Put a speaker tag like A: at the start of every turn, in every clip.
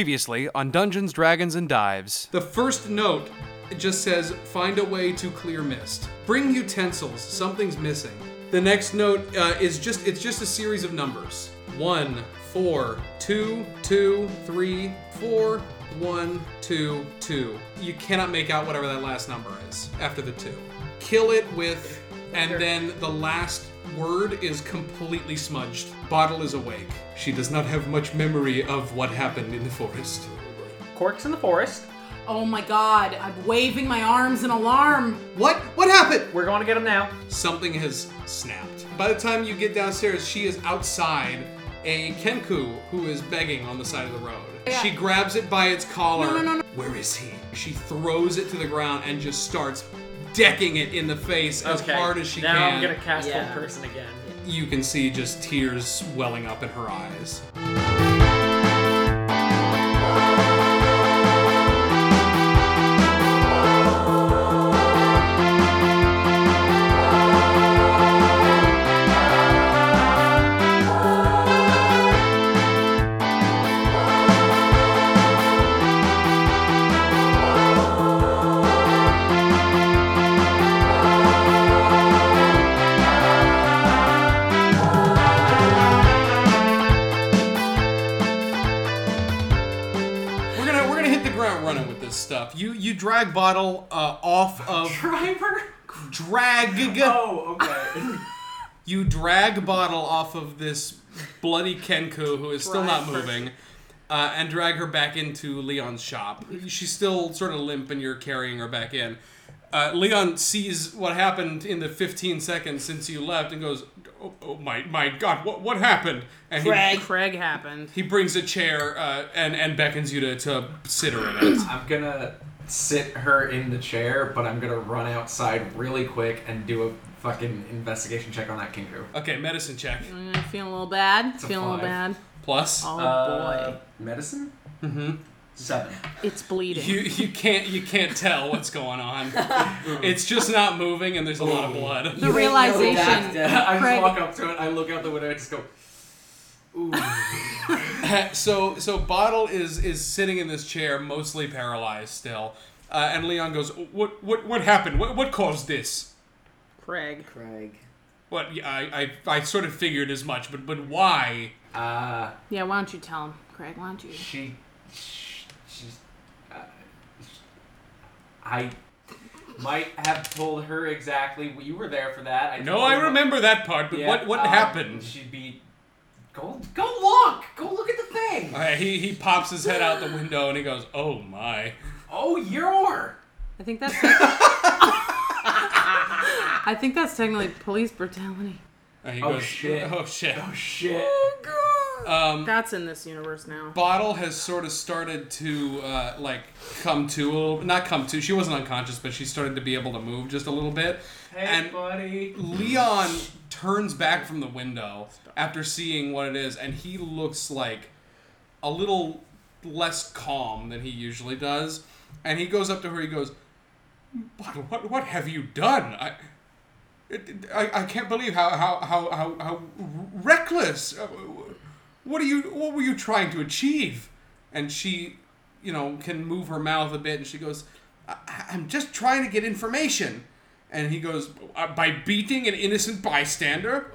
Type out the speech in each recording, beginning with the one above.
A: Previously on Dungeons, Dragons, and Dives.
B: The first note it just says find a way to clear mist. Bring utensils. Something's missing. The next note uh, is just it's just a series of numbers. One, four, two, two, three, four, one, two, two. You cannot make out whatever that last number is after the two. Kill it with, and then the last word is completely smudged. Bottle is awake. She does not have much memory of what happened in the forest.
C: Corks in the forest.
D: Oh my god, I'm waving my arms in alarm.
B: What? What happened?
C: We're going to get them now.
B: something has snapped. By the time you get downstairs, she is outside a Kenku who is begging on the side of the road.
D: Yeah.
B: She grabs it by its collar.
D: No, no, no, no.
B: Where is he? She throws it to the ground and just starts decking it in the face as hard as she
C: now
B: can.
C: I'm gonna cast
E: Yeah.
C: that person again.
B: You can see just tears welling up in her eyes. We're gonna we're gonna hit the ground running with this stuff. You you drag bottle uh, off of
C: Driver.
B: drag.
C: Oh, okay.
B: You drag Bottle off of this bloody Kenku, who is still not moving, uh, and drag her back into Leon's shop. She's still sort of limp, and you're carrying her back in. Uh, Leon sees what happened in the 15 seconds since you left and goes, Oh, oh my, my God, what, what happened? And he,
D: Craig happened.
B: he brings a chair uh, and, and beckons you to, to sit her in it.
F: I'm gonna sit her in the chair, but I'm gonna run outside really quick and do a fucking investigation check on that kingu.
B: Okay, medicine check.
D: Mm, feeling a little bad.
F: a
D: feeling a little
F: five.
D: bad.
B: Plus.
D: Oh
F: Uh, medicine?
E: Seven.
D: boy, it's bleeding.
B: You, you can't you can't tell what's going on. it's just not moving, and there's a lot
D: Oh.
B: of blood.
D: the realization.
E: doctor.
F: I
D: Craig-
F: just walk up to it, I look out the window, I just go, ooh.
B: so so bottle is is sitting in this chair mostly paralyzed still uh, and leon goes what what what happened what, what caused this
D: Craig.
E: Craig.
B: what I, I i sort of figured as much but but why
F: uh,
D: Yeah, why don't you tell him, Craig? Why don't you?
F: she, she, she's, uh, sh- I might have told her exactly, you were there for that. I
B: no
F: told
B: i
F: her-
B: remember that part but
F: Yeah,
B: what what
D: Oh.
F: um,
B: happened
F: She'd be, go, go look! Go look at the thing!
B: Uh, he he pops his head out the window and he goes oh my
F: Oh, you're!
D: I think that's. I think that's technically police brutality.
B: and he
F: Oh,
B: goes
F: shit.
B: oh shit
F: Oh shit.
B: um
D: That's in this universe now.
F: Uh,
B: Bottle has sort of started to uh, like come to a little, not come to. She wasn't unconscious, but she started to be able to move just a little bit. and
F: buddy.
B: Leon turns back from the window after seeing what it is, and he looks like a little less calm than he usually does. And he goes up to her. He goes, "Bottle, what, what have you done? I, it- I, I can't believe how, how, how, how, how reckless. Uh, What are you? What were you trying to achieve?" And she, you know, can move her mouth a bit, and she goes, I, "I'm just trying to get information." And he goes, "Uh, "By beating an innocent bystander."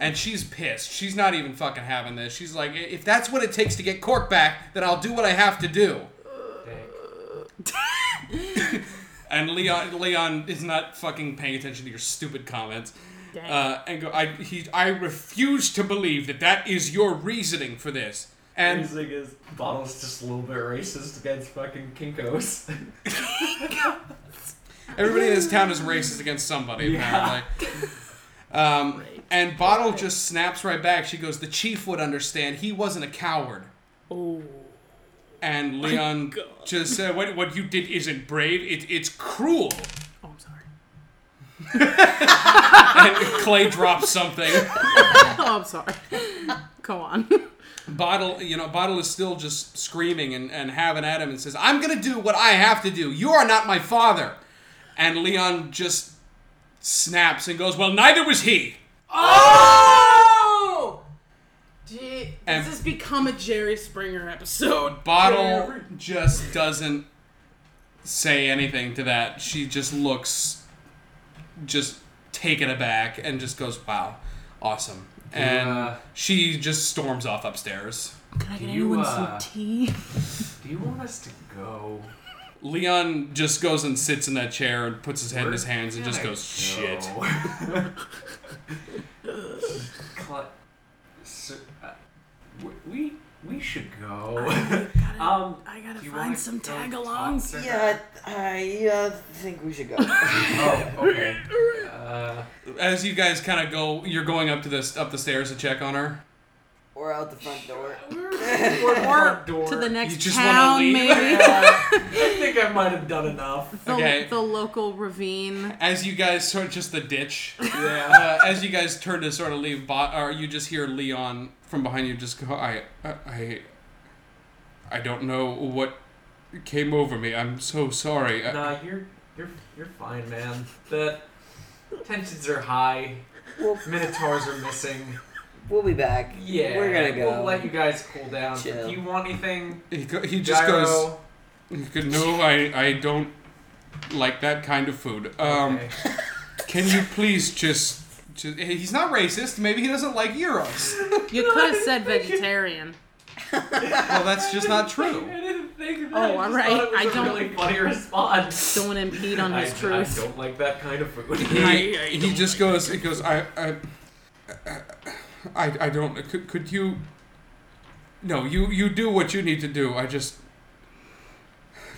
B: And she's pissed. She's not even fucking having this. She's like, "If that's what it takes to get Cork back, then I'll do what I have to do." And Leon, Leon is not fucking paying attention to your stupid comments.
D: Dang.
B: Uh, and go, I, he, I refuse to believe that that is your reasoning for this. And
F: Music is bottles just a little bit racist against fucking kinkos.
B: everybody in this town is racist against somebody,
F: Yeah.
B: apparently. Um, and Bottle just snaps right back. She goes, The chief would understand. He wasn't a coward.
D: Oh.
B: And Leon just said, what, what you did isn't brave, it, it's cruel.
D: Oh, I'm sorry.
B: And Clay drops something.
D: Oh, I'm sorry. Go on.
B: Bottle, you know, Bottle is still just screaming and, and having at him and says, I'm gonna do what I have to do. You are not my father. And Leon just snaps and goes, Well, neither was he.
F: oh!
D: Gee,
B: And-
D: this has become a Jerry Springer episode.
B: Bottle just doesn't say anything to that. She just looks just taken aback and just goes, "Wow, awesome." And
F: uh,
B: she just storms off upstairs.
D: Can I get
F: You,
D: anyone
F: uh,
D: some tea?
F: Do you want us to go?
B: Leon just goes and sits in that chair and puts his head in his hands and just
F: Gonna
B: goes,
F: go.
B: "Shit."
F: Cla- so, uh, w- we we should go. um,
D: I gotta
F: do you wanna
D: find some
F: go talk
D: tagalongs.
F: to her?
E: Yeah, I uh, think we should go.
F: Oh, okay. Uh,
B: As you guys kind of go, you're going up to this up the stairs to check on her.
E: We're out the front door.
F: front door.
D: To the
B: You
D: next
B: just wanna
D: town,
B: leave?
D: maybe.
E: Uh,
F: I think I might have done enough.
D: the,
B: Okay.
D: the local ravine.
B: As you guys sort just the ditch,
F: Yeah.
B: uh, as you guys turn to sort of leave, bo- or you just hear Leon from behind you just go, I, uh, I, I don't know what came over me. I'm so sorry. Uh, I-
F: Nah, you're you're you're fine, man. The tensions are high.
E: We'll,
F: Minotaurs are missing.
E: we'll be back.
F: Yeah.
E: We're gonna go.
F: We'll let you guys cool down.
E: Chill.
F: Do you want anything?
B: he, go- he just
F: Gyro?
B: goes, he go- no, I, I don't like that kind of food. Um,
F: Okay.
B: can you please just, just, he's not racist. Maybe he doesn't like Euros.
D: You could have said vegetarian.
B: well, that's just not true.
F: I didn't think of
D: Oh,
F: that. I just
D: alright.
F: thought it was
D: I
F: a
D: don't-
F: really funny response.
D: Don't want to impede on his
F: I,
D: truth.
F: I don't like that kind of food.
B: he, he just goes he goes I I I, I don't could, could you no you you do what you need to do I just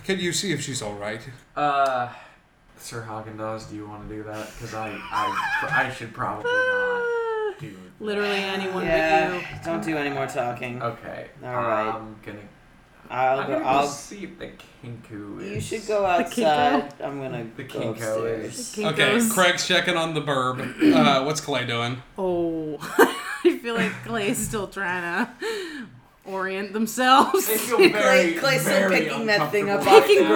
B: can you see if she's all right
F: Uh, Sir Hagen Dazs, do you want to do that? Because I, I, I should probably not do. that.
D: Literally anyone
E: Yeah,
D: but you.
E: don't do any more talking.
F: Okay.
E: All right.
F: I'm gonna.
E: I'll
F: I'm
E: go.
F: gonna go
E: I'll.
F: see if the kinku is.
E: You should go
D: Kinko?
E: outside. I'm gonna
F: The
E: go
F: Kinko
E: upstairs.
F: is.
D: Kinko's-
B: okay Craig's checking on the burb uh, what's Clay doing
D: Oh, I feel like Clay's still trying to orient themselves.
F: I feel very,
E: Clay- Clay's still
F: very
E: picking that thing up
F: uncomfortable.
E: off the
D: Picking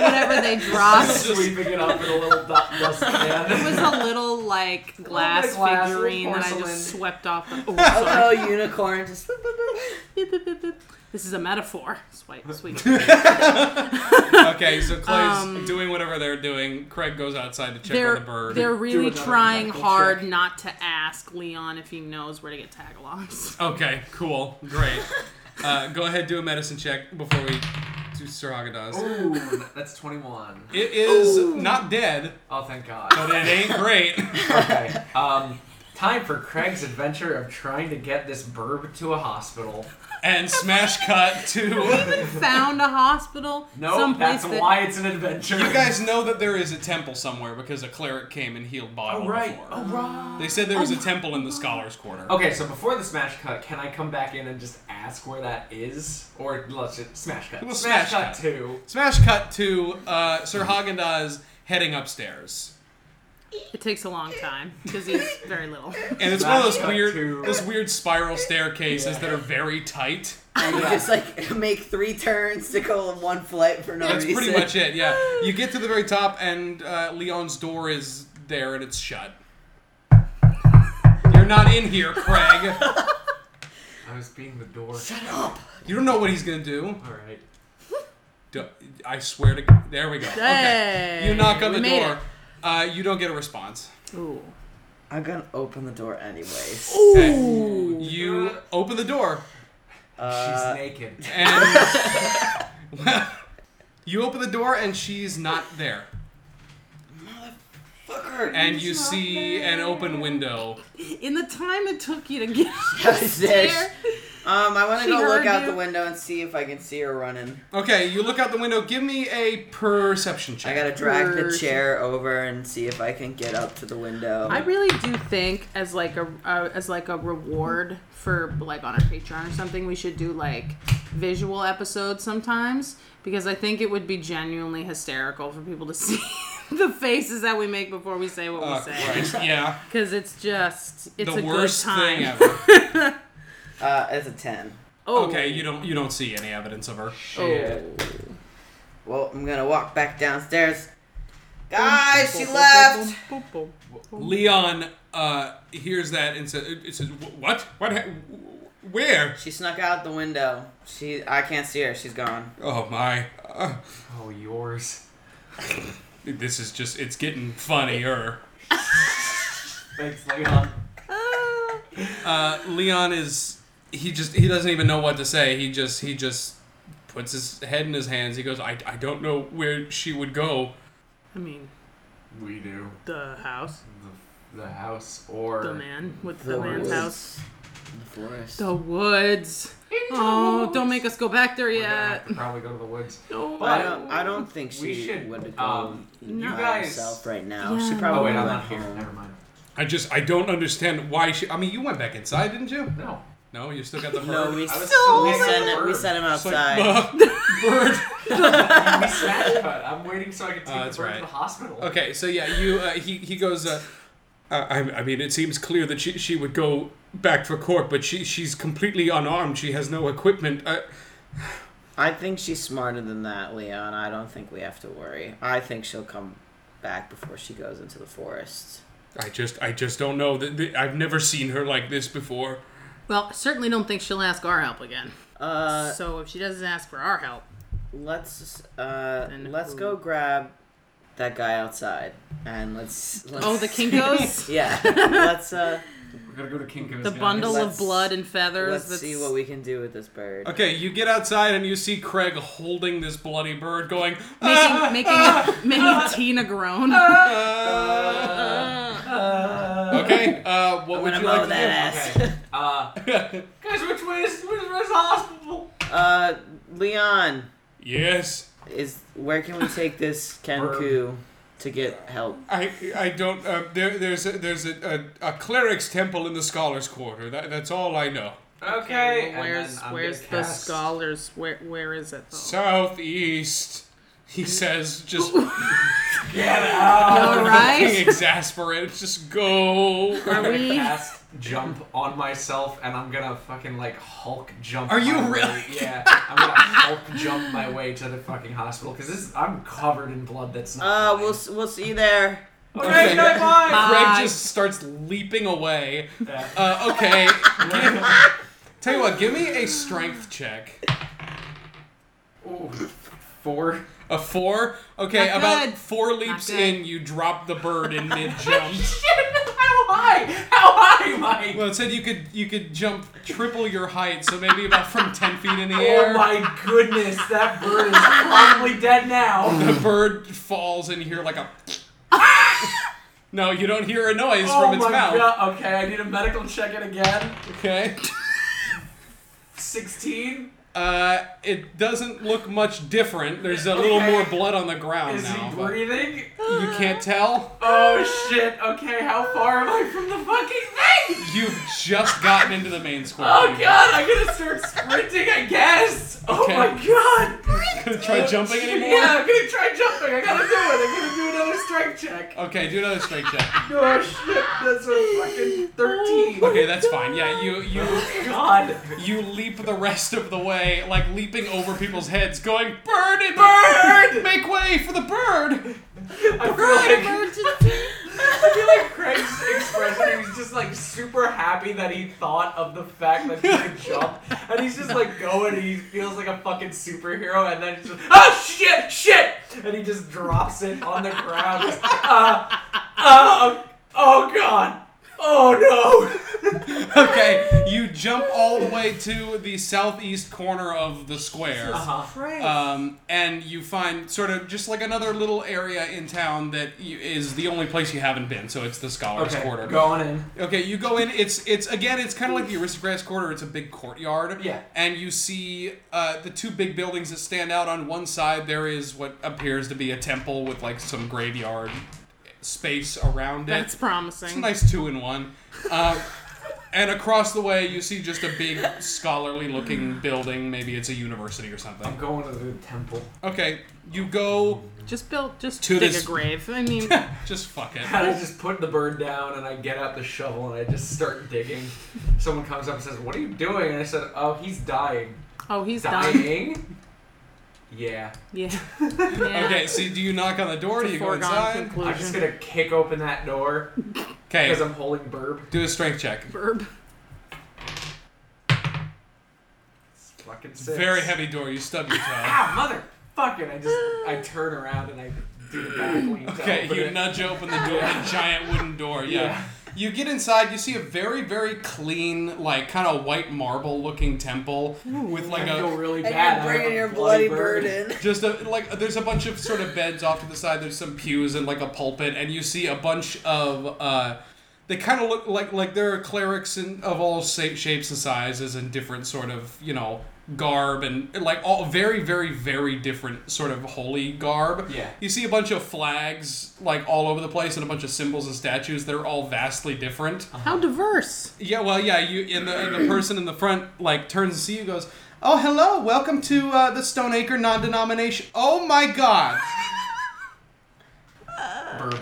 D: whatever they dropped.
F: Sweeping it up in a little du- dust
D: It
F: pan.
D: was a little like glass
F: bit of glass, little
D: figurine that I just
F: porcelain.
D: swept off. The- oh,
E: Oh
D: sorry.
E: no, unicorn! Just boop, boop, boop.
D: Beep, beep, beep, beep. This is a metaphor. Sweet, sweet.
B: okay so Clay's
D: Um,
B: doing whatever they're doing Craig goes outside to check on the
D: They're
B: bird
D: they're really
F: another
D: trying
F: medical
D: hard
F: check.
D: not to ask Leon if he knows where to get tagalongs.
B: okay cool great uh, go ahead do a medicine check before we do Sir Haggadahs.
F: Ooh, that's 21.
B: it is not dead
F: Oh, thank God.
B: but it ain't great
F: Okay. Um, time for Craig's adventure of trying to get this burb to a hospital.
B: and smash cut to
D: Found a hospital.
F: No,
D: someplace
F: that's
D: that-
F: why it's an adventure.
B: You guys know that there is a temple somewhere because a cleric came and healed Bottle
F: Oh, right.
B: before.
F: Oh, right.
B: They said there was a temple in the Scholars Quarter.
F: Okay, so before the smash cut, can I come back in and just ask where that is? Or let's just smash cut.
B: Well, smash cut.
F: cut, two.
B: Smash cut to uh, Sir Haagen-Dazs heading upstairs.
D: It takes a long time because he's very little.
B: And it's one of those
F: Smash cut
B: weird
F: to-
B: those weird spiral staircases that are very tight.
E: And you just like make three turns to go in one flight for no
B: That's
E: reason.
B: pretty much it, yeah. You get to the very top and uh, Leon's door is there and it's shut. You're not in here, Craig.
F: I was being the door.
E: Shut up!
B: You don't know what he's gonna do.
F: All right.
B: Do- I swear to God. There we go. Okay.
D: Hey,
B: You knock on
D: we
B: the
D: made
B: door. Uh, you don't get a response.
D: it. Ooh.
E: I'm gonna open the door anyways.
F: Oh,
B: Okay. You open the door
E: Uh,
F: She's naked.
B: and you open the door and she's not there.
E: Fucker!
B: And you see an open window.
D: In the time it took you to get
E: Upstairs.
D: upstairs,
E: Um, I want to
D: She
E: go look
D: heard
E: out
D: you.
E: the window and see if I can see her running.
B: Okay, you look out the window. Give me a perception
E: I
B: check.
E: gotta drag the
D: Perception.
E: chair over and see if I can get up to the window.
D: I really do think as like a uh, as like a reward for like on our Patreon or something, we should do like visual episodes sometimes because I think it would be genuinely hysterical for people to see the faces that we make before we say what
B: Uh,
D: we say
B: Christ, yeah,
D: because it's just it's
B: the
D: a
B: worst
D: good time.
B: thing ever.
E: Uh, it's a ten.
D: Oh,
B: Okay, you don't you don't see any evidence of her.
D: Oh.
E: Well, I'm gonna walk back downstairs. Guys, she left.
B: Leon uh, hears that and says, it says "Wh- "What? What? Ha- Where?
E: She snuck out the window. She, I can't see her. She's gone.
B: Oh my. Uh,
F: Oh, yours.
B: this is just, it's getting funnier.
F: Thanks, Leon.
D: Ah.
B: Uh, Leon is, he just, he doesn't even know what to say. He just, he just puts his head in his hands. He goes, I, I don't know where she would go.
D: I mean,
F: We do.
D: the house,
F: The, the house or.
D: the man with the,
E: The
D: man's
E: woods.
D: house,
E: The forest.
D: the woods. Oh, don't make us go back there
F: We're gonna
D: yet.
F: have to Probably go to the woods.
D: No.
E: I
F: But-
E: don't. I don't think
F: We
E: she
F: should,
E: would have
F: um,
E: gone
D: you
E: by
F: guys-
E: herself right now.
D: Yeah.
E: She
F: Oh,
E: probably
F: wait, I'm
E: went
F: not here.
E: home.
F: Never mind.
B: I just, I don't understand why she, I mean, you went back inside, didn't you?
F: No.
B: No, you still got the
E: No,
B: bird.
E: we,
F: I was
E: still we
F: still
E: sent we
F: bird.
E: sent him
B: It's like,
E: outside.
B: "Uh, bird.
F: We smash cut. I'm waiting so I can take
B: Uh,
F: the
B: that's
F: bird
B: right.
F: to the hospital.
B: Okay, so yeah, you uh, he he goes. Uh, uh, I, I mean, it seems clear that she she would go back for court, but she she's completely unarmed. She has no equipment. Uh,
E: I think she's smarter than that, Leon. I don't think we have to worry. I think she'll come back before she goes into the forest.
B: I just I just don't know that that- I've never seen her like this before.
D: Well, I certainly don't think she'll ask our help again.
E: Uh,
D: so if she doesn't ask for our help,
E: let's uh,
D: And
E: let's
D: who-
E: go grab that guy outside and let's. let's
D: oh, the kinkos,
E: yeah, let's uh,
F: We're gonna go to Kinko's.
D: the
F: guys.
D: bundle of
E: Let's-
D: blood and feathers.
E: let's
D: that's-
E: see what we can do with this bird.
B: Okay, you get outside and you see Craig holding this bloody bird, going. "Ah,
D: making making, making Tina groan.
B: Uh,
D: Uh,
B: ah." okay, uh, what would
E: I'm
B: you
E: gonna mow
B: like
E: that
B: to
E: ass.
F: Okay. Uh,
B: do?
F: guys, which way is which way is the hospital?
E: Uh, Leon
B: yes,
E: is. Where can we take this kenku to get help?
B: I I don't. Uh, there there's a, there's a, a, a cleric's temple in the scholars' quarter. That, that's all I know.
F: Okay.
D: Okay,
F: and
D: where's
F: then I'm
D: where's
F: gonna
D: the
F: cast-
D: scholars? Where where is it? Though?
B: Southeast. He says, just
F: Get out.
D: Oh, All
B: being
D: right.
B: exasperated. Just go.
F: I'm
D: Are
F: gonna
D: we-
F: cast jump on myself, and I'm gonna fucking like Hulk jump.
B: Are
F: my
B: you
F: way-
B: really?
F: Yeah, I'm gonna Hulk jump my way to the fucking hospital because this I'm covered in blood. That's not.
E: Uh, we'll s- we'll see you there.
F: Okay,
B: Okay.
F: no, bye.
B: Greg just starts leaping away.
F: Yeah.
B: Uh, okay. Tell you what, give me a strength check.
F: Ooh, four.
B: A four? Okay,
D: Not
B: about
D: good.
B: four leaps
D: good.
B: in, you drop the bird in mid jump.
F: How high? How high, Mike?
B: Well, it said you could you could jump triple your height, so maybe about from ten feet in the
F: Oh
B: air.
F: my goodness, that bird is probably dead now.
B: The bird falls and you hear like a. no, you don't hear a noise
F: oh
B: from its
F: my
B: mouth.
F: god. Okay, I need a medical check it again.
B: Okay.
F: 16?
B: Uh, it doesn't look much different. There's a little
F: Okay.
B: more blood on the ground
F: Is
B: now.
F: he
B: but
F: breathing?
B: you can't tell.
F: Oh shit, okay, how far am I from the fucking thing?
B: You've just gotten into the main square.
F: Oh god, I'm gonna start sprinting, I guess! Oh
B: Okay.
F: my god!
B: Gonna try jumping anymore?
F: Yeah, I'm gonna try jumping, I gotta do it, I'm gonna do another strength check.
B: Okay, do another strength check.
F: Oh shit, that's a fucking 13.
B: Okay, that's fine. Yeah, you you
F: God.
B: you leap the rest of the way, like leaping over people's heads, going bird in
F: Bird!
B: make way for the bird.
F: I feel like
D: Emergency.
F: I feel like Craig's expression, he was just like super happy that he thought of the fact that he could jump. And he's just like going and he feels like a fucking superhero and then he's just, oh shit, shit! And he just drops it on the ground. Just, uh, uh, oh god. Oh no.
B: Okay, you jump all the way to the southeast corner of the square.
F: Uh-huh.
B: Um, and you find sort of just like another little area in town that you, is the only place you haven't been. So it's the Scholars Quarter.
F: Okay, going in.
B: Okay, you go in. It's it's again. It's kind of like the Aristocrats Quarter. It's a big courtyard.
F: Yeah.
B: And you see uh, the two big buildings that stand out. On one side, there is what appears to be a temple with like some graveyard space around
D: That's
B: it.
D: promising.
B: It's a nice two in one. Uh, and across the way, you see just a big scholarly-looking building. Maybe it's a university or something.
F: I'm going to the temple.
B: Okay, you go.
D: Just build, just
B: To
D: dig
B: this-
D: a grave. I mean,
B: Just fuck it.
F: And I just put the bird down and I get out the shovel and I just start digging. Someone comes up and says, What are you doing? And I said, Oh, he's dying.
D: oh, he's dying.
F: Dying? yeah.
D: Yeah. yeah.
B: Okay, so do you knock on the door?
D: It's
B: Do
D: a
B: you go
D: foregone
B: inside?
D: conclusion.
F: I'm just gonna kick open that door
B: Okay,
F: because I'm holding burb.
B: do a strength check.
D: Burb.
F: fucking six.
B: Very heavy door. You stub your toe.
F: Ah, mother fucking! I just I turn around and I do the back lean. to
B: Okay,
F: open
B: you
F: it.
B: nudge open the door, the giant wooden door. Yeah.
F: Yeah.
B: You get inside, you see a very, very clean, like kind of white marble looking temple with like a
F: I feel really bad.
E: And you're
F: I have
E: bringing
F: a
E: your bloody bird in.
B: Just a, like there's a bunch of sort of beds off to the side. There's some pews and like a pulpit, and you see a bunch of. Uh, they kind of look like like there are clerics in, of all sa- shapes and sizes and different sort of you know garb and like all very very very different sort of holy garb.
F: Yeah.
B: You see a bunch of flags like all over the place and a bunch of symbols and statues that are all vastly different.
D: How diverse.
B: Yeah, well, yeah. You and the, and the person in the front like turns to see you, and goes, "Oh, hello, welcome to uh, the Stoneacre non-denomination." Oh my God.
F: Bird.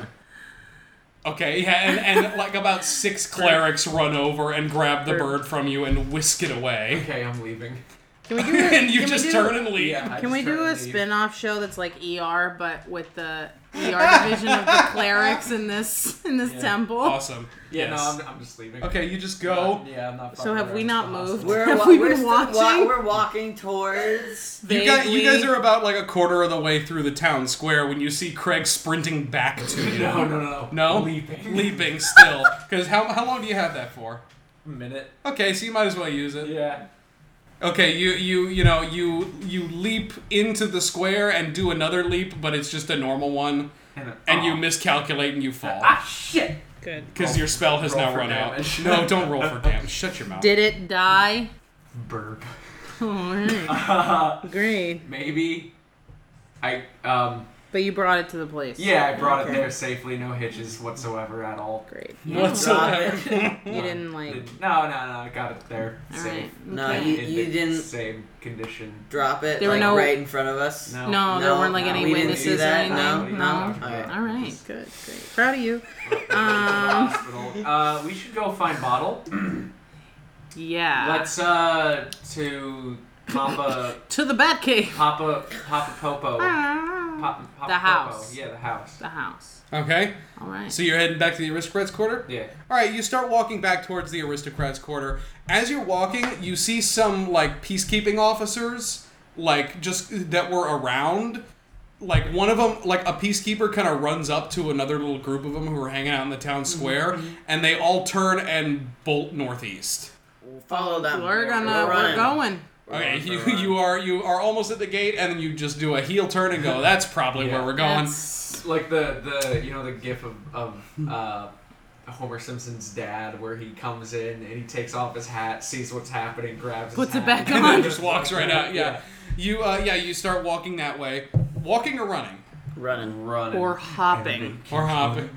B: Okay, yeah, and, and like about six clerics run over and grab the bird from you and whisk it away,
F: Okay, I'm leaving.
D: Can we do it?
B: and you
D: can
B: just
D: we do,
B: turn and leave.
F: Yeah. I
D: Can
F: just
D: we
F: turn
D: do a
F: and leave.
D: spin-off show that's like ER but with the ER division of the clerics in this in this
F: Yeah.
D: temple?
B: Awesome.
F: Yeah,
B: Yes.
F: no, I'm, I'm just leaving.
B: okay, you just go.
F: Yeah, I'm not.
D: So
F: fucking
D: have we
F: around.
D: not
F: It's the hospital.
D: moved?
E: We're,
D: Have
E: wa-
D: we
E: we're
D: been
E: still wa-
D: watching?
E: we're walking towards.
B: You guys, you
D: Vaguely.
B: guys are about like a quarter of the way through the town square when you see Craig sprinting back to you.
F: No, no, no,
B: No?
F: Leaping.
B: Leaping still. Because how, how long do you have that for?
F: Minute.
B: Okay, so you might as well use it.
F: Yeah.
B: Okay, you you you know you you leap into the square and do another leap, but it's just a normal one,
F: And, a-
B: and you
F: oh.
B: miscalculate and you fall
F: Ah shit.
D: Good.
B: because your spell has
F: Roll
B: now
F: for
B: run
F: damage.
B: out. No, don't roll for damage. Shut your mouth.
D: Did it die?
F: Burp.
D: Alright. Great.
F: Maybe. I um.
D: But you brought it to the place.
F: Yeah, I brought it there safely, no hitches whatsoever at all.
D: Great.
B: Whatsoever.
D: You didn't like
F: Did- No, no, no, I got it there safe.
D: Alright.
E: No,
D: okay.
E: Uh, you-
F: in the
E: didn't-
F: Same condition.
E: Drop it.
D: There were
E: like,
D: no-
E: right in front of us.
F: No.
D: No, there
E: No,
D: weren't like
E: no,
D: any
E: we didn't do
D: witnesses or
E: that,
D: anything.
E: no.
D: No.
E: All right.
D: All right. Good. Great. Proud of you. Um.
F: Hospital. Uh, we should go find bottle.
D: Yeah.
F: Let's uh to Papa
D: to the Batcave.
F: Papa Papa Popo. Papa,
D: Ah.
F: Papa Popo.
D: The house.
F: Yeah, the house.
D: The house.
B: Okay,
D: All right.
B: so you're heading back to the aristocrats' quarter.
F: Yeah.
B: All right, you start walking back towards the aristocrats' quarter. As you're walking, you see some like peacekeeping officers, like just that were around. Like one of them, like a peacekeeper, kind of runs up to another little group of them who are hanging out in the town square, and they all turn and bolt northeast.
E: We'll follow them.
D: We're gonna. We're
E: running.
D: going.
E: We're
B: Okay,
E: running,
B: you,
E: we're running.
B: you are you are almost at the gate, and then you just do a heel turn and go. That's probably
F: Yeah.
B: where we're going.
D: That's-
F: Like the the you know the gif of of uh, Homer Simpson's dad where he comes in and he takes off his hat, sees what's happening, grabs his
D: Puts it
F: hat,
D: back
B: and
D: on.
B: then just walks right out. Yeah, you uh, yeah you start walking that way, walking or running.
E: running.
F: Running.
D: Or hopping.
B: Or hopping.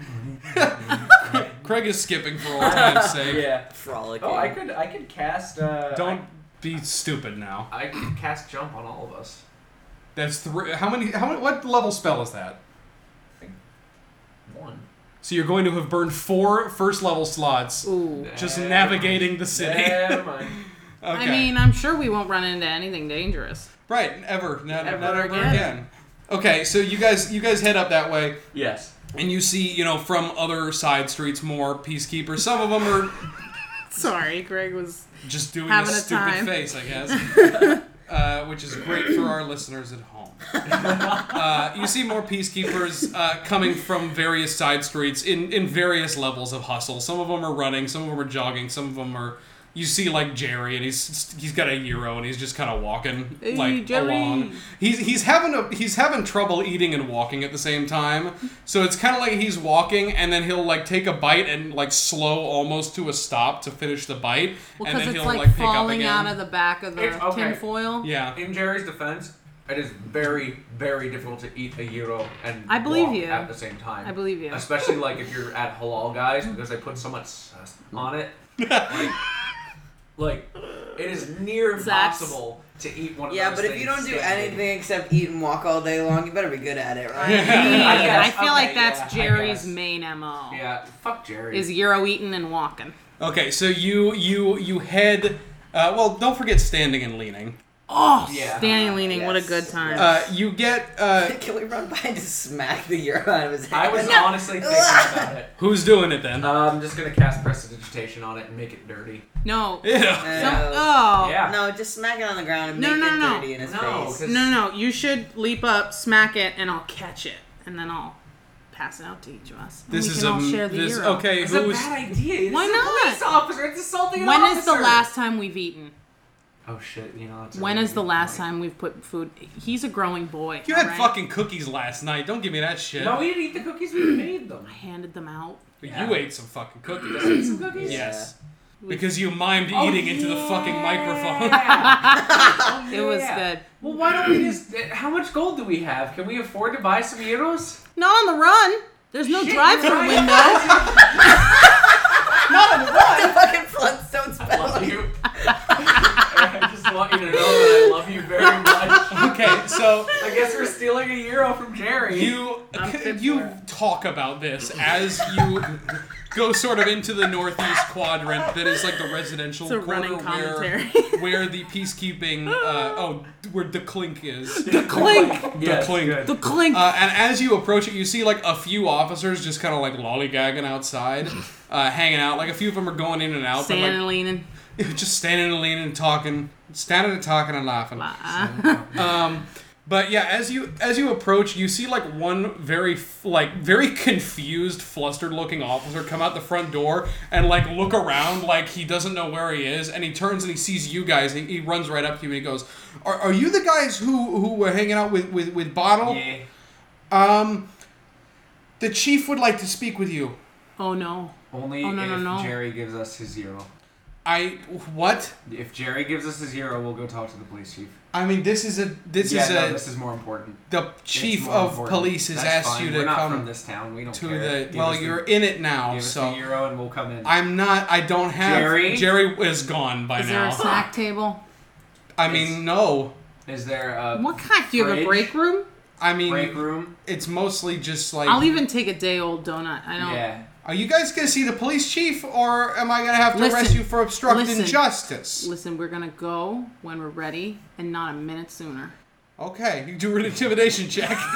B: Craig is skipping for all time's sake.
F: Yeah.
E: Frolicking.
F: Oh, I could I could cast. Uh,
B: Don't be stupid now.
F: I, I could cast jump on all of us.
B: That's three. How many? How many? What level spell is that?
F: One.
B: So you're going to have burned four first level slots
D: Ooh.
B: just
F: Never
B: navigating the
F: mind.
B: city.
F: Never mind.
B: Okay.
D: I mean, I'm sure we won't run into anything dangerous.
B: right? Ever? Not
D: Ever
B: not ever
D: again.
B: again. Okay, so you guys you guys head up that way.
F: Yes.
B: And you see, you know, from other side streets, more peacekeepers. Some of them are
D: Sorry, Greg was.
B: just doing
D: Having
B: a
D: a
B: stupid
D: time.
B: face, I guess, uh, which is great for our listeners at home. Uh, you see more peacekeepers uh, coming from various side streets in in various levels of hustle. Some of them are running, some of them are jogging, some of them are. You see, like Jerry, and he's he's got a euro, and he's just kind of walking
D: Hey,
B: like
D: Jerry.
B: along. He's he's having a he's having trouble eating and walking at the same time. So it's kind of like he's walking, and then he'll like take a bite and like slow almost to a stop to finish the bite,
D: Well,
B: and
D: because
B: then
D: it's
B: he'll
D: like,
B: like, pick up
D: falling
B: again.
D: out of the back of the
F: It's- okay.
D: tinfoil.
B: yeah.
F: In Jerry's defense, it is very, very difficult to eat a gyro and
D: I believe
F: walk
D: you.
F: at the same time.
D: I believe you.
F: Especially like if you're at halal guys because they put so much sauce on it. Like, like, it is near
D: Zax.
F: impossible to eat one of
E: Yeah,
F: those
E: but if you
F: things
E: don't do
F: standing.
E: anything except eat and walk all day long, you better be good at it, right?
D: Yeah,
F: I guess.
D: I feel like
F: Okay,
D: that's
F: yeah, I
D: Jerry's
F: guess.
D: main mo.
F: Yeah, fuck Jerry.
D: Is euro eating and walking.
B: Okay, so you you you head. Uh, well, don't forget standing and leaning.
D: Oh,
F: Yeah.
D: standing leaning. What a
E: Yes,
D: good time.
E: yes.
B: Uh, you get uh,
E: Can we run by and just smack the euro out of his head?
F: I was honestly thinking about it.
B: who's doing it then?
F: Uh, I'm just gonna cast prestidigitation on it and make it dirty.
D: No.
B: Yeah.
D: Some-
E: No.
D: oh.
F: Yeah.
E: No, just smack it on the ground and
D: No,
E: make
D: no,
E: it
D: no.
E: dirty in his
F: No,
E: face.
F: 'cause-
D: No, no, no. You should leap up, smack it, and I'll catch it, and then I'll pass it out to each of us. And
B: This
D: we
B: is
D: can
B: a
D: all share the
B: this
D: euro.
B: okay.
F: It's a
B: who's
F: bad idea. It's
D: Why
F: a
D: not?
F: Police officer. It's assaulting an
D: When
F: officer.
D: is the last time we've eaten?
F: Oh shit! You know. That's a
D: When
F: really
D: is the
F: good
D: last
F: point.
D: time we've put food? He's a growing boy.
B: you had
D: right?
B: fucking cookies last night. Don't give me that shit.
F: No, we didn't eat the cookies. We made them.
D: I handed them out.
B: But
F: Yeah.
B: You ate some fucking cookies.
F: Did I eat some cookies?
B: Yes.
D: We-
B: Because you mimed
F: Oh,
B: eating into the fucking microphone.
F: yeah. Oh,
D: It was
F: yeah.
D: good.
F: Well, why don't we just? uh, How much gold do we have? Can we afford to buy some euros?
D: Not on the run. There's no
F: Shit,
D: drive-through
F: you're right.
D: window.
E: What the fucking Flintstone
F: I
E: spell?
F: love you. I just want you to know that I love you very much.
B: okay, so
F: I guess we're stealing a euro from Jerry.
B: you
D: I'm fit for
B: you
D: it.
B: talk about this as you go sort of into the northeast quadrant that is like the residential
D: It's a
B: quarter
D: running
B: where
D: commentary.
B: where the peacekeeping uh, oh where the clink is.
D: the clink.
F: Yes,
B: clink.
F: good.
D: The clink.
B: Uh, and as you approach it, you see like a few officers just kind of like lollygagging outside, uh, hanging out. Like a few of them are going in and out,
D: Standing
B: but
D: and leaning.
B: like just standing and leaning and talking, standing and talking and laughing. Um, but yeah, as you as you approach, you see like one very f- like very confused, flustered looking officer come out the front door and like look around like he doesn't know where he is, and he turns and he sees you guys. And he runs right up to you and he goes, "Are, are you the guys who who were hanging out with with with Bottle?
F: Yeah.
B: Um, the chief would like to speak with you.
D: Oh no.
F: Only
D: Oh, no,
F: if
D: no, no.
F: Jerry gives us his euro.
B: I what?
F: If Jerry gives us his euro, we'll go talk to the police chief.
B: I mean, this is a this
F: yeah,
B: is
F: no,
B: a
F: this is more important.
B: the
F: It's
B: chief
F: more
B: of
F: important.
B: police has
F: That's
B: asked
F: fine.
B: you
F: We're
B: to
F: not
B: come
F: from this town. We don't
B: to
F: care.
B: the
F: Give
B: well
F: us the-
B: you're in it now
F: give us
B: so
F: the euro and we'll come in.
B: i'm not i don't have
F: Jerry?
B: is gone by
D: Is there
B: now
D: a snack table?
B: i mean no
F: Is there a
D: What kind? Do you have a
F: Fridge?
D: break room?
B: i mean
F: break room?
B: it's mostly just like
D: I'll even take a day old donut. I don't.
F: Yeah.
B: are you guys gonna see the police chief or am i gonna have to arrest
D: Listen.
B: you for obstructing
D: Listen.
B: justice
D: Listen, we're gonna go when we're ready, and not a minute sooner.
B: okay you do an intimidation check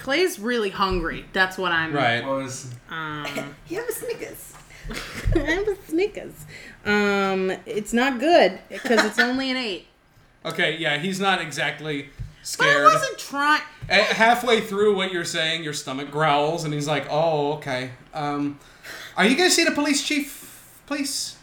D: Clay's really hungry. That's what I'm.
B: right
F: What was
D: Um,
E: You have a Snickers.
D: I'm with Snickers. Um, it's not good because it's only an eight.
B: okay yeah he's not exactly
D: But I
B: scared
D: wasn't trying.
B: A- halfway through what you're saying your stomach growls and he's like oh okay um are you gonna see the police chief please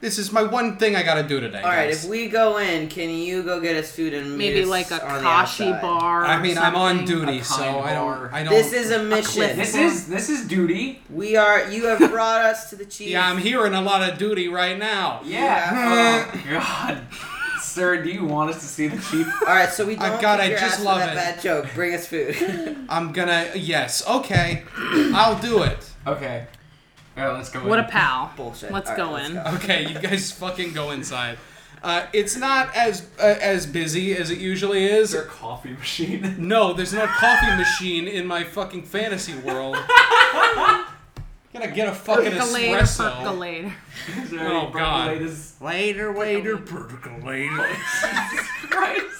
B: this is my one thing i gotta do today
E: All right,
B: guys.
E: if we go in, can you go get us food and meet
D: Maybe
E: us
D: like a
E: on the
D: kashi
E: outside?
D: bar. or
B: I mean, I'm on
D: something.
B: duty,
F: A
B: so
F: kind
B: I don't.
F: bar.
B: I don't.
E: This is a mission.
D: cliff.
F: this is this is duty.
E: we are. You have brought us to the chief.
B: Yeah, I'm hearing a lot of duty right now.
F: Yeah. Oh, God. Sir, do you want us to see the chief?
E: All right, so we
B: I-
E: don't.
B: God,
E: kick
B: I
E: your
B: just
E: ass for
B: love
E: that
B: it.
E: Bad joke. Bring us food.
B: I'm gonna. Yes. Okay. I'll do it.
F: Okay. Alright, let's go
D: What a
F: in.
D: pal.
E: Bullshit.
D: Let's
E: All right,
D: go
E: let's
D: in.
E: go.
B: Okay, you guys fucking go inside. Uh, it's not as uh, as busy as it usually is.
F: Is there a coffee machine?
B: No, there's no coffee machine in my fucking fantasy world. Gotta get a fucking
D: Percolator,
B: espresso.
D: percolator.
F: Is there
B: Oh,
F: any
B: God.
F: percolators?
E: Later,
D: waiter,
B: Percolator.
F: Christ.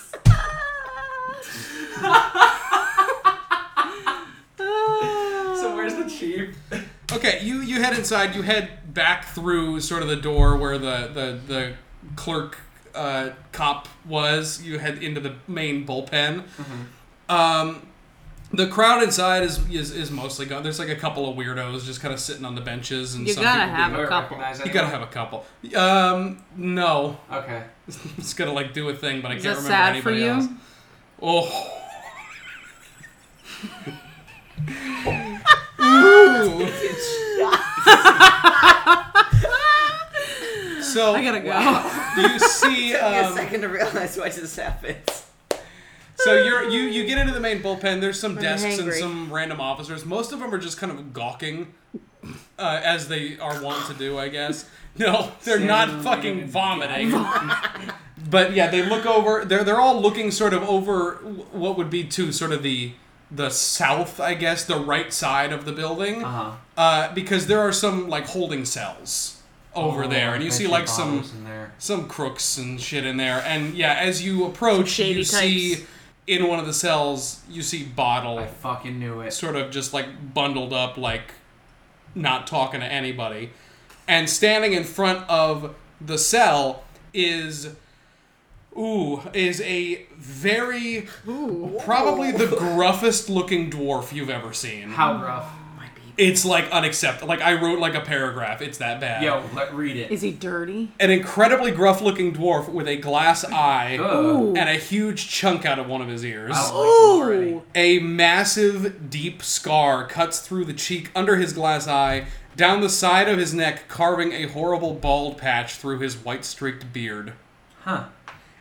F: So where's the chief?
B: Okay, you you head inside. You head back through sort of the door where the the the clerk uh, cop was. You head into the main bullpen. Um, the crowd inside is, is is mostly gone. There's like a couple of weirdos just kind of sitting on the benches and
D: You
B: some
D: gotta
B: people
D: have
B: being-
F: Do
D: a
F: I
D: couple.
F: recognize
B: You gotta
F: anyone?
B: have a couple. Um, no,
F: Okay.
B: it's gonna like do a thing, but I
D: Is
B: can't
D: that
B: remember
D: sad for
B: anybody
D: you?
B: else. Oh. Ooh. so
D: I gotta go.
B: you see,
E: Give me a
B: um,
E: second to realize why this happens.
B: so you're you you get into the main bullpen. There's some desks and
D: hangry.
B: some random officers. Most of them are just kind of gawking, uh, as they are wont to do, I guess. No, they're not
F: Standing
B: fucking
F: and
B: vomiting. but yeah, they look over. They're they're all looking sort of over what would be to sort of the the south, I guess, the right side of the building,
F: Uh huh.
B: uh, because there are some like holding cells over
F: Oh,
B: there, and you see like some
G: in there.
B: some crooks and shit in there. And yeah, as you approach,
D: Some shady
B: you see
D: types.
B: in one of the cells, you see Bottle
G: I fucking knew it.
B: sort of just like bundled up, like not talking to anybody. And standing in front of the cell is. Ooh, is a very
D: Ooh.
B: probably the gruffest looking dwarf you've ever seen.
G: How rough?
B: It's like unacceptable. Like I wrote like a paragraph. It's that bad.
G: Yo, let read it.
D: Is he dirty?
B: An incredibly gruff looking dwarf with a glass eye
G: Ugh.
B: and a huge chunk out of one of his ears.
G: I don't
F: Oh.
D: Ooh.
G: like him already.
B: A massive, deep scar cuts through the cheek under his glass eye, down the side of his neck, carving a horrible bald patch through his white streaked beard.
G: Huh.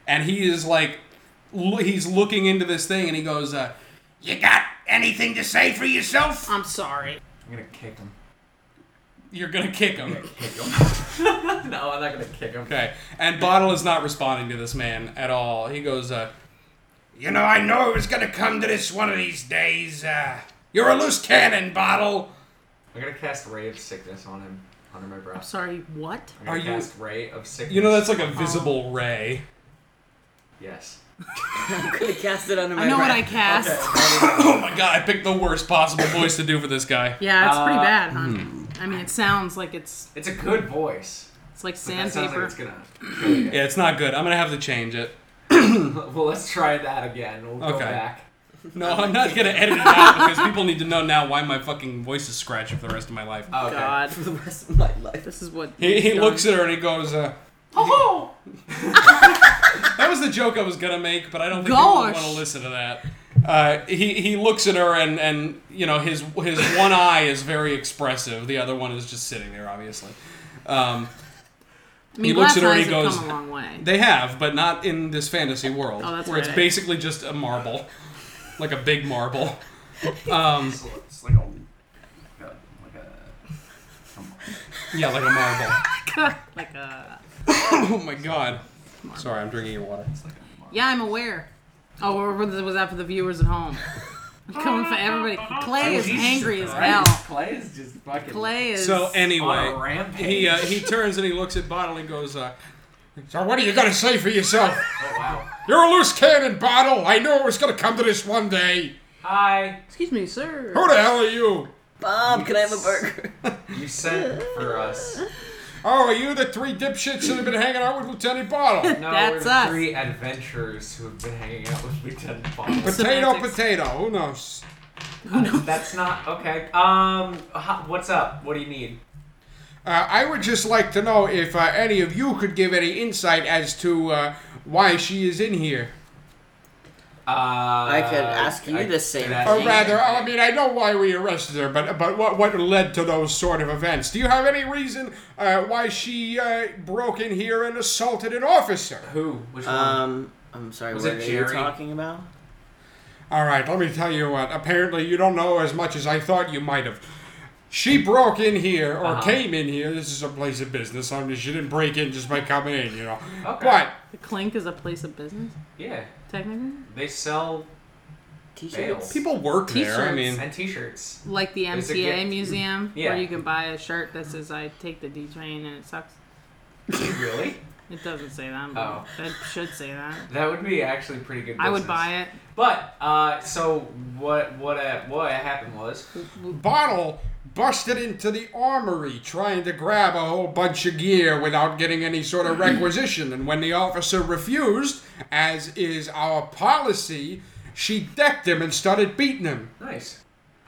B: And he is like, l- he's looking into this thing and he goes, uh, You got anything to say for yourself?
D: I'm sorry.
G: I'm gonna kick him.
B: You're gonna kick him.
F: no, I'm not gonna kick him.
B: Okay, and Bottle is not responding to this man at all. He goes, uh, You know, I know it was gonna come to this one of these days. Uh, you're a loose cannon, Bottle.
F: I'm gonna cast Ray of Sickness on him, under my
D: I'm
F: breath.
D: sorry. What?
F: I'm gonna
B: Are you-
F: cast Ray of Sickness.
B: You know, that's like a visible ray.
F: Yes.
E: I'm gonna cast it under my
D: I know what I
E: breath.
D: cast.
B: oh my god, I picked the worst possible voice to do for this guy.
D: Yeah, it's pretty
F: Uh,
D: bad, huh?
B: hmm.
D: I mean, it sounds like it's
F: It's a good voice.
D: it's like
F: but that sounds like
D: sandpaper.
F: it's gonna. kill you.
B: Yeah, it's not good. I'm gonna have to change it.
F: well, let's try that again. We'll go
B: Okay.
F: back.
B: No, I'm not gonna edit it out because people need to know now why my fucking voice is scratchy for the rest of my life.
F: Oh, okay.
D: God,
E: For the rest of my life.
D: this is what
B: He, he
D: he's
B: looks
D: done.
B: at her and he goes, uh,
F: Oh,
B: That was the joke I was gonna make, but I don't think
D: Gosh.
B: people want to listen to that. Uh, he he looks at her and and you know his his one eye is very expressive. The other one is just sitting there, obviously. Um,
D: I mean,
B: he looks at her and he
D: glass eyes
B: goes,
D: have come a long way.
B: they have, but not in this fantasy world
D: Oh, that's
B: where it's
D: right.
B: basically just a marble, like a big marble. Um,
G: It's, it's like a, like a, like a
B: yeah, like a marble.
D: like uh, a
B: Oh my god! Sorry, I'm drinking your water.
D: yeah, I'm aware. Oh, or was was that for the viewers at home? I'm coming for everybody.
F: Oh,
D: Clay is angry as hell.
F: Clay is just fucking.
D: Clay is
B: So
F: on a
B: anyway,
F: rampage.
B: he uh, he turns and he looks at Bottle and goes, uh, "So what are you gonna say for yourself?"
F: Oh wow.
B: You're a loose cannon, Bottle. I knew it was going to come to this one day.
F: Hi.
D: Excuse me, sir.
B: Who the hell are you?
E: Bob, can I have a burger?
F: You sent for us.
B: Oh, are you the three dipshits that have been hanging out with Lieutenant Bottle?
F: No,
D: That's
F: we're the
D: us.
F: three adventurers who have been hanging out with Lieutenant Bottle.
B: potato,
D: Semantics.
B: potato. Who knows?
F: That's not okay. Um, ho- what's up? What do you need?
B: Uh, I would just like to know if uh, any of you could give any insight as to uh, why she is in here.
F: Uh, I
E: could ask you the same
B: Or
E: thing.
B: rather, I mean, I know why we arrested her, but but what what led to those sort of events? Do you have any reason uh, why she uh, broke in here and assaulted an officer?
F: Who? Which one?
E: Um, I'm sorry,
F: Was
E: what
F: it
E: are
F: Jerry?
E: you talking about?
B: All right, let me tell you what. Apparently, you don't know as much as I thought you might have. She broke in here, or
F: Uh-huh.
B: came in here. This is a place of business. I mean, she didn't break in just by coming in, you know.
F: Okay.
B: But
D: The Clink is a place of business,
F: yeah,
D: technically.
F: they sell
E: T-shirts?
F: Bales
B: people work there. I
D: T-shirts.
B: mean,
F: and T-shirts.
D: Like the
F: It's a
D: MTA
F: gift.
D: museum,
F: Yeah.
D: where you can buy a shirt that says "I take the D train" and it sucks.
F: really?
D: It doesn't say that, but
F: Oh.
D: that should say that.
F: That would be actually pretty good. Business.
D: I would buy it.
F: But uh, so what? What? Uh, what happened was
B: Bottle busted into the armory trying to grab a whole bunch of gear without getting any sort of requisition. And when the officer refused, as is our policy, she decked him and started beating him.
F: nice.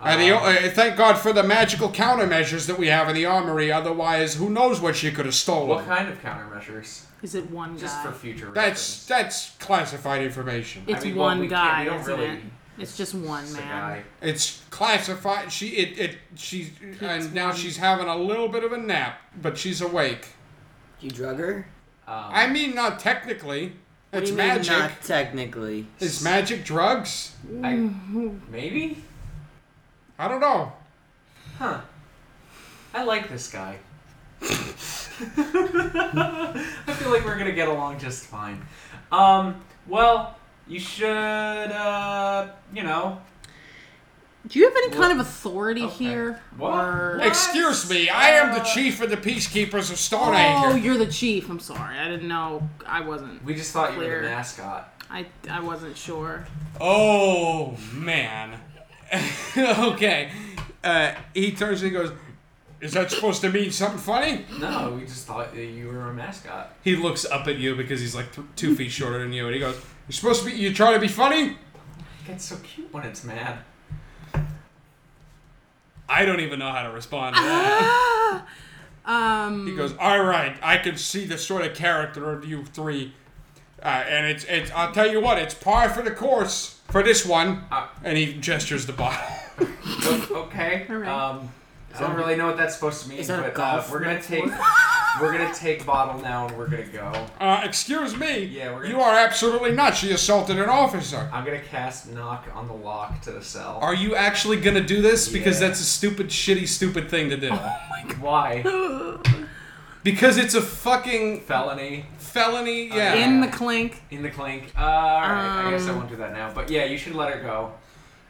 B: And the,
F: Ah.
B: uh, thank God for the magical countermeasures that we have in the armory. Otherwise, who knows what she could have stolen?
F: What kind of countermeasures?
D: Is it one guy?
F: Just for future.
B: That's
F: reference.
B: that's classified information.
D: it's
F: mean, well,
D: one
F: we can't-
D: guy,
F: we don't
D: isn't
F: really-
D: it? It's just one
F: It's a
D: man.
F: guy.
B: It's classified. She it it she's and now she's having a little bit of a nap, but she's awake.
E: You drug her?
F: Um,
B: I mean, not technically.
E: What
B: It's
E: do you mean,
B: magic.
E: not technically.
B: It's magic drugs.
F: I, maybe?
B: I don't know.
F: Huh. I like this guy. I feel like we're gonna get along just fine. Um, well, you should, uh, you know,
D: Do you have any kind of authority here?
G: What?
D: Or-
B: Excuse me, I am the chief of the peacekeepers of Stone
D: Oh,
B: Anchor.
D: you're the chief. I'm sorry. I didn't know. I wasn't.
F: We just thought you were
D: Clear.
F: the mascot.
D: I I wasn't sure.
B: Oh man. okay. Uh, he turns and he goes, "Is that supposed to mean something funny?"
F: No, we just thought that you were a mascot.
B: He looks up at you because he's like th- two feet shorter than you, and he goes, "You're supposed to be. You trying to be funny?"
F: It gets so cute when it's mad.
B: I don't even know how to respond to that.
D: Um.
B: He goes, "All right, I can see the sort of character of you three, uh, and it's it's. I'll tell you what, it's par for the course for this one."
F: Uh,
B: And he gestures the bottle.
F: o- okay.
D: All right.
F: Um, I don't really know what that's supposed to mean,
E: that a
F: but uh,
E: golf
F: we're gonna take we're gonna take bottle now and we're gonna go.
B: Uh, excuse me.
F: Yeah, we're gonna-
B: you are absolutely not. She assaulted an officer.
F: I'm gonna cast knock on the lock to the cell.
B: Are you actually gonna do this? Because
F: Yeah.
B: that's a stupid, shitty, stupid thing to do.
F: Why?
B: because it's a fucking
F: Felony
B: felony. Yeah.
D: in the clink.
F: in the clink. Uh, all right, I guess I
D: Um,
F: won't do that now. But yeah, you should let her go.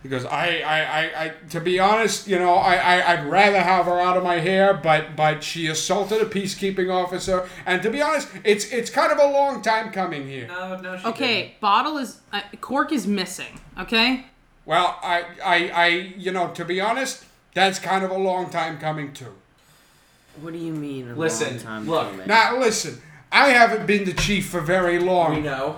B: He goes, I, I, I, I, to be honest, you know, I, I, I'd rather have her out of my hair, but, but she assaulted a peacekeeping officer, and to be honest, it's, it's kind of a long time coming here.
F: No, no, she
D: Okay. Bottle is uh, cork is missing. Okay.
B: Well, I, I, I, you know, to be honest, that's kind of a long time coming too.
E: What do you mean? A
F: Listen,
E: long time
F: look,
E: coming?
B: Now, listen, I haven't been the chief for very
F: Didn't.
B: long.
F: We know.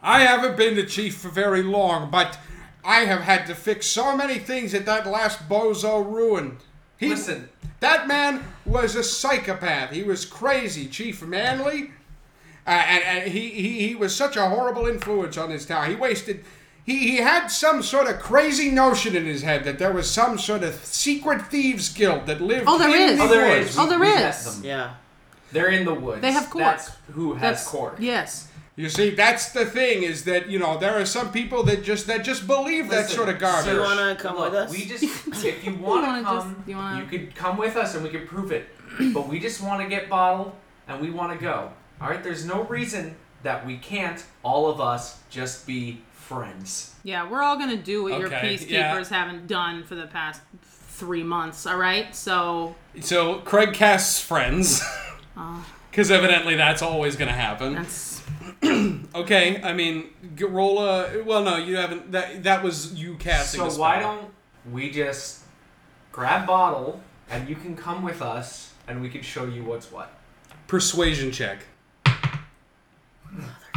B: I haven't been the chief for very long, but I have had to fix so many things that that last bozo ruined. He,
F: Listen,
B: That man was a psychopath. He was crazy, Chief Manley. Uh, and and he, he, he was such a horrible influence on this town. He wasted. He, he had some sort of crazy notion in his head that there was some sort of secret thieves guild that lived
D: Oh, there
B: in
D: is.
B: the
F: oh, there
B: woods.
F: is.
D: Oh, there
F: We
D: is.
F: met them.
E: Yeah.
F: They're in the woods.
D: They have cork.
F: That's who has cork.
D: Yes.
B: You see, that's the thing is that you know there are some people that just that just believe that
F: Listen,
B: sort of garbage.
E: Do you wanna come
F: Look,
E: with us?
F: We just, if you
D: wanna
F: want to
D: just-
F: come,
D: you
F: you,
D: wanna-
F: could come with us and we could prove it. But we just want to get bottled and we want to go. All right, there's no reason that we can't all of us just be friends.
D: Yeah. We're all gonna do what your
B: Okay,
D: peacekeepers
B: yeah.
D: haven't done for the past three months. All right. So uh,
B: So Craig casts friends, because evidently that's always going to happen.
D: that's
B: Okay, I mean, g- roll a. Well, no, you haven't. That that was you casting.
F: so
B: the
F: why
B: spell.
F: don't we just grab bottle and you can come with us and we can show you what's what.
B: persuasion check?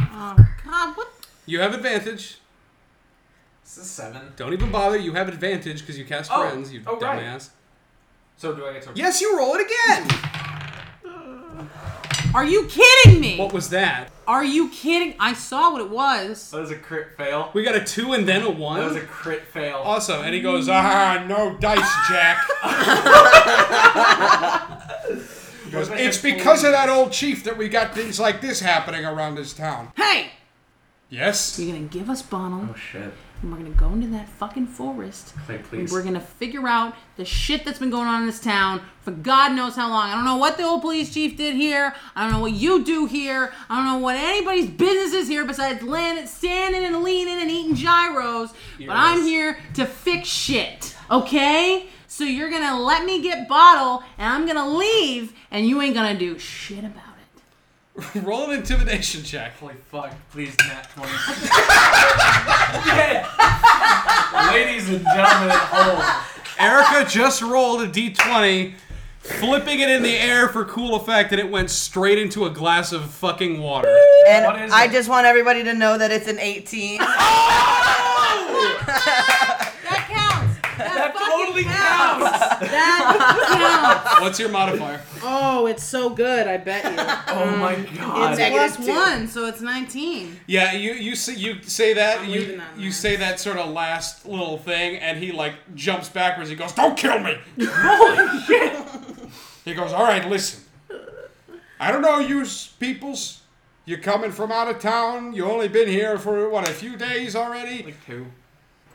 D: oh god. What?
B: You have advantage.
F: This is seven.
B: Don't even bother. You have advantage because you cast
F: Oh,
B: friends. You
F: oh,
B: dumbass.
F: right. So do I get to?
B: Yes, you roll it again.
D: Are you kidding me?
B: What was that?
D: Are you kidding? I saw what it was.
F: That was a crit fail.
B: We got a two and then a
F: That was
B: one.
F: a crit fail.
D: Oh,
B: awesome. And he goes, ah, no dice, Jack. He goes, it's because of that old chief that we got things like this happening around this town.
D: Hey,
B: Yes.
D: you're gonna give us Bonnell,
F: Oh shit.
D: and we're gonna go into that fucking forest.
F: Clay,
D: And
F: please.
D: we're gonna figure out the shit that's been going on in this town for God knows how long. I don't know what the old police chief did here. I don't know what you do here. I don't know what anybody's business is here besides land, standing and leaning and eating gyros. But I'm here to fix shit, okay? So you're gonna let me get bottle, and I'm gonna leave, and you ain't gonna do shit about it.
B: roll an intimidation check.
F: Holy fuck, please, Nat 20. Ladies and gentlemen at home,
B: Erica just rolled a d20, flipping it in the air for cool effect, and it went straight into a glass of fucking water.
H: And
F: What is
H: I
F: it?
H: just want everybody to know that it's an 18.
D: That counts. That, fucking
F: totally
D: That counts.
B: What's your modifier?
D: Oh, it's so good. I bet you.
F: oh my god.
H: It's-
D: Plus
H: Negative two.
D: one, so it's nineteen.
B: Yeah, you you say, you say that
D: I'm
B: you
D: leaving that in
B: you
D: there.
B: say that sort of last little thing, and he like jumps backwards. He goes, "Don't kill me!" Holy shit! He goes, "All right, listen. I don't know, you s- peoples. You're coming from out of town. You only been here for what a few days already.
F: like two.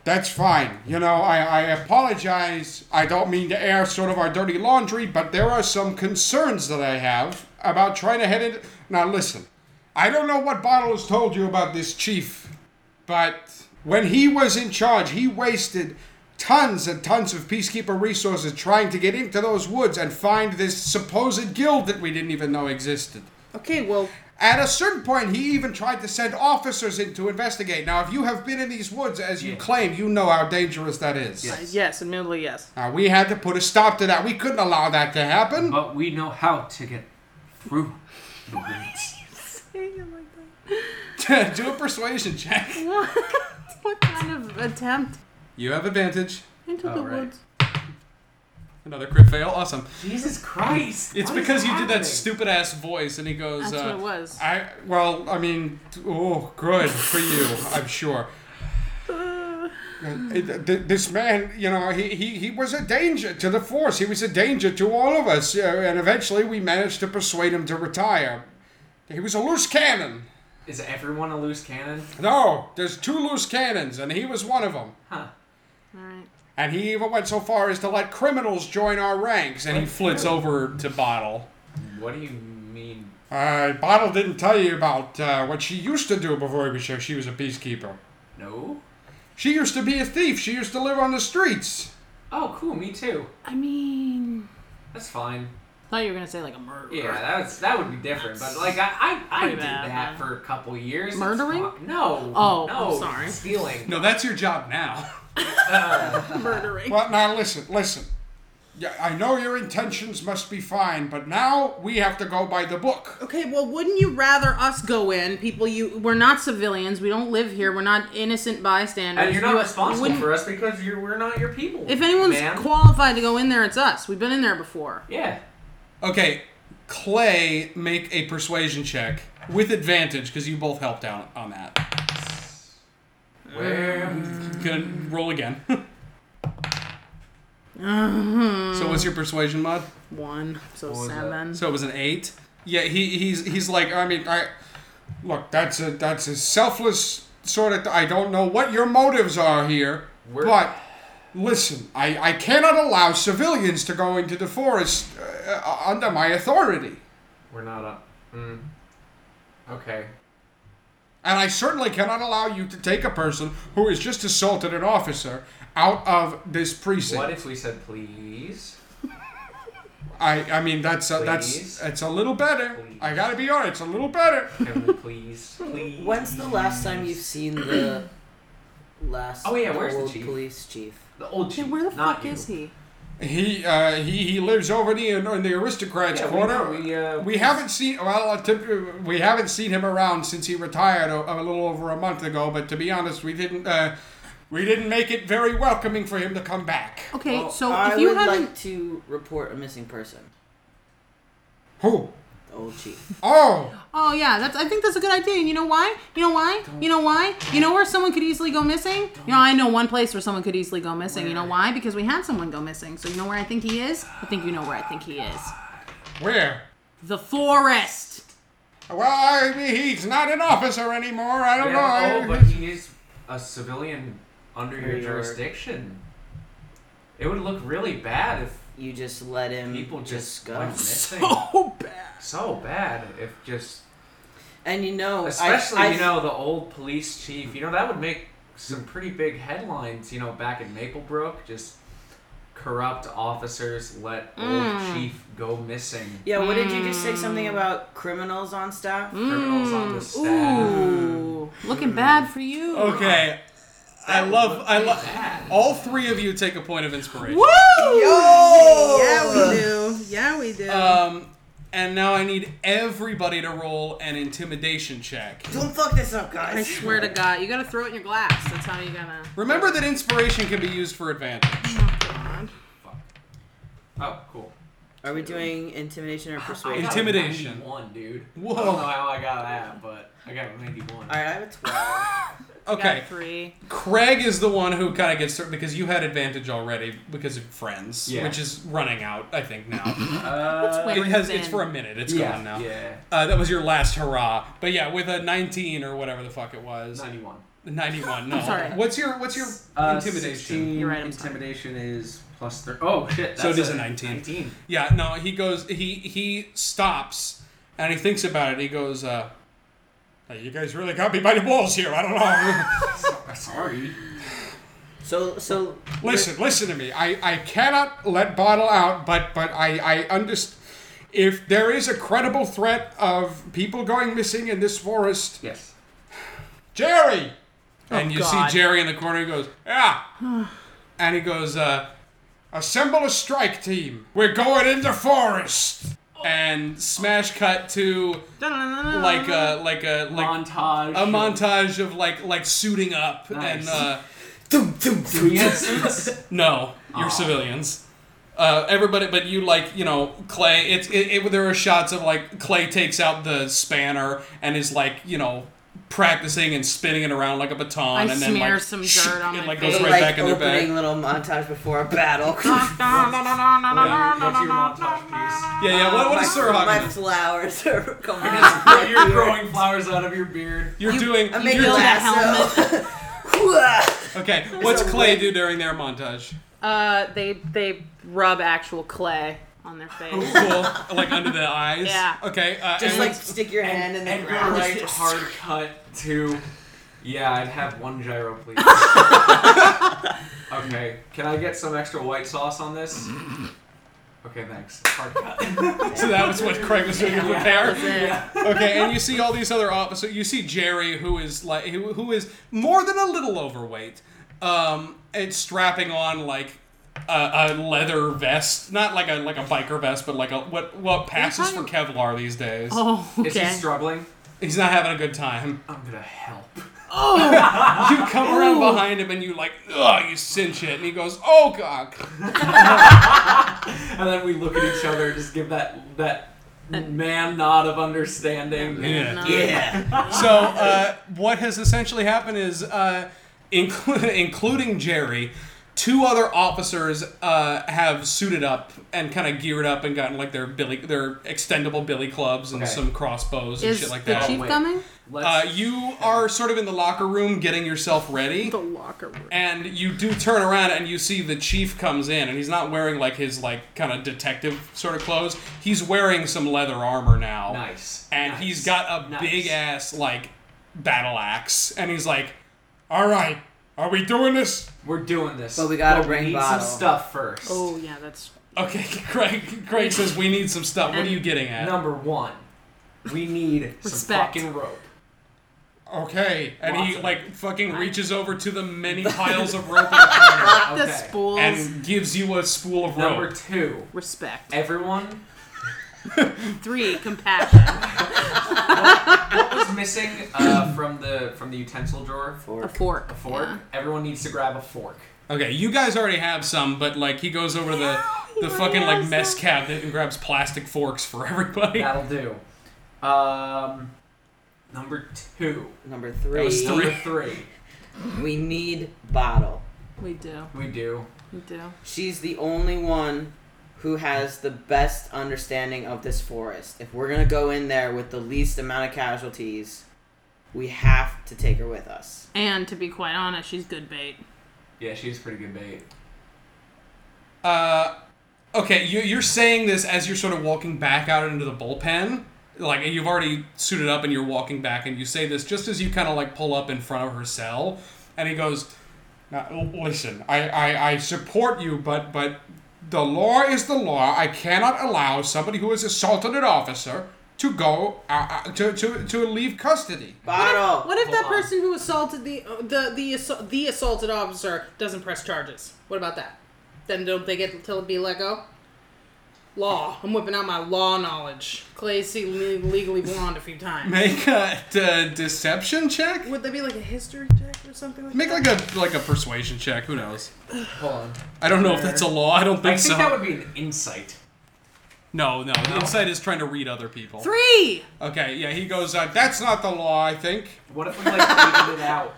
B: That's fine. You know, I, I apologize. I don't mean to air sort of our dirty laundry, but there are some concerns that I have about trying to head in. Now, listen, I don't know what Bottle has told you about this chief, but when he was in charge, he wasted tons and tons of peacekeeper resources trying to get into those woods and find this supposed guild that we didn't even know existed.
D: Okay, well,
B: At a certain point, he even tried to send officers in to investigate. Now, if you have been in these woods as you
G: Yeah.
B: claim, you know how dangerous that is.
D: yes, admittedly, yes.
B: Now, we had to put a stop to that. We couldn't allow that to happen.
G: But we know how to get through the woods.
B: Do a persuasion check.
D: What? what kind of attempt
B: You have advantage.
D: into the
G: Oh, right.
D: woods?
B: Another crit fail. Awesome.
F: Jesus Christ!
B: It's
F: what is
B: because you did
F: happening?
B: that stupid ass voice, and he goes,
D: That's
B: uh,
D: what it was.
B: I well, I mean, t- oh, good for you, I'm sure.
D: Uh,
B: It- th- This man, you know, he, he, he was a danger to the force. He was a danger to all of us. Uh, and eventually we managed to persuade him to retire. He was a loose cannon.
F: Is everyone a loose cannon?
B: No, there's two loose cannons, and he was one of them.
F: Huh.
D: All right.
B: And he even went so far as to let criminals join our ranks, and he flits over to Bottle.
F: What do you mean?
B: Uh, Bottle didn't tell you about uh, what she used to do before he was sure she was a peacekeeper.
F: No?
B: She used to be a thief. She used to live on the streets.
F: Oh, cool. Me too.
D: I mean,
F: That's fine.
D: thought you were gonna say like a murder.
F: Yeah, that's that would be different. But like, I I, I
D: Pretty
F: did
D: bad,
F: that
D: huh?
F: for a couple years. It's
D: Murdering?
F: fi- No.
D: Oh,
F: no.
D: I'm sorry.
F: Stealing.
B: No, that's your job now.
D: murdering.
B: Well, now listen, listen. Yeah, I know your intentions must be fine, but now we have to go by the book.
D: Okay, well, wouldn't you rather us go in? People, you we're not civilians. We don't live here. We're not innocent bystanders.
F: And you're not
D: You-
F: responsible
D: wouldn't-
F: for us because you're we're not your people.
D: If anyone's
F: man.
D: qualified to go in there, it's us. We've been in there before.
F: yeah.
B: Okay, Clay, make a persuasion check with advantage because you both helped out on that.
D: Uh.
F: Where?
B: Gonna roll again. so what's your persuasion mod?
D: One, so
F: was that?
D: seven.
B: So it was an eight. Yeah, he he's he's like I mean I look that's a that's a selfless sort of I don't know what your motives are here,
F: We're-
B: but listen, I I cannot allow civilians to go into the forest uh, uh, under my authority,
F: We're not up. Mm. Okay.
B: and I certainly cannot allow you to take a person who has just assaulted an officer out of this precinct.
F: What if we said please?
B: I I mean that's a,
F: Please?
B: that's it's a little better. I got to be honest, it's a little better.
F: Can we please? Please.
E: When's the last time you've seen the last
F: Oh, yeah, where's the
E: old
F: chief?
E: police chief?
F: The old
D: Hey,
F: chief.
D: where the
F: not
D: fuck
F: you.
D: is he?
B: He uh, he he lives over the in, in the aristocrats
F: Yeah, we
B: quarter.
F: know, we, uh,
B: We haven't seen well uh, typ- we haven't seen him around since he retired a, a little over a month ago. But to be honest, we didn't uh, we didn't make it very welcoming for him to come back.
D: Okay,
E: Well,
D: so
E: I
D: if you
E: would
D: haven't,
E: like to report a missing person.
B: Who?
E: The old chief.
B: Oh,
D: oh yeah, that's. I think that's a good idea. You know why? You know why? You know why? You know where someone could easily go missing? You know, I know one place where someone could easily go missing. You know why? Because we had someone go missing. So you know where I think he is? I think you know where I think he is.
B: where?
D: The forest.
B: Well, I, he's not an officer anymore. I don't
F: Yeah, oh,
B: know. I-
F: but he is a civilian under
E: Under
F: your
E: your-
F: jurisdiction. It would look really bad if
E: You just let him
F: people just
E: go.
F: went missing.
D: Oh bad.
F: So bad if just,
E: And you know, I-
F: especially
E: I,
F: you know the old police chief. You know that would make some pretty big headlines. You know back in Maplebrook, just corrupt officers let old chief go missing.
E: Yeah, what did you just say?
D: Mm.
E: Something about criminals on staff?
F: Criminals on the staff.
D: Ooh, looking bad for you.
B: okay, I love I love
F: Bad.
B: all three of you take a point of inspiration.
D: Woo!
H: Yo!
D: Yeah, we do. Yeah, we do.
B: Um, and now I need everybody to roll an intimidation check.
E: Don't fuck this up,
D: I
E: guys.
D: swear to God, you gotta throw it in your glass. That's how you gotta.
B: Remember that inspiration can be used for advantage.
F: Oh, cool.
E: Are we doing intimidation or
F: Ah, I
E: persuasion?
F: got a
B: Intimidation.
F: 91, dude.
B: Whoa.
F: I don't know how I got that, but I got a 91.
E: All right, I have a twelve.
B: Okay,
D: Got three.
B: Craig is the one who kind of gets through because you had advantage already because of friends,
F: Yeah.
B: which is running out, I think, now.
F: Uh,
D: Wait,
B: it has, it's
D: then.
B: for a minute. It's
F: yeah,
B: gone now.
F: Yeah.
B: Uh, that was your last hurrah. But yeah, with a 19 or whatever the fuck it was.
F: 91.
B: 91. No.
D: sorry.
B: What's your what's your intimidation?
D: You're right, I'm sorry.
F: Uh, intimidation is plus three. Oh shit! That's
B: So it is a 19.
F: 19.
B: Yeah, no, he goes he he stops and he thinks about it. He goes uh "Hey, you guys really got me by the balls here. I don't know.
F: Sorry.
E: So so
B: Listen, listen to me. I, I cannot let Bottle out, but but I I understand. If there is a credible threat of people going missing in this forest,
G: Yes.
B: Jerry. and you
D: God.
B: see Jerry in the corner. He goes, yeah. and he goes, uh, assemble a strike team. We're going in the forest. And smash cut to like a like a like
F: montage.
B: a montage of like like suiting up and
G: Nice.
B: uh,
G: Yes.
B: no, you're civilians. Uh, everybody, but you like you know Clay. It's it, it. There are shots of like Clay takes out the spanner and is like you know practicing and spinning it around like a baton.
D: I
B: and then,
D: smear
B: like,
D: some dirt on
B: it,
D: my
B: like,
D: face.
B: goes right
E: like
B: back in their
E: opening
B: bag.
E: little montage before a battle.
F: What's your montage
B: Yeah, yeah. What, what is
H: My-
B: Sir Hawkins?
H: My flowers are coming out.
F: piece? You're growing flowers out of your beard.
B: You're doing.
H: I'm making
B: you're-
D: build a
H: lasso.
B: okay, what's Clay do during their montage?
D: Uh, they they rub actual clay on their face.
B: Cool, like under the eyes.
D: Yeah.
B: Okay. Uh,
H: Just
B: and
H: like
B: what's-
H: stick your hand in the
F: Edgar
H: ground.
F: Wright hard cut to. Yeah, I'd have one gyro, please. okay, can I get some extra white sauce on this? Okay, thanks. Hard cut.
B: so that was what Craig was doing to prepare.
F: yeah.
B: okay, and you see all these other officers. You see Jerry, who is like who, who is more than a little overweight, um, and strapping on like a, a leather vest, not like a like a biker vest, but like a what what passes for Kevlar these days.
D: Oh,
F: Is he
D: okay.
F: struggling?
B: He's not having a good time.
F: I'm gonna help.
B: You come around behind him and you like, ugh, you cinch it, and he goes, oh god.
F: And then we look at each other, just give that that
D: Uh,
F: man nod of understanding.
D: No.
B: So uh, what has essentially happened is, uh, inclu- including Jerry, two other officers uh, have suited up and kind of geared up and gotten like their billy, their extendable billy clubs and
F: Okay.
B: some crossbows and
D: Is
B: shit like
D: the
B: that.
D: chief
F: wait.
D: coming?
F: Let's.
B: Uh, you are sort of in the locker room getting yourself ready.
D: The locker room.
B: and you do turn around and you see the chief comes in and he's not wearing like his like kind of detective sort of clothes he's wearing some leather armor now
F: nice.
B: and
F: nice,
B: he's got a
F: nice.
B: big ass like battle axe and he's like all right are we doing this
F: We're doing this.
E: But we gotta bring
F: need
E: bottle.
F: some stuff first.
D: Oh yeah, that's
B: okay craig craig says we need some stuff what are you getting at
F: Number one, we need some
D: Respect.
F: fucking rope.
B: okay and
F: Lots
B: he
F: of-
B: like fucking reaches over to the many piles of rope in the corner
F: Okay.
D: the spools.
B: and gives you a spool of
F: Number
B: rope
F: two,
D: Respect.
F: everyone.
D: Three, compassion.
F: What was missing uh, from the from the utensil drawer?
D: a fork.
F: A fork.
D: Yeah.
F: Everyone needs to grab a fork.
B: okay you guys already have some but like he goes over to the
D: Oh,
B: the fucking like mess cabinet and grabs plastic forks for everybody
F: That'll do. Um, number two.
E: Number
B: was
E: three,
B: still-
F: Number three.
E: we need bottle.
D: We do.
F: We do.
D: We do.
E: She's the only one who has the best understanding of this forest. If we're gonna go in there with the least amount of casualties, we have to take her with us.
D: And to be quite honest, she's good bait.
F: Yeah, she's pretty good bait.
B: Uh, okay, you, you're saying this as you're sort of walking back out into the bullpen. Like you've already suited up and you're walking back, and you say this just as you kind of like pull up in front of her cell, and he goes, now, l- "Listen, I, I I support you, but but the law is the law. I cannot allow somebody who has assaulted an officer to go uh, uh, to, to to leave custody."
E: Bottle.
D: What if
F: Hold
D: that
F: on.
D: person who assaulted the uh, the the, assault, the assaulted officer doesn't press charges? What about that? Then don't they get to be let go? Law. I'm whipping out my law knowledge. Clay's seen Le- legally blonde a few times.
B: Make a d- deception check.
D: Would that be like a history check or something like
B: Make
D: that?
B: like a like a persuasion check. Who knows?
F: Hold on.
B: I don't know if that's a law. I don't think,
F: I think
B: so.
F: that would be an insight.
B: No, no. Insight is trying to read other people.
D: Three.
B: Okay, yeah, he goes, uh, that's not the law, I think.
F: What if we like figured it out?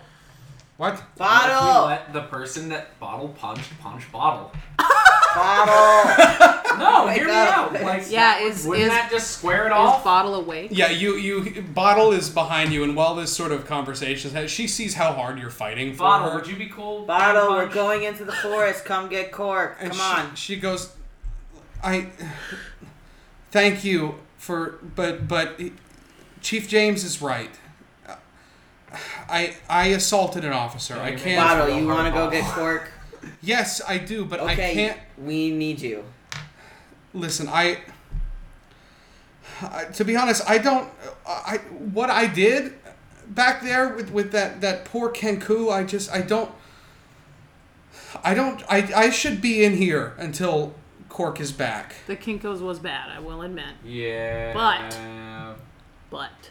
B: What?
E: Bottle.
F: What if we let the person that bottle punched punch bottle?
E: Bottle.
F: No, hear me
E: God.
F: out. Like,
D: Yeah,
F: that would-
D: is-
F: wouldn't
D: is-
F: that just square it
D: Is
F: off?
D: bottle awake?
B: Yeah, you, you, Bottle is behind you, and while this sort of conversation, has- she sees how hard you're fighting for
F: Bottle,
B: her.
F: would you be cool?
E: Bottle.
F: punch?
E: We're going into the forest. Come get cork.
B: and
E: Come
B: she-
E: on.
B: She goes, I, thank you for, but, but Chief James is right. I I assaulted an officer. I can't.
E: Bottle, you want to go get Cork?
B: Yes, I do, but I
E: Okay,
B: can't.
E: we need you.
B: Listen, I. I to be honest, I don't. I what I did back there with with that that poor Kenku. I just I don't. I don't. I I should be in here until Cork is back.
D: The Kinkos was bad, I will admit.
F: Yeah.
D: But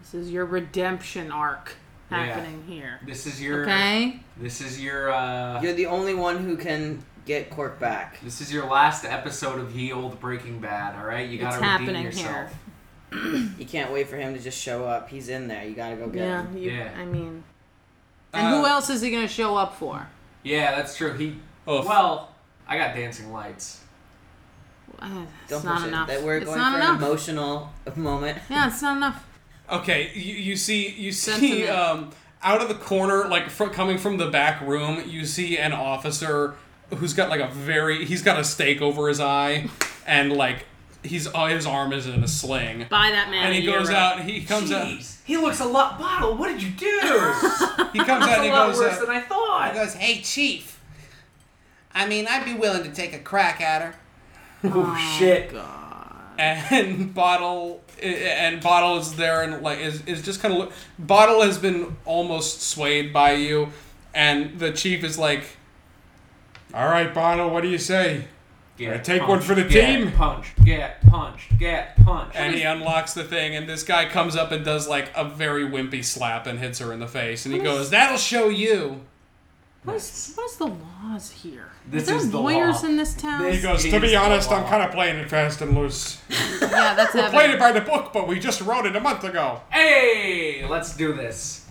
D: this is your redemption arc
G: Yeah.
D: happening here.
G: This is your.
D: Okay?
G: This is your. uh
E: You're the only one who can get Cork back.
G: This is your last episode of He Old Breaking Bad. All right, you
D: It's
G: gotta redeem
D: happening
G: yourself.
E: You can't wait for him to just show up. He's in there. You gotta go get him.
D: Yeah, you,
G: Yeah.
D: I mean. And who
B: Uh,
D: else is he going to show up for?
G: Yeah, that's true. He.
B: Oof.
G: Well, I got dancing lights.
D: Uh, It's
E: Don't
D: not
E: push
D: enough.
E: it. That we're
D: it's
E: going
D: not
E: for
D: enough.
E: an emotional moment.
D: yeah, it's not enough.
B: Okay, you, you see you see
D: Sentiment.
B: um, out of the corner, like fr- coming from the back room, you see an officer who's got like a very he's got a stake over his eye, and like he's uh, his arm is in a sling,
D: Buy that man.
B: and he
D: a
B: goes
D: euro.
B: out and he comes
F: Jeez, he looks a lot. Bottle, what did you do?
B: out he comes out
F: That's
B: and
F: a
B: he
F: lot
B: goes uh,
F: worse
B: out-
F: than I thought.
B: he goes hey chief, I mean I'd be willing to take a crack at her.
F: oh shit!
B: and bottle and bottle is there and like is, is just kind of look bottle has been almost swayed by you and the chief is like all right bottle what do you say
G: Get
B: Alright, take one
G: punched,
B: for the
G: get
B: team.
G: Punched. Get punched. Get punched.
B: and he unlocks the thing and this guy comes up and does like a very wimpy slap and hits her in the face and he goes that'll show you
D: What is, what is the laws here?
G: This
D: is there
G: is the
D: lawyers
G: law.
D: in this town?
G: This-
B: he goes to
G: Jeez,
B: be honest i'm
G: wow.
B: kind of playing it fast and loose
D: yeah, that's
B: we're playing it
D: evident.
B: by the book but we just wrote it a month ago
G: Hey, let's do this.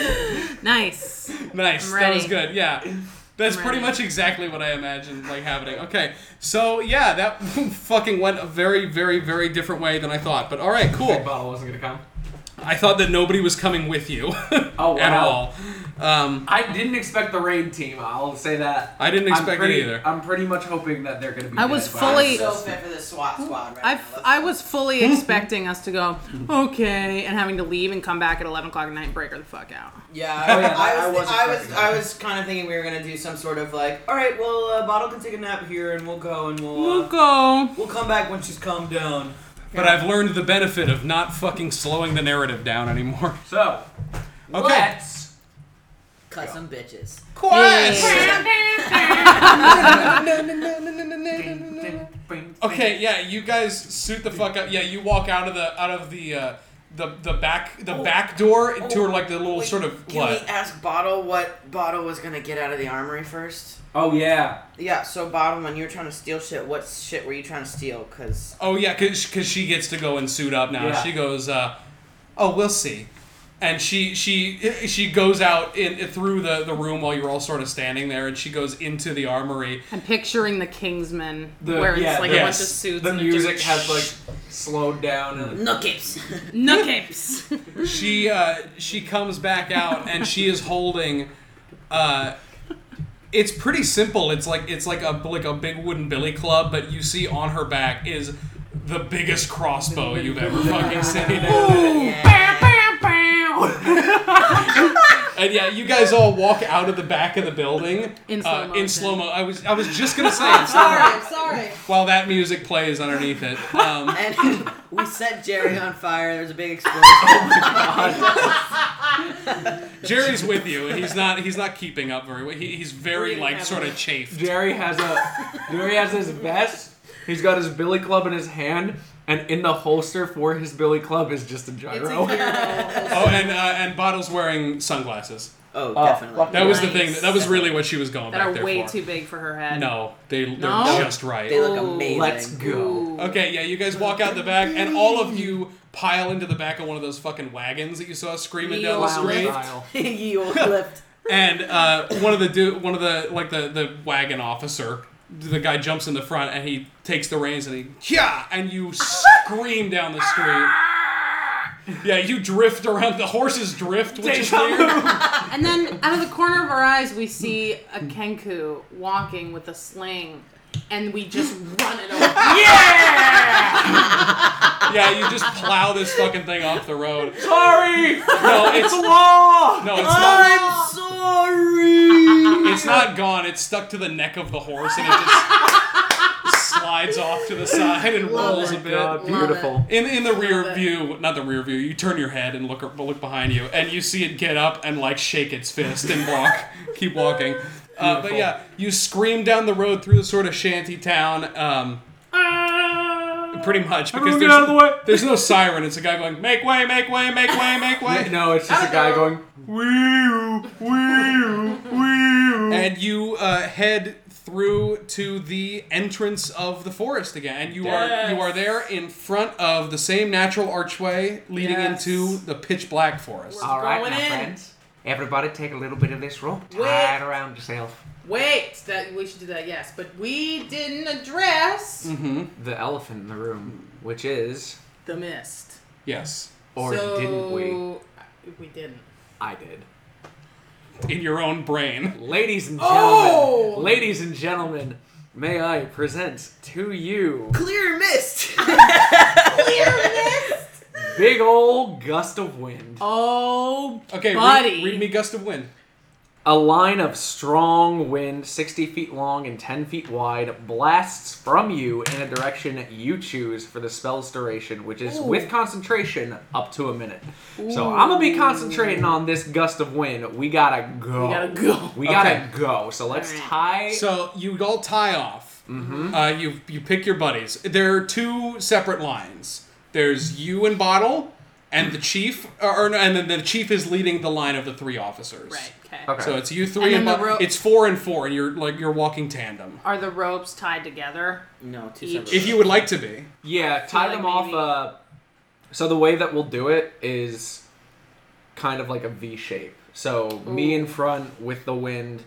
D: Nice.
B: Nice.
D: I'm
B: That was
D: ready.
B: good. Yeah. That's
D: I'm
B: pretty
D: ready.
B: much exactly what I imagined like happening. Okay. So yeah, that fucking went a very, very, very different way than I thought. But alright,
F: Big
B: cool.
F: bottle wasn't gonna come.
B: I thought that nobody was coming with you
G: Oh,
B: at
G: wow.
B: all. Um,
G: I didn't expect the raid team. I'll say that.
B: I didn't
G: I'm
B: expect
G: pretty,
B: it either.
G: I'm pretty much hoping that they're gonna be.
D: I
G: dead
D: was
G: by
D: fully-
G: now.
E: So fit for this SWAT squad right
D: I,
E: now.
D: f- I was fully expecting us to go, okay, and having to leave and come back at 11 o'clock at night and break her the fuck out.
E: yeah,
G: Oh, yeah,
E: I,
G: I
E: was,
G: was
E: I was,
G: expecting
E: I
G: that.
E: was, kind of thinking we were gonna do some sort of like, all right, well, uh, Bottle can take a nap here, and we'll go, and we'll, uh,
D: We'll go.
E: we'll come back when she's calmed down.
B: But I've learned the benefit of not fucking slowing the narrative down anymore.
G: So,
B: Okay.
G: let's
H: Cut some bitches.
B: Okay, yeah, you guys suit the fuck up. Yeah, you walk out of the out of the uh, the the back the back door toward like the little
E: Oh. Wait,
B: sort of
E: Can
B: what?
E: we ask Bottle what Bottle was gonna get out of the armory first?
G: Oh yeah.
E: Yeah. So Bottle, when you were trying to steal shit, what shit were you trying to steal? Cause
B: Oh yeah, cause, 'cause she gets to go and suit up now.
G: Yeah.
B: She goes, uh, "Oh, we'll see," and she she she goes out in through the the room while you're all sort of standing there, and she goes into the armory.
D: I'm picturing the Kingsman,
G: The-
D: where it's
G: yeah,
D: like
B: the-
D: a bunch of
B: yes.
D: suits.
G: The
D: and
G: music has like slowed down and
H: Nookips.
D: Nookips.
B: She uh, she comes back out, and she is holding. Uh, it's pretty simple. It's like it's like a like a big wooden billy club, but you see on her back is the biggest crossbow you've ever fucking seen. And yeah, you guys all walk out of the back of the building
D: In slow
B: uh, in
D: motion.
B: slow mo. I was I was just gonna say in slow mo
H: Sorry, sorry.
B: while that music plays underneath it. Um,
E: and we set Jerry on fire. There was a big explosion. Oh,
B: Jerry's with you, and he's not he's not keeping up very well. He, he's very like sort of chafed.
F: Jerry has a Jerry has his vest. He's got his billy club in his hand, and in the holster for his billy club is just a
B: Oh,
F: gyro.
B: and uh, and Bottle's wearing sunglasses.
E: oh,
F: Oh,
E: definitely.
F: fuck.
B: That was the
D: Nice.
B: thing. That, that was really what she was going
D: that
B: back
D: are
B: there
D: way
B: for.
D: too big for her head.
B: no, they they're
D: No?
B: just right.
E: They look
D: Ooh.
E: amazing.
F: Let's go.
D: Ooh.
B: Okay, yeah, you guys walk out the back, and all of you pile into the back of one of those fucking wagons that you saw screaming down the
D: Wow.
B: street.
F: Style.
E: you old lift.
B: and uh, one of the du- one of the like the the wagon officer the guy jumps in the front and he takes the reins and he yeah and you scream down the street yeah you drift around the horses drift which is weird
D: And then out of the corner of our eyes, we see a Kenku walking with a sling, and we just run it over.
F: Yeah!
B: yeah, you just plow this fucking thing off the road.
I: Sorry!
B: No, it's
I: Law!
B: no, it's not.
E: sorry.
B: It's not gone. It's stuck to the neck of the horse, and it just slides off to the side and
D: Love
B: rolls
D: it.
B: a bit.
J: God,
D: Love
J: beautiful.
B: In, in the rear
D: it.
B: view, not the rear view. You turn your head and look look behind you, and you see it get up and like shake its fist and walk, keep walking. Uh, but
J: Beautiful.
B: yeah, you scream down the road through the sort of shanty town, um, pretty much because
J: Everyone
B: there's
J: get out of the way.
B: there's no siren. It's a guy going make way, make way, make way, make way.
J: No, it's just a guy going, wee wee wee
B: and you uh, head through to the entrance of the forest again. And you are you are there in front of the same natural archway leading
D: Yes.
B: into the pitch black forest.
D: Wow.
F: All right,
K: Going
F: my
K: in.
F: friends. Everybody take a little bit of this rope.
D: Wait.
F: Tie it around yourself.
D: Wait, that we should do that. Yes, but we didn't address
B: Mm-hmm.
F: The elephant in the room, which is,
D: the mist.
B: Yes.
F: or
D: so,
F: didn't we?
D: We didn't.
F: I did.
B: In your own brain.
F: Ladies and gentlemen,
D: Oh!
F: ladies and gentlemen, may I present to you
K: Clear mist.
F: big old gust of wind,
D: Oh,
B: Okay, read,
D: buddy.
B: read me gust of wind.
F: a line of strong wind, sixty feet long and ten feet wide, blasts from you in a direction you choose for the spell's duration, which is with concentration up to a minute. So I'm gonna be concentrating on this gust of wind. We gotta go.
D: We gotta go.
F: We
B: Okay.
F: gotta go. So let's
D: Alright.
F: tie.
B: So you all tie off. Uh, you you pick your buddies. There are two separate lines. There's you and Bottle, and the chief, or, no, and then the chief is leading the line of the three officers.
D: Right. Okay.
F: Okay.
B: So it's you three and,
D: And then
B: bu-
D: the ro-
B: it's four and four, and you're like you're walking tandem.
D: Are the ropes tied together?
E: No, two
D: Each-
E: separate.
B: If you would like to be,
F: Yeah, tie them
D: like maybe-
F: off. Uh, so the way that we'll do it is kind of like a V shape. So me in front with the wind,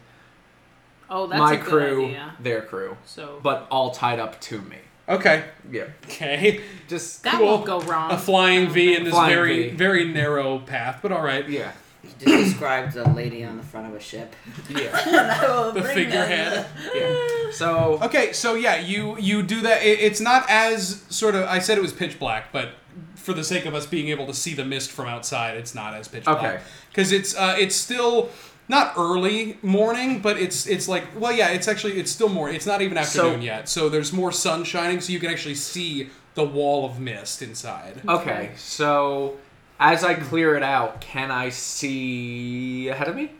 D: Oh, that's
F: my
D: a good
F: crew,
D: idea.
F: their crew,
D: So
F: but all tied up to me.
B: okay,
F: Yeah,
B: okay,
F: just
D: that
B: cool.
D: won't go wrong.
B: a flying V in this
F: Flying
B: very
F: V.
B: very narrow path, but all right.
F: yeah,
E: you just described a lady on the front of a ship.
F: yeah,
K: and I will
B: The
K: bring
B: figurehead.
F: yeah. So
B: Okay, so yeah, you you do that. It, it's not as sort of. I said it was pitch black, but for the sake of us being able to see the mist from outside, it's not as pitch black.
F: Okay.
B: Because it's uh, it's still not early morning, but it's it's like well, yeah, it's actually it's still morning. It's not even afternoon yet, so there's more sun shining, so you can actually see the wall of mist inside.
F: okay, so as I clear it out, can I see ahead of me?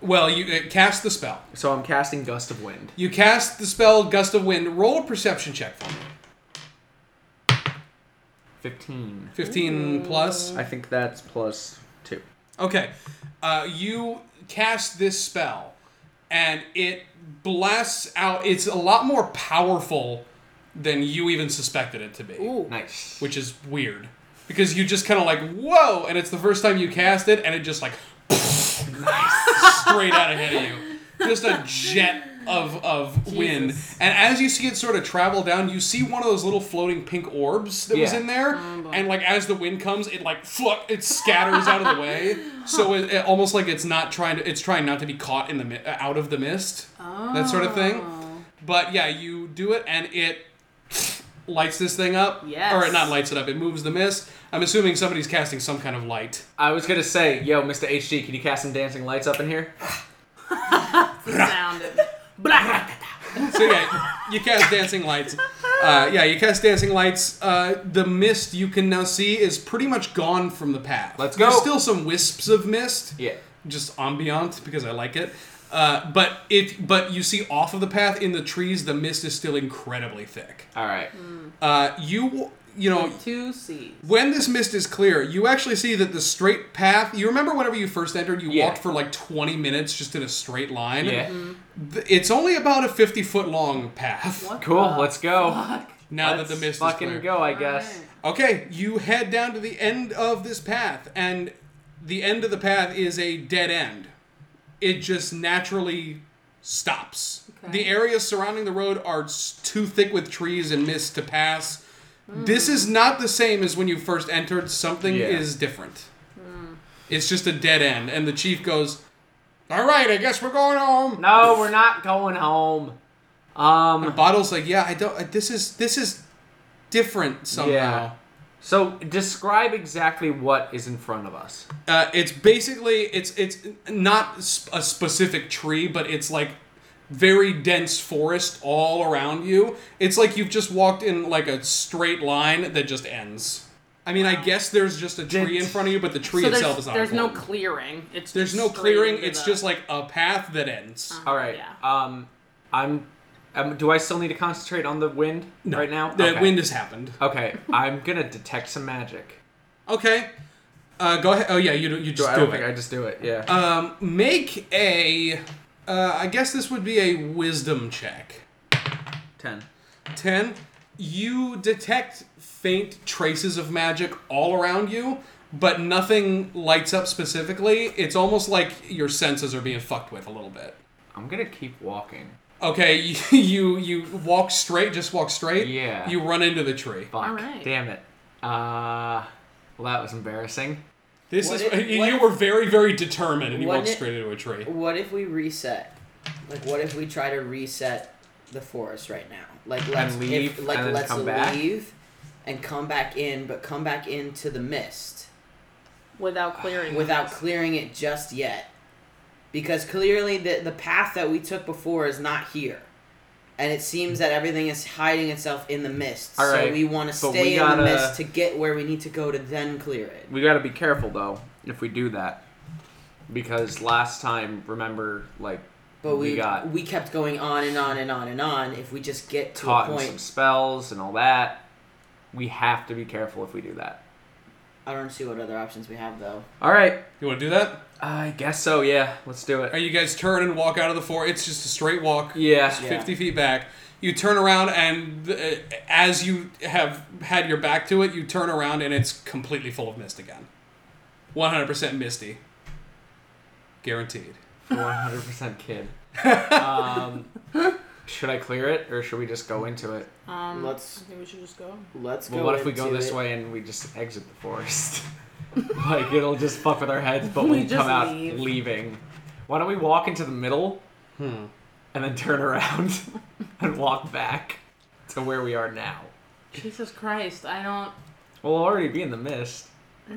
B: Well, you uh, cast the spell.
F: So I'm casting gust of wind.
B: You cast the spell Gust of Wind. Roll a perception check for me.
F: Fifteen.
B: Fifteen plus.
F: I think that's plus two.
B: Okay. Uh, you cast this spell, and it blasts out. It's a lot more powerful than you even suspected it to be,
D: Ooh.
F: Nice.
B: which is weird because you just kind of like whoa, and it's the first time you cast it, and it just like straight out ahead of you, just a jet. Of, of wind.
D: Jesus.
B: And as you see it sort of travel down, you see one of those little floating pink orbs that was
F: Yeah.
B: in there. and like as the wind comes, it like fuck, it scatters out of the way. So it, it almost like it's not trying to, it's trying not to be caught in the mi- out of the mist, that sort of thing.
D: Oh.
B: But yeah, you do it, and it lights this thing up.
D: Yes.
B: Or it not lights it up. It moves the mist. I'm assuming somebody's casting some kind of light.
F: I was gonna say, yo, Mr. HG, can you cast some dancing lights up in here?
D: The sound of blah.
B: So yeah, you cast dancing lights. Uh, yeah, you cast dancing lights. Uh, the mist you can now see is pretty much gone from the path.
F: Let's
B: There's
F: go.
B: still some wisps of mist.
F: Yeah.
B: just ambient because I like it. Uh, but it but you see off of the path in the trees the mist is still incredibly thick.
F: All right.
D: Mm-hmm.
B: Uh, you you know
D: Two C's.
B: when this mist is clear, you actually see that the straight path. You remember whenever you first entered, you
F: Yeah.
B: walked for like twenty minutes just in a straight line.
F: Yeah.
B: Th- It's only about a fifty foot long path.
D: What
F: Cool.
D: the
F: let's go.
B: Now that
F: Let's
B: the mist is
F: fucking
B: clear.
F: go. I
D: All
F: guess.
D: right.
B: Okay, you head down to the end of this path, and the end of the path is a dead end. It just naturally stops.
D: Okay.
B: The areas surrounding the road are s- too thick with trees and mist to pass. This is not the same as when you first entered. Something
F: Yeah.
B: is different. It's just a dead end, and the chief goes, "All right, I guess we're going home."
F: No, we're not going home. Um.
B: Bottle's like, "Yeah, I don't. This is this is different somehow.
F: Yeah. Uh, So describe exactly what is in front of us.
B: Uh, it's basically it's it's not sp- a specific tree, but it's like very dense forest all around you. It's like you've just walked in like a straight line that just ends. I mean, I guess there's just a tree in front of you, but the tree
D: So
B: itself is not.
D: there's, there's no
B: important.
D: clearing. It's
B: there's
D: just
B: no
D: straight
B: clearing.
D: into
B: It's
D: the-
B: just like a path that ends.
F: All right.
D: Yeah.
F: Um, I'm. Um, do I still need to concentrate on the wind
B: No.
F: right now?
B: the
F: okay.
B: wind has happened.
F: Okay. I'm gonna detect some magic.
B: Okay, uh, go ahead. Oh yeah, you do- you
F: Oh. Do
B: just
F: I, I
B: do,
F: don't think I
B: it.
F: just do it. Yeah.
B: um, make a. Uh, I guess this would be a wisdom check.
F: Ten.
B: 10 you detect faint traces of magic all around you but nothing lights up specifically it's almost like your senses are being fucked with a little bit
F: I'm gonna keep walking.
B: okay you you, you walk straight just walk straight
F: Yeah.
B: you run into the tree
F: Fuck.
D: All right.
F: Damn it. Uh. Well, that was embarrassing.
B: this
E: What
B: is
E: if-
B: you,
E: what
B: you
E: if-
B: were very very determined and you
E: what
B: walked
E: if-
B: straight into a tree
E: What if we reset? Like, what if we try to reset the forest right now? Like, let's
F: leave,
E: if, like
F: and then
E: let's
F: come back?
E: leave and come back in, but come back into the mist
D: without clearing.
E: without clearing it just yet, because clearly the the path that we took before is not here, and it seems that everything is hiding itself in the mist.
F: All
E: so
F: right,
E: we want to
F: but we
E: stay in
F: gotta-
E: the mist to get where we need to go to then clear it.
F: We gotta be careful though if we do that, because last time, remember, like
E: But
F: we
E: we
F: got
E: we kept going on and on and on and on. If we just get to a
F: taught in some
E: point,
F: spells and all that. We have to be careful if we do that.
E: I don't see what other options we have though.
F: All right.
B: you want to do that
F: I guess so. Yeah. Let's do
B: and
F: it.
B: you guys turn and walk out of the forest it's just a straight walk
F: Yeah.
E: Yeah.
B: 50 feet back. You turn around, and uh, as you have had your back to it, you turn around, and it's completely full of mist again. 100% misty. Guaranteed.
F: One hundred percent kid. Um, should I clear it or should we just go into it?
D: Um,
E: Let's-
D: I think we should just go.
E: Let's
F: Well,
E: go.
F: what if we go
E: into
F: this
E: it.
F: way and we just exit the forest? like it'll just fuck with our heads, but
D: We
F: we'll
D: just
F: come out
D: leave.
F: leaving. Why don't we walk into the middle
E: Hmm.
F: and then turn around and walk back to where we are now?
D: Jesus Christ! I don't.
F: We'll already be in the mist. All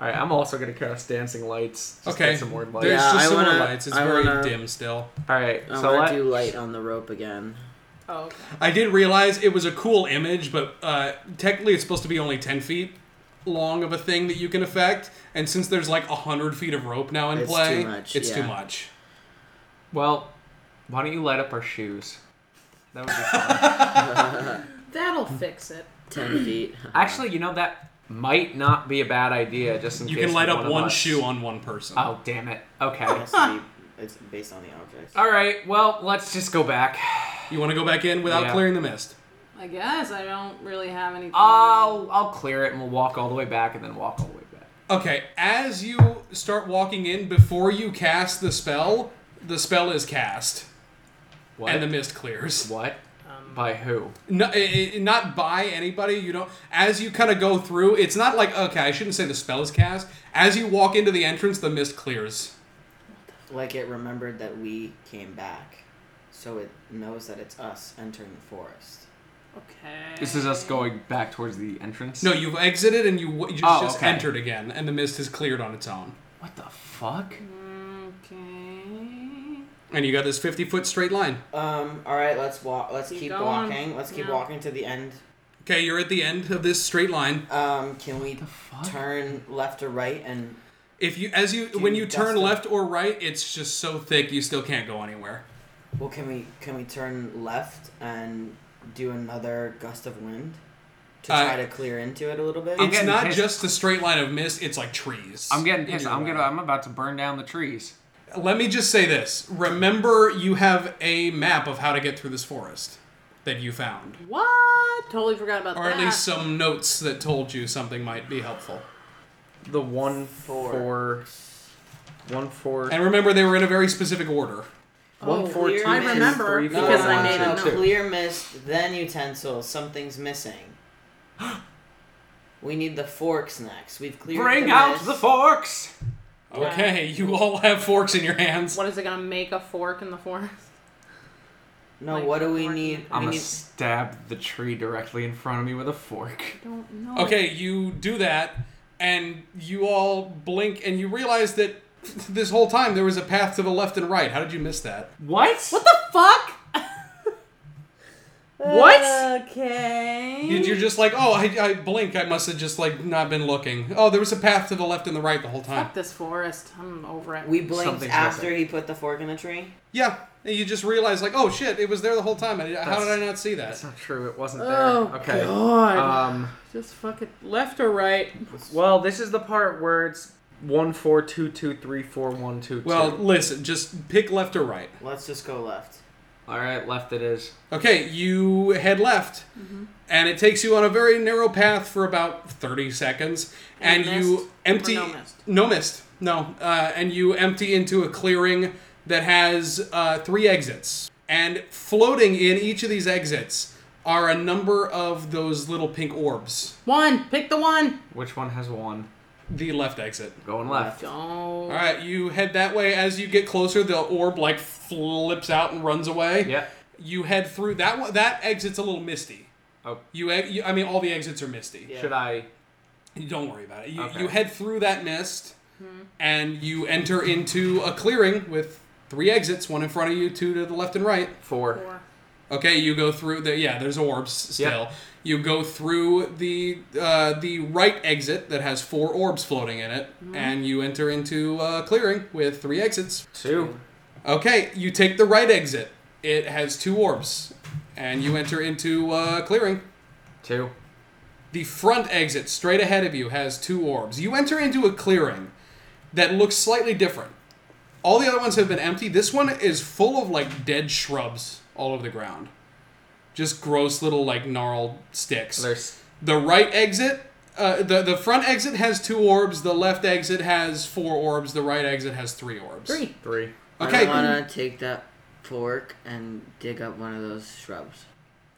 F: right, I'm also gonna cast dancing lights. Just
B: okay.
F: get some more light.
B: There's
E: Oh, Yeah,
B: just
E: I
B: some more
E: wanna-
B: lights. It's
E: I
B: very
E: wanna-
B: dim still.
F: All right,
E: I
F: so
E: want
F: let,
E: to do light on the rope again.
D: Oh, okay.
B: I did realize it was a cool image, but uh, technically it's supposed to be only 10 feet long of a thing that you can affect. And since there's like 100 feet of rope now in
E: It's
B: play,
E: too much,
B: it's too
E: yeah.
B: much.
F: well, why don't you light up our shoes? That would be fun.
D: That'll fix it.
E: Ten feet.
F: Actually, you know that might not be a bad idea. Just in
B: You
F: case
B: can light
F: one
B: up
F: of
B: one
F: us-
B: shoe on one person.
F: Oh damn it! Okay.
E: It has to be- it's based on the object.
F: All right. Well, let's just go back.
B: You want to go back in without
F: Yeah.
B: clearing the mist?
D: I guess I don't really have anything.
F: I'll I'll clear it and we'll walk all the way back and then walk all the way back.
B: Okay, as you start walking in, before you cast the spell, the spell is cast
F: What?
B: and the mist clears.
F: what? By who?
B: No, i i not by anybody. You don't. As you kind of go through, it's not like okay, I shouldn't say the spell is cast. As you walk into the entrance, the mist clears.
E: Like it remembered that we came back, so it knows that it's us entering the forest.
D: okay.
F: This is us going back towards the entrance.
B: No, you've exited and you, w- you
F: Oh,
B: just
F: okay.
B: entered again, and the mist has cleared on its own.
F: What the fuck?
D: Okay.
B: And you got this fifty foot straight line.
E: Um. All right. Let's walk. Let's
D: Keep
E: keep,
D: going.
E: walking. Let's keep
D: Yeah.
E: walking to the end.
B: Okay, you're at the end of this straight line.
E: Um. Can we
F: fuck?
E: turn left or right? And
B: If you, as you, when you
E: Dude,
B: turn
E: Dustin.
B: left or right, it's just so thick you still can't go anywhere.
E: well, can we can we turn left and do another gust of wind to
B: Uh,
E: try to clear into it a little bit?
F: I'm
B: It's
F: getting
B: not
F: pissed.
B: just the straight line of mist, it's like trees.
F: I'm getting
B: in
F: pissed.
B: your
F: I'm
B: way.
F: gonna. I'm about to burn down the trees.
B: Let me just say this. Remember, you have a map of how to get through this forest that you found.
D: What? Totally forgot about
B: Or
D: that.
B: at least some notes that told you something might be helpful.
F: The one
E: Four.
F: four. One four.
B: And remember, they were in a very specific order.
F: One
D: Oh,
F: four two.
D: I
F: two,
D: remember
F: three, four,
D: because I
F: one,
D: made
F: two,
D: a
E: no,
D: note.
F: two.
E: clear mist, then utensils. Something's missing. we need the forks next. We've cleared.
F: Bring
E: the
F: out
E: mist.
F: the forks.
B: Okay, you all have forks in your hands.
D: What is it gonna make a fork in the forest?
E: No,
D: Like,
E: what do we
D: working
E: need?
D: it
E: We
G: I'm gonna
E: need
G: stab the tree directly in front of me with a fork.
D: I don't know.
B: Okay, you do that, and you all blink, and you realize that this whole time there was a path to the left and right. How did you miss that?
G: What?
D: What the fuck?
G: What?
D: Okay.
B: You- You're just like, oh, I, I blink. I must have just like not been looking. Oh, there was a path to the left and the right the whole time.
D: Fuck this forest. I'm over it.
E: we blinked
G: Something's
E: after
G: missing.
E: he put the fork in the tree.
B: Yeah, and you just realize like, oh shit, it was there the whole time. I- How did
G: That's-
B: I not see that?
G: That's not true. It wasn't there.
D: Oh
G: okay.
D: god.
G: Um.
D: just fuck it. Left or right?
G: Well, this is the part where it's one four two two three four one two two.
B: Well, listen, just pick left or right.
E: Let's just go left.
G: all right, left it is.
B: Okay, you head left, and it takes you on a very narrow path for about 30 seconds, and,
D: And mist?
B: you
D: Or
B: empty.
D: no mist?
B: No mist, no. Uh, and you empty into a clearing that has uh, three exits. And floating in each of these exits are a number of those little pink orbs.
D: One. Pick the one.
G: Which one has one?
B: The left exit.
G: Going left.
D: Don't.
B: All right, you head that way. As you get closer, the orb like flips out and runs away.
G: Yep.
B: You head through that one. That exit's a little misty.
G: Oh.
B: You, ex- you I mean, all the exits are misty.
E: Yeah.
G: Should I?
B: You Don't worry about it. You,
G: Okay.
B: you head through that mist, and you enter into a clearing with three exits, one in front of you, two to the left and right.
G: Four.
D: Four.
B: Okay, you go through the yeah. There's orbs still.
G: Yep.
B: You go through the uh, the right exit that has four orbs floating in it, and you enter into a clearing with three exits.
G: Two.
B: Okay, you take the right exit. It has two orbs, and you enter into a clearing.
G: Two.
B: The front exit straight ahead of you has two orbs. You enter into a clearing that looks slightly different. All the other ones have been empty. This one is full of like dead shrubs all over the ground. Just gross little like gnarled sticks.
G: There's
B: the right exit, uh, the the front exit has two orbs. The left exit has four orbs. The right exit has three orbs.
D: Three.
G: three.
B: Okay.
E: I wanna take that fork and dig up one of those shrubs.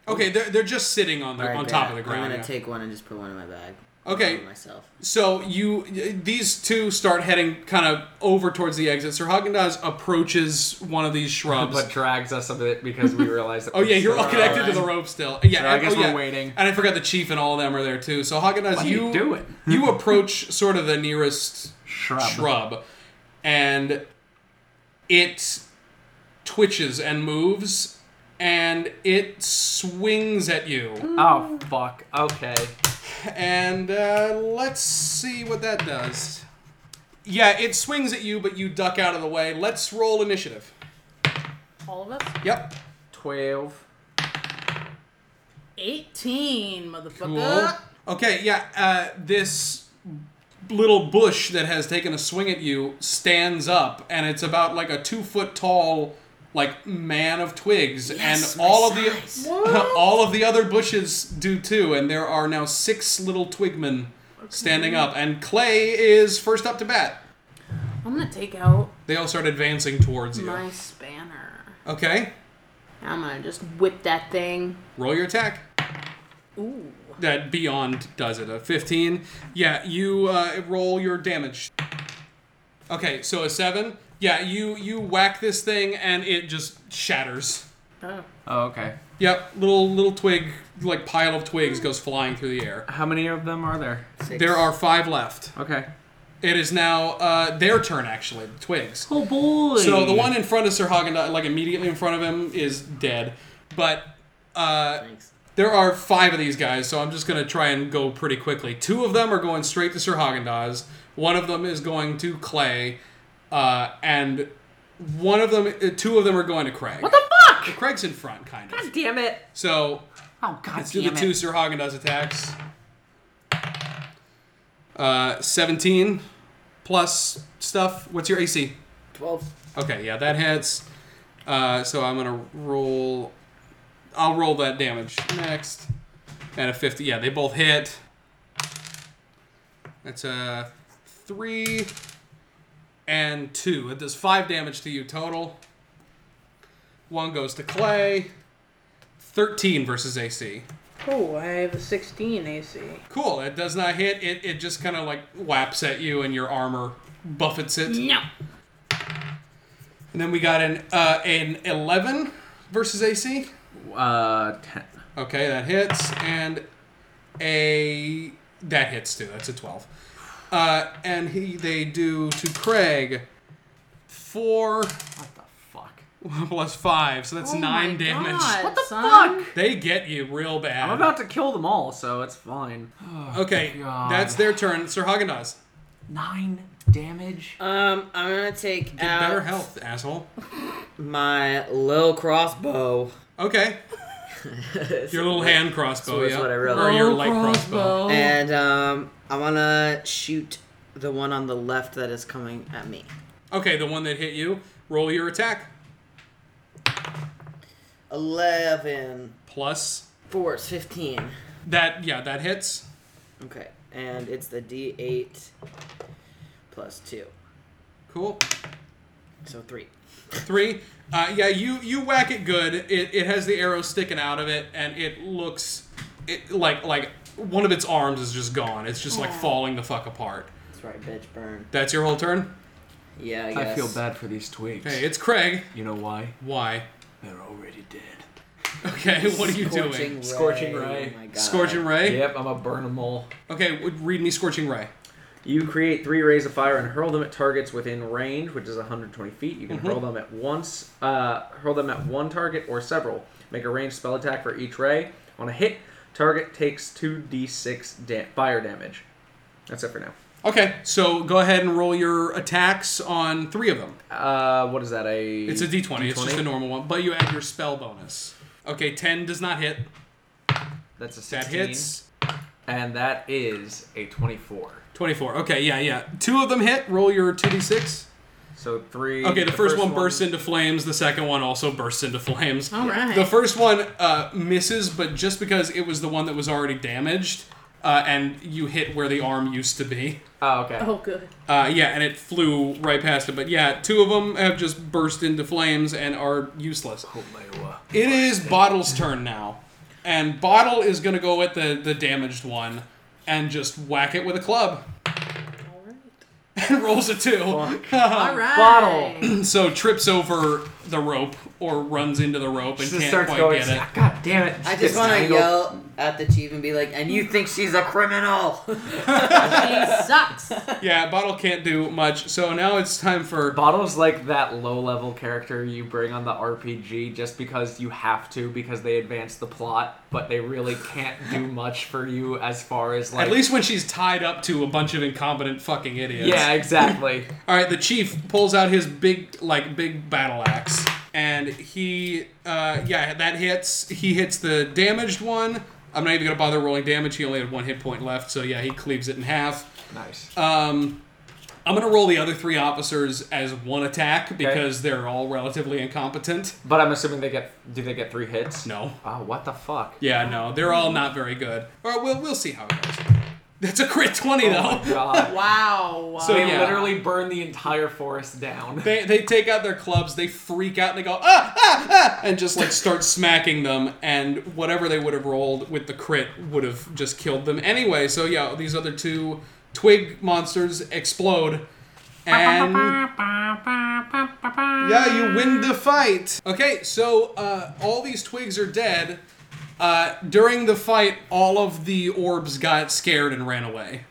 B: Okay, they're, they're just sitting on the
E: Alright,
B: on
E: grab
B: top
E: it.
B: of the ground.
E: I'm gonna
B: yeah.
E: take one and just put one in my bag.
B: Okay.
E: For Myself.
B: So you, these two start heading kind of over towards the exit. Sir Haagen-Dazs approaches one of these shrubs.
G: But drags us a bit because we realize that.
B: oh yeah, you're all
G: we're
B: connected to
G: still-
B: the rope still. Yeah,
G: So I
B: and-
G: guess
B: oh,
G: we're
B: yeah.
G: waiting.
B: And I forgot the chief and all of them are there too. So Haagen-Dazs,
G: What are
B: you
G: you doing?
B: you approach sort of the nearest
G: Shrub.
B: shrub, and it twitches and moves, and it swings at you.
G: Oh fuck. Okay.
B: And uh, let's see what that does. Yeah, it swings at you, but you duck out of the way. Let's roll initiative.
D: All of us.
B: Yep.
G: Twelve.
D: Eighteen, motherfucker.
B: Cool. Okay, yeah, uh, this little bush that has taken a swing at you stands up, and it's about like a two foot tall, like man of twigs, and all of the all of the other bushes do too, and there are now six little twigmen standing up, and Clay is first up to bat.
D: I'm gonna take out
B: They all start advancing towards you.
D: my spanner.
B: Okay,
D: I'm gonna just whip that thing.
B: roll your attack.
D: Ooh.
B: That beyond does it. A 15. Yeah, you uh, roll your damage. Okay, so a 7. Yeah, you you whack this thing and it just shatters.
D: Oh.
G: Oh okay.
B: Yep, little little twig like pile of twigs goes flying through the air.
G: How many of them are there?
E: Six.
B: There are 5 left.
G: Okay.
B: It is now uh, their turn actually, the twigs.
G: Oh boy.
B: So the one in front of Sir Hagen, like immediately in front of him is dead. But uh,
E: Thanks.
B: There are five of these guys, so I'm just gonna try and go pretty quickly. Two of them are going straight to Sir Haagen-Dazs. One of them is going to Clay, uh, and one of them, uh, two of them are going to Craig.
D: What the fuck?
B: Craig's in front, kind of.
D: God damn it.
B: So
D: Oh god
B: let's do the two Sir Haagen-Dazs attacks. Uh, 17 plus stuff. What's your AC?
E: Twelve.
B: Okay, yeah, that hits. Uh, so I'm gonna roll. I'll roll that damage next. And a 50. Yeah, they both hit. That's a three and two. It does five damage to you total. One goes to Clay. 13 versus AC.
D: Oh, I have a 16 AC.
B: Cool. It does not hit. It, it just kind of like whaps at you, and your armor buffets it.
D: No.
B: And then we got an uh, an eleven versus AC.
F: Uh, ten.
B: Okay, that hits, and a that hits too. That's a twelve. Uh, and he they do to Craig four
F: What the fuck?
B: plus five, so that's
D: Oh
B: nine
D: my
B: damage.
D: God,
F: What the
D: son.
F: fuck?
B: They get you real bad.
F: I'm about to kill them all, so it's fine.
B: okay,
F: God.
B: that's their turn. Sir Hagenaz,
F: Nine damage.
E: Um, I'm gonna take
B: get
E: out
B: better health, asshole.
E: my little crossbow
B: Okay, your little hand crossbow,
E: So that's
B: yeah,
E: what I rolled.
B: or your light crossbow.
E: and um, I wanna shoot the one on the left that is coming at me.
B: Okay, the one that hit you. Roll your attack
E: Eleven,
B: plus
E: four, it's fifteen.
B: that. Yeah, that hits.
E: Okay, and it's the D8 plus two,
B: Cool.
E: so three.
B: Three. Uh, yeah, you you whack it good. It, it has the arrow sticking out of it, and it looks it like like one of its arms is just gone. It's just like falling the fuck apart.
E: That's right, bitch. Burn.
B: That's your whole turn.
E: Yeah, I
F: I
E: guess.
F: feel bad for these twigs.
B: Hey, it's Craig.
F: You know why?
B: Why?
F: They're already dead.
B: Okay, what are you
E: Scorching
B: doing?
E: ray.
F: Scorching ray.
E: Oh my God.
B: Scorching ray.
F: Yep, I'm gonna burn them all.
B: Okay, w- read me scorching ray.
F: You create three rays of fire and hurl them at targets within range, which is 120 feet. You can hurl them at once, uh, hurl them at one target or several. Make a ranged spell attack for each ray. On a hit, target takes 2d6 da- fire damage. That's it for now.
B: Okay, so go ahead and roll your attacks on three of them.
F: Uh, what is that? A
B: It's a D20. It's just a normal one, but you add your spell bonus. Okay, ten does not hit.
F: That's a 16.
B: That hits.
F: and that is a 24.
B: 24. Okay, yeah, yeah. Two of them hit. Roll your 2d6.
F: So three.
B: Okay, the, first, one bursts into flames. The second one also bursts into flames.
D: All right.
B: The first one uh, misses, but just because it was the one that was already damaged, uh, and you hit where the arm used to be.
F: Oh, okay.
D: Oh, good.
B: Uh, yeah, and it flew right past it. But yeah, two of them have just burst into flames and are useless. It is Bottle's turn now. And Bottle is going to go at the, the damaged one and just whack it with a club. And rolls a two.
D: All right.
F: Bottle.
B: so trips over the rope or runs into the rope and
F: She
B: can't
F: just starts
B: quite
F: going.
B: get it.
F: "Ah, God damn it!
E: I
F: She
E: just
F: gets
E: want to
F: tangled.
E: yell at the chief and be like, "And you think she's a criminal?"
D: She sucks.
B: Yeah, bottle can't do much. So now it's time for
F: Bottle's like that low level character you bring on the RPG just because you have to because they advance the plot, but they really can't do much for you as far as like
B: at least when she's tied up to a bunch of incompetent fucking idiots.
F: Yeah, exactly.
B: All right, the chief pulls out his big like big battle axe and he uh yeah, that hits. He hits the damaged one. I'm not even going to bother rolling damage. He only had one hit point left, so yeah, he cleaves it in half.
F: nice.
B: Um, I'm gonna roll the other three officers as one attack because they're all relatively incompetent.
F: but I'm assuming they get do they get three hits?
B: No.
F: Oh, what the fuck?
B: Yeah, no, they're all not very good. All right, we'll we'll see how it goes. That's a crit twenty
F: Oh my
B: though.
F: god.
D: Wow.
B: So,
F: They
B: yeah.
F: literally burn the entire forest down.
B: They, they take out their clubs, they freak out, and they go ah ah ah, and just like start smacking them. And whatever they would have rolled with the crit would have just killed them anyway. So yeah, these other two twig monsters explode, and Yeah, you win the fight. Okay, so uh, all these twigs are dead. Uh, during the fight, all of the orbs got scared and ran away.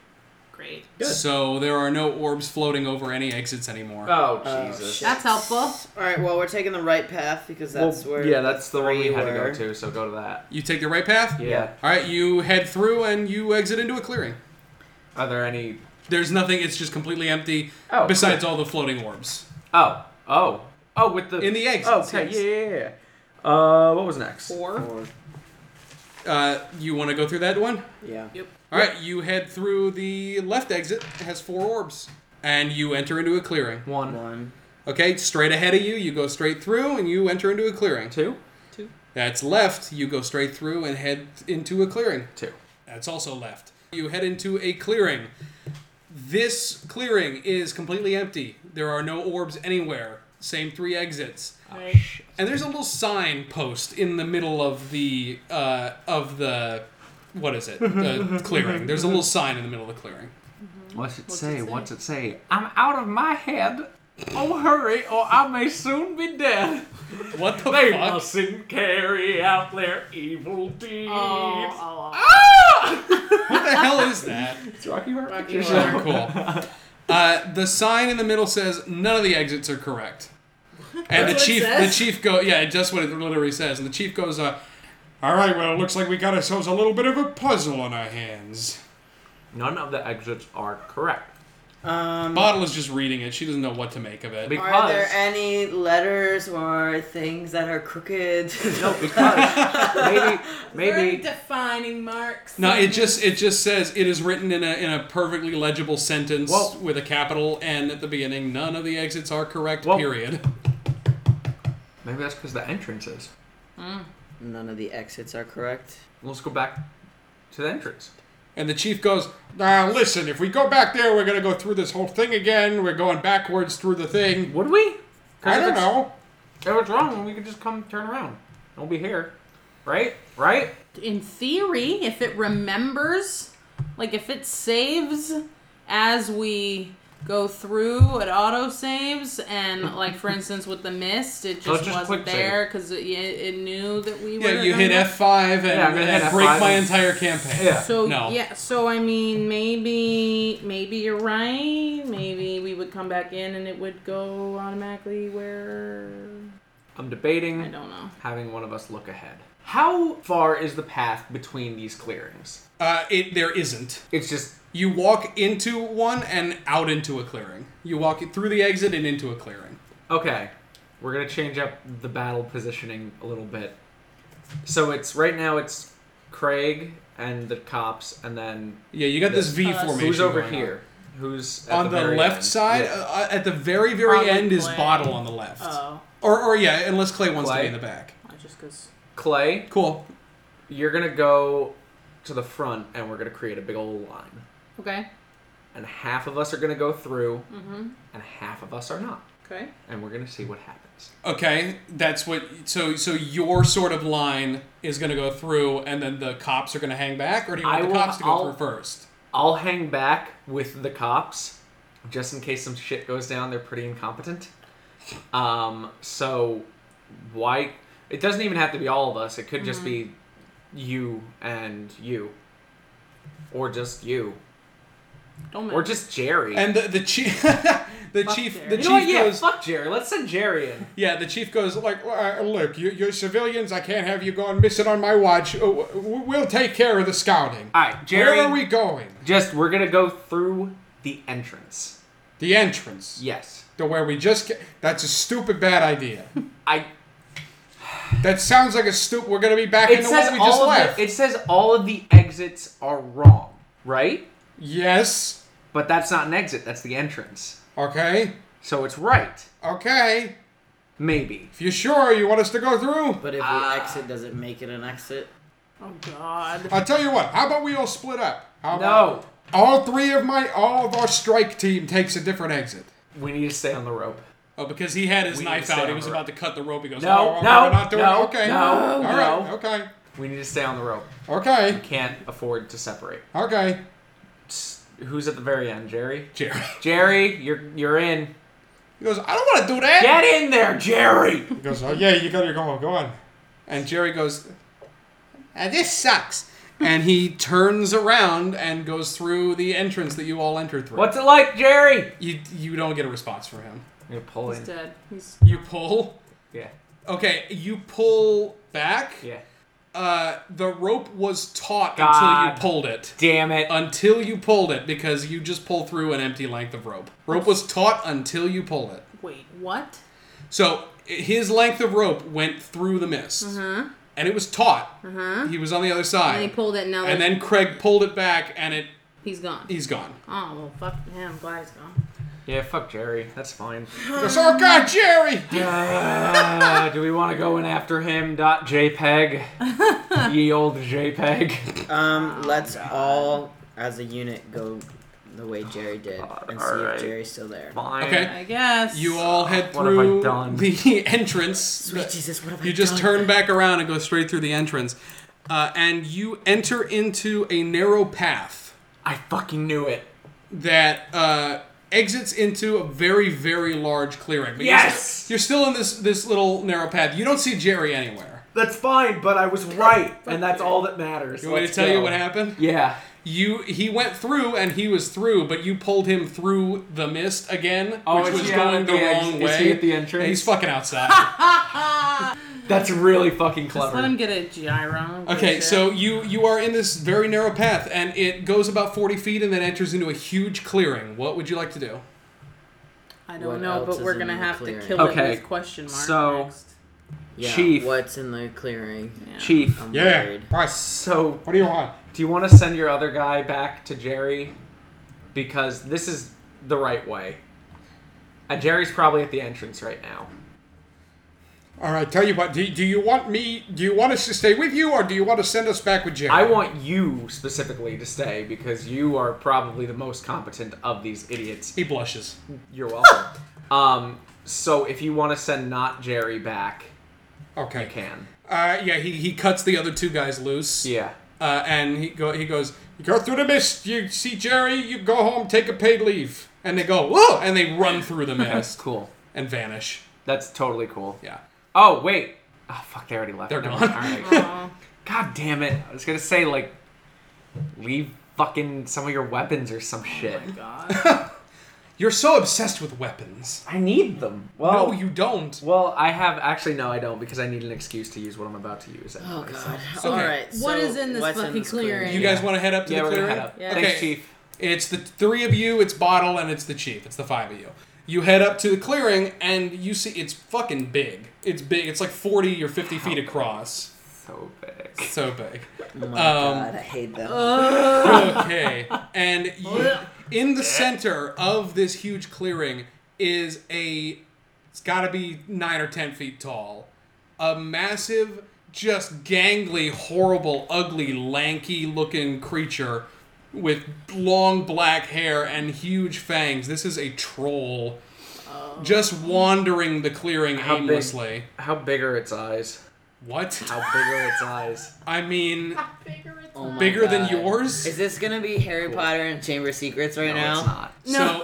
D: Great.
B: So there are no orbs floating over any exits anymore.
F: Oh Jesus.
D: That's helpful.
E: All right. Well, we're taking the right path because
F: Well,
E: that's where.
F: yeah, that's the one we
E: three
F: had to
E: were.
F: go to, so go to that.
B: you take the right path?
F: Yeah.
B: All right, you head through and you exit into a clearing.
F: Are there any
B: There's nothing, it's just completely empty
F: Oh,
B: besides all the floating orbs.
F: Oh, oh, oh! With the
B: In the eggs,
F: Oh, okay,
B: yes.
F: yeah, yeah, yeah, yeah. Uh, what was next?
B: Or uh, you want to go through that one?
E: Yeah.
B: All right, you head through the left exit, it has four orbs, and you enter into a clearing.
F: One,
E: One.
B: Okay, straight ahead of you, you go straight through and you enter into a clearing.
F: two,
B: That's left, you go straight through and head into a clearing.
F: two.
B: That's also left. You head into a clearing. This clearing is completely empty. There are no orbs anywhere. Same three exits. And there's a little sign post in the middle of the uh, of the what is it? The clearing. There's a little sign in the middle of the clearing.
F: What's it
D: say? it say? What's
F: it say? I'm out of my head. Oh, hurry, or I may soon be dead.
B: What the
F: They
B: fuck?
F: mustn't carry out their evil deeds.
D: Oh, oh, oh.
B: What the hell is that?
F: It's Rocky Horror
D: Rocky
F: Picture
D: Horror.
F: Show.
B: Cool. Uh, the sign in the middle says none of the exits are correct. And
L: That's
B: the
L: what it
B: chief, the
L: says?
B: chief go, yeah, just what it literally says. And the chief goes, uh, "All right, well, it looks like we got ourselves a little bit of a puzzle on our hands."
F: None of the exits are correct.
E: Um,
B: Bottle is just reading it; she doesn't know what to make of it.
F: Because
E: are there any letters or things that are crooked?
F: No, because maybe
D: Very
F: maybe
D: defining marks.
B: No, it just it just says it is written in a in a perfectly legible sentence
F: Well-
B: with a capital N at the beginning. None of the exits are correct.
F: Well-
B: period.
F: maybe that's because the entrances.
E: None of the exits are correct.
F: Let's go back to the entrance.
B: And the chief goes, "Now listen, if we go back there, we're gonna go through this whole thing again. We're going backwards through the thing.
F: Would we? 'Cause
B: I
F: if
B: don't
F: it's-
B: know."
F: If it's wrong, we could just come turn around. We'll be here, right? Right?
D: in theory, if it remembers, like if it saves as we go through, it auto saves, and like for instance with the mist, it
F: So
D: just,
F: it's just
D: wasn't
F: quick save.
D: there because it, it, it knew that we were.
B: Yeah, you hit
D: gonna-
B: F five and,
F: Yeah, I'm gonna hit
B: and break
F: F5.
B: my entire campaign.
F: Yeah.
D: So
B: No.
D: yeah, so I mean, maybe maybe you're right. Maybe we would come back in and it would go automatically where
F: I'm
D: I
F: debating
D: don't know.
F: having one of us look ahead. How far is the path between these clearings?
B: Uh, it there isn't.
F: It's just
B: You walk into one and out into a clearing. You walk it through the exit and into a clearing.
F: okay. We're gonna change up the battle positioning a little bit. So it's right now it's Craig and the cops, and then
B: Yeah, you got this V
D: Us.
B: formation.
F: who's over
B: going on.
F: here? Who's at
B: on the,
F: very
B: left
F: end?
B: side,
F: Yeah.
B: uh, at the very, very
D: Probably
B: end is
D: Clay.
B: bottle on the left.
D: Oh,
B: Or, or yeah, unless Clay wants to
F: Clay.
B: be in the back.
D: just because.
F: Clay,
B: Cool.
F: you're gonna go to the front, and we're gonna create a big old line.
D: Okay.
F: and half of us are going to go through
D: Mm-hmm.
F: and half of us are not
D: Okay.
F: and we're going to see what happens
B: Okay, that's what. So, so your sort of line is going to go through, and then the cops are going to hang back, or do you want
F: I
B: the
F: will-
B: cops to go
F: I'll-
B: through first?
F: i'll hang back with the cops just in case some shit goes down they're pretty incompetent um so why it doesn't even have to be all of us it could just be you and you or just you
D: Don't.
F: or just jerry
B: And the the chief, the
D: Fuck
B: chief,
D: Jerry.
B: the
F: you
B: chief
F: know what? Yeah,
B: goes.
F: fuck Jerry. Let's send Jerry in.
B: Yeah, the chief goes like, uh, "Look, you, you're civilians. I can't have you going missing on my watch. Uh, w- w- We'll take care of the scouting.
F: All right, Jerry.
B: Where are we going?
F: Just we're gonna go through the entrance.
B: The entrance.
F: Yes,
B: to where we just ca- that's a stupid bad idea.
F: I
B: that sounds like a stupid. We're gonna be back in
F: It
B: the
F: says
B: one we just
F: all of
B: left.
F: the, it says all of the exits are wrong, right?
B: yes.
F: But that's not an exit, that's the entrance.
B: Okay.
F: So it's right,
B: Okay.
F: maybe.
B: If you're sure you want us to go through,
E: But if
B: Ah.
E: we exit, does it make it an exit?
D: Oh God.
B: I'll tell you what. How about we all split up? How
F: No,
B: About all three of my all of our strike team takes a different exit.
F: we need to stay on the rope.
B: Oh, because he had his
F: We need
B: knife
F: to
B: out.
F: stay on
B: He
F: the
B: was
F: rope.
B: about to cut the rope. He goes,
F: No,
B: "Oh,
F: no,
B: we're not doing
F: no,
B: it. Okay.
F: no,
B: all right.
F: no.
B: Okay.
F: We need to stay on the rope.
B: Okay.
F: Can't afford to separate.
B: Okay.
F: S- Who's at the very end, Jerry?
B: Jerry.
F: Jerry, you're you're in.
B: He goes, I don't want to do that.
F: Get in there, Jerry.
B: He goes, oh yeah, you gotta go on, go on. And Jerry goes, "Ah, this sucks. And he turns around and goes through the entrance that you all entered through.
F: What's it like, Jerry? I'm
B: You you don't get a response from him.
F: gonna pull
D: He's
F: in.
D: dead. He's.
B: You pull.
F: Yeah,
B: Okay, you pull back.
F: yeah.
B: Uh, the rope was taut until
F: God.
B: you pulled it.
F: Damn it.
B: Until you pulled it, because you just pull through an empty length of rope. Rope was taut until you pull it.
D: Wait, what?
B: So his length of rope went through the mist,
F: Mm-hmm.
B: and it was taut. He was on the other side,
D: And he pulled it. Now
B: And
D: that
B: then Craig pulled it back, and it
D: he's gone.
B: he's gone.
D: Oh well, fuck him. I'm glad he's gone.
F: Yeah, fuck Jerry. That's fine.
B: He goes, oh God, Jerry!
F: Uh, do we want to go in after him? Dot JPEG. Ye old JPEG.
E: Um, let's
B: Ah,
E: all, as a unit, go the way Jerry did and see
F: alright.
E: if Jerry's still there.
F: Fine.
B: Okay.
D: I guess.
B: You all head
F: What have I
B: through
F: done?
B: the entrance.
E: Sweet Jesus, what have I
B: You just
E: done?
B: turn back around and go straight through the entrance, uh, and you enter into a narrow path
F: I fucking knew it.
B: that uh, exits into a very, very large clearing. But
M: Yes!
B: You're, st- you're still in this this little narrow path. You don't see Jerry anywhere.
F: That's fine, but I was right, and that's all that matters.
B: You want me to
F: Let's
B: tell
F: go.
B: you what happened?
F: Yeah.
B: You he went through and he was through, but you pulled him through the mist again,
F: Oh,
B: which
F: is
B: was
F: he out
B: going
F: at
B: the,
F: the ex-
B: wrong
F: is he
B: way.
F: at the entrance?
B: Yeah, he's fucking outside.
F: That's really fucking clever.
D: Ah, Just let him get a gyro.
B: okay, so you you are in this very narrow path, and it goes about forty feet and then enters into a huge clearing. What would you like to do?
D: I
E: What
D: don't know,
E: else
D: but
E: is
D: we're
E: in
D: gonna
E: the
D: have
E: clearing?
D: to kill
F: Okay,
D: it with question mark.
F: so-
D: next.
E: Yeah,
F: Chief.
E: What's in the clearing?
D: Yeah.
F: Chief,
E: I'm worried.
B: price.
F: so
B: What do you want?
F: do you want to send your other guy back to Jerry? Because this is the right way. And Jerry's probably at the entrance right now.
B: All right, tell you what. Do, do you want me? Do you want us to stay with you, or do you want to send us back with Jerry?
F: I want you specifically to stay because you are probably the most competent of these idiots.
B: He blushes.
F: You're welcome. um, so if you want to send not Jerry back,
B: Okay.
F: you can.
B: Uh, yeah, he, he cuts the other two guys loose.
F: Yeah.
B: Uh, and he go he goes. You go through the mist. You see Jerry. You go home. Take a paid leave. And they go whoa, and they run through the
F: That's
B: mist
F: cool.
B: and vanish.
F: That's totally cool.
B: Yeah.
F: Oh, wait. Oh, fuck, they already left.
B: They're
F: Never
B: gone.
F: mind. All right.
D: Aw.
F: God damn it. I was going to say, like, leave fucking some of your weapons or some shit.
D: my God.
B: You're so obsessed with weapons.
F: I need them. Well,
B: No, you don't.
F: well, I have. Actually, no, I don't because I need an excuse to use what I'm about to use.
E: Oh
F: anyway, so-
E: god.
B: So-
E: All
B: Okay.
E: right. So
D: What is in this
E: what's
D: fucking clearing?
B: You guys want to head up to
F: Yeah,
B: the
F: we're
B: clearing?
F: going to head up.
D: Yeah.
F: Thanks,
B: Okay.
F: Chief.
B: It's the three of you, it's Bottle, and it's the Chief. It's the five of you. You head up to the clearing, and you see it's fucking big. It's big. It's like 40 or 50 feet across.
F: So big.
B: So big.
E: Oh my
B: Um,
E: god, I hate them.
B: Okay. And you, in the center of this huge clearing is a, it's gotta be nine or 10 feet tall, a massive, just gangly, horrible, ugly, lanky looking creature with long black hair and huge fangs. This is a troll. Just wandering the clearing
F: How big?
B: aimlessly.
F: How big are its eyes?
B: What?
F: How big are its eyes?
B: I mean,
E: Oh my
B: bigger than
E: God.
B: yours?
E: Is this gonna be Harry Potter and Chamber of Secrets right
F: No,
E: now?
F: it's not.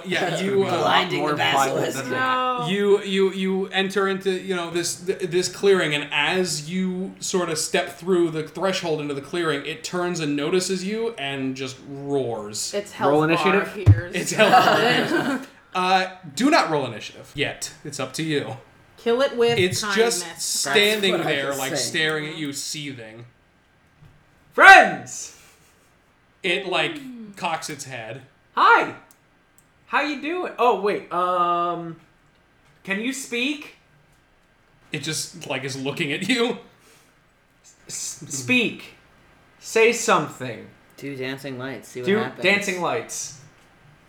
B: So yeah, you
F: It's a lot
B: uh,
E: Blinding the
F: more violent
E: basilisk.
F: than that.
D: no.
B: you you you enter into you know this th- this clearing and as you sort of step through the threshold into the clearing it turns and notices you and just roars
D: It's health
F: Roll
D: roll
F: initiative?
D: initiative. Here's.
B: it's hell uh do not roll initiative yet it's up to you
D: Kill it with
B: it's
D: kindness.
B: just standing
E: what I
B: there
E: was
B: like
E: saying.
B: staring at you seething
F: Friends!
B: it like cocks its head
F: Hi. How you doing? Oh wait. Um, can you speak?
B: it just like is looking at you
F: S- speak. Say something.
E: Do dancing lights. See what
F: Do
E: happens.
F: dancing lights.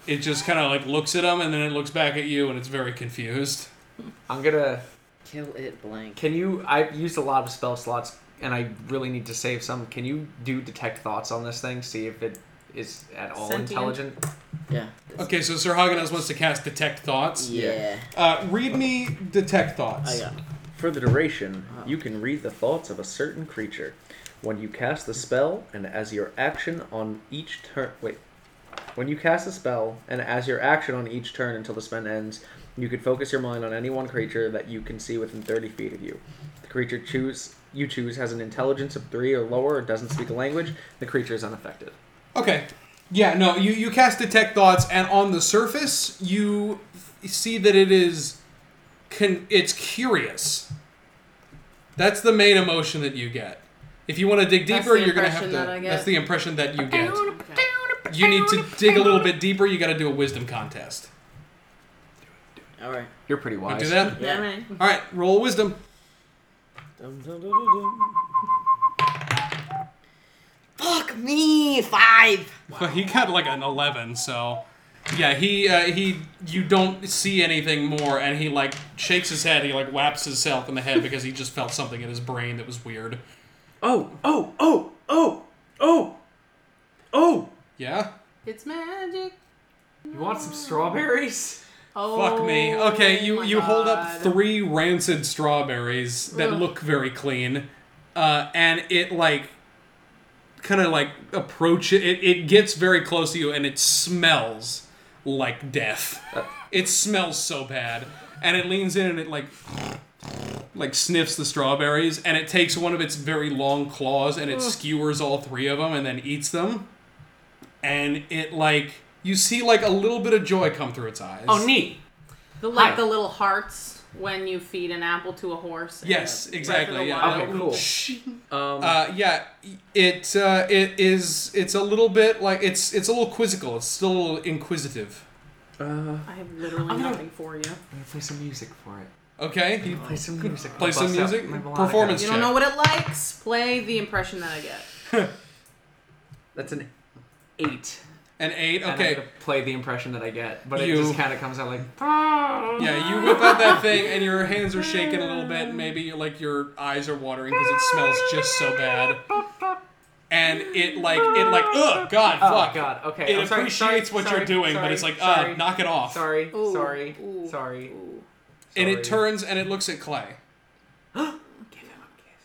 B: it just kind of like looks at him and then it looks back at you and it's very confused
F: I'm gonna.
E: Kill it blank.
F: Can you? I've used a lot of spell slots, and I really need to save some. Can you do detect thoughts on this thing? See if it is at all
D: Sentient.
F: intelligent.
E: Yeah.
B: okay so sir hagenas wants to cast detect thoughts
E: Yeah.
B: Uh, read me detect thoughts.
E: I got. it.
F: For the duration, you can read the thoughts of a certain creature. When you cast the spell, and as your action on each turn. Wait. When you cast a spell, and as your action on each turn until the spell ends, you can focus your mind on any one creature that you can see within 30 feet of you. The creature choose you choose has an intelligence of three or lower, or doesn't speak a language. The creature is unaffected.
B: Okay. Yeah, no, you, you cast detect thoughts, and on the surface, you f- see that it is. Con- it's curious. That's the main emotion that you get. If you want to dig
D: That's
B: deeper,
D: the
B: you're going to have to.
D: impression that I get.
B: That's the impression that you get. You need to dig a little bit deeper, you got to do a wisdom contest.
E: All right.
F: You're pretty wise.
B: Want to do that?
D: Yeah, right.
B: Alright, roll wisdom.
E: Dum, dum, dum, dum, dum. Fuck me, five.
B: Well, he got like an eleven, so yeah, he uh, he. You don't see anything more, and he like shakes his head. He like whaps himself in the head because he just felt something in his brain that was weird.
F: Oh, oh, oh, oh, oh, oh.
B: Yeah.
D: It's magic.
F: You want some strawberries?
D: Oh,
B: Fuck me. Okay, you
D: my
B: you hold up
D: God.
B: three rancid strawberries that
D: Ugh.
B: look very clean, uh, and it like kind of like approach it. It gets very close to you, and it smells like death. it smells so bad, and it leans in and it like like sniffs the strawberries, and it takes one of its very long claws and it skewers all three of them and then eats them. And it like you see like a little bit of joy come through its eyes.
G: Oh, neat.
D: The like
G: Hi.
D: the little hearts when you feed an apple to a horse. and
B: Yes,
D: it-
B: exactly.
D: right
B: Yeah.
D: for the
G: Okay,
D: water.
G: cool. Um,
B: Uh, yeah, it uh, it is. It's a little bit like it's it's a little quizzical. It's still a little inquisitive.
F: uh,
D: I have literally
G: gonna-
D: nothing for you.
G: I'm gonna play some music for it.
B: Okay, you
G: Play some music.
B: play some
G: Bust out
B: music.
G: my melodica.
B: Performance
D: You
B: check.
D: don't know what it likes. Play the impression that I get.
G: That's an eight.
B: An eight.
G: And I
B: Okay.
G: have to play the impression that I get, but
B: You-
G: it just kind of comes out like.
B: Yeah, you whip out that thing, and your hands are shaking a little bit. and Maybe like your eyes are watering because it smells just so bad. And it like it like ugh god
G: Oh
B: fuck
G: God. Okay.
B: it
G: I'm sorry,
B: appreciates
G: sorry,
B: what
G: sorry,
B: you're doing
G: sorry,
B: but it's like
G: sorry,
B: uh knock it off
G: Sorry.
D: Ooh,
G: Sorry.
D: ooh,
G: Sorry.
D: ooh.
B: and it
G: sorry.
B: turns and it looks at Clay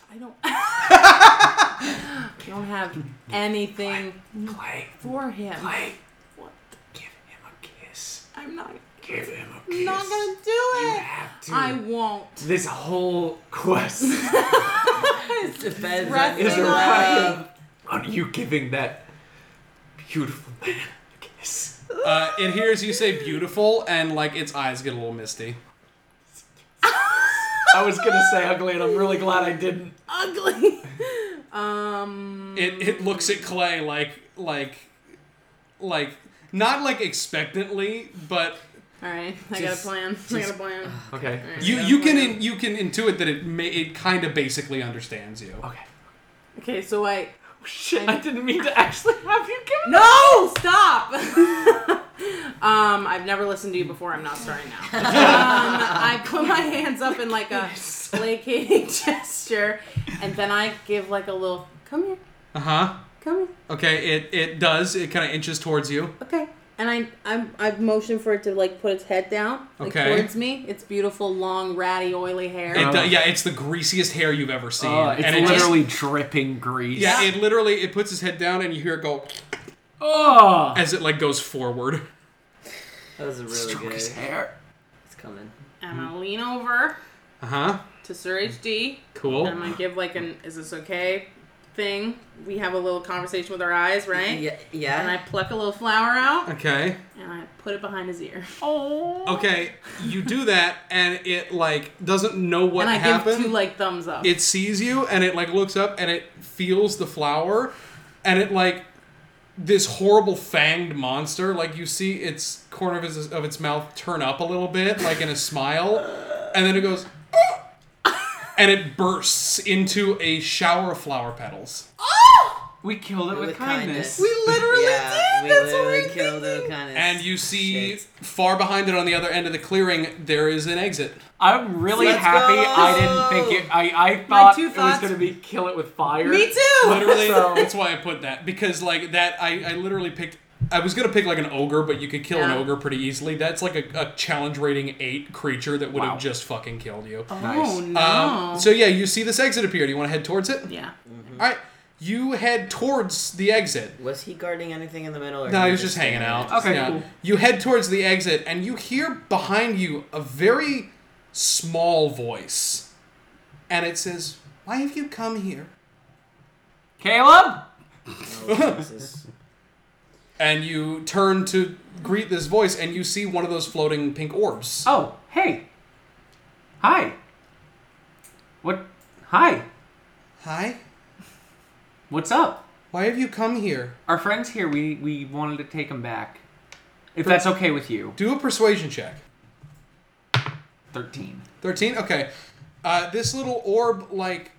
D: I don't. I don't have anything
G: Clay.
D: for him.
G: Clay.
D: What?
G: Give him a kiss.
D: I'm not.
G: Give him a
D: I'm
G: kiss.
D: not gonna do
G: You
D: it.
G: have to.
D: I won't.
G: This whole quest.
E: Depends
D: Resting
G: is a
D: on
G: riot.
D: me.
G: on you giving that beautiful man a kiss.
B: uh, it hears you say beautiful and like its eyes get a little misty
G: I was gonna say ugly, and I'm really glad I didn't.
D: Ugly. um.
B: it, it looks at clay like like like not like expectantly but
D: All right. I got a
G: Just-
D: plan. I got a plan.
G: Okay.
D: All right,
B: Ah. you
D: I got a
B: you can
D: plan.
B: in, you can intuit that it may, it kind of basically understands you
G: Okay.
D: Okay. So I.
G: Shit, I didn't mean to actually have you give.
D: No! Stop! um, I've never listened to you before. I'm not starting now. Um, I put my hands up in like a placating gesture, and then I give like a little, come here,
B: uh-huh
D: come here,
B: okay it it does it kind of inches towards you
D: okay. And I, I'm, I motion for it to like put its head down, like
B: Okay.
D: towards me. Its beautiful, long, ratty, oily hair.
B: it do, yeah it's the greasiest hair you've
D: Uh,
B: ever seen and it just
G: dripping grease.
B: yeah it literally it puts its head down and you hear it go
G: oh.
B: as it like goes forward
E: That was a really good.
G: His
E: It's
G: hair.
E: coming.
D: and I lean over
B: uh-huh
D: to Sir HD.
B: cool
D: And I'm gonna give like an, is this okay? Thing. We have a little conversation with our eyes, right?
E: Yeah.
D: And I
E: Yeah.
D: pluck a little flower out.
B: okay
D: and I put it behind his ear.
B: okay you do that and it like doesn't know what
D: and I
B: happened
D: give two like thumbs up.
B: it sees you and it like looks up and it feels the flower and it like this horrible fanged monster like you see its corner of its, of its mouth turn up a little bit like in a smile and then it goes "Oh!" and it bursts into a shower of flower petals
G: We killed it with,
E: With
G: kindness.
E: kindness.
D: literally
E: yeah, we literally killed O'Connor.
B: and you see
E: Shit.
B: far behind it on the other end of the clearing there is an exit
G: I'm really
E: Let's
G: happy.
E: go!
G: I didn't think it. I I thought
D: two
G: it was
D: thoughts-
G: gonna be kill it with fire.
D: Me too. Oh,
B: literally
G: So-
B: that's why i put that because like that i, I literally picked i was gonna pick like an ogre but you could kill an
D: Yeah.
B: ogre pretty easily that's like a, a challenge rating 8 creature that would
G: Wow.
B: have just fucking killed you
D: Oh no.
B: um, so yeah you see this exit appear do you want to head towards it
D: yeah.
B: all right you head towards the exit
E: Was he guarding anything in the middle? Or
B: no, he
E: he
B: was just hanging out.
G: Okay,
B: Yeah.
G: cool.
B: You head towards the exit, and you hear behind you a very small voice, and it says, "Why have you come here?"
G: Caleb.
E: Oh, Jesus.
B: and you turn to greet this voice and you see one of those floating pink orbs
G: Oh hey. Hi. What? Hi.
B: hi
G: What's up?
B: why have you come here
G: Our friends here. We we wanted to take them back. If that's okay with you.
B: do a persuasion check
G: Thirteen.
B: 13 okay uh, this little orb like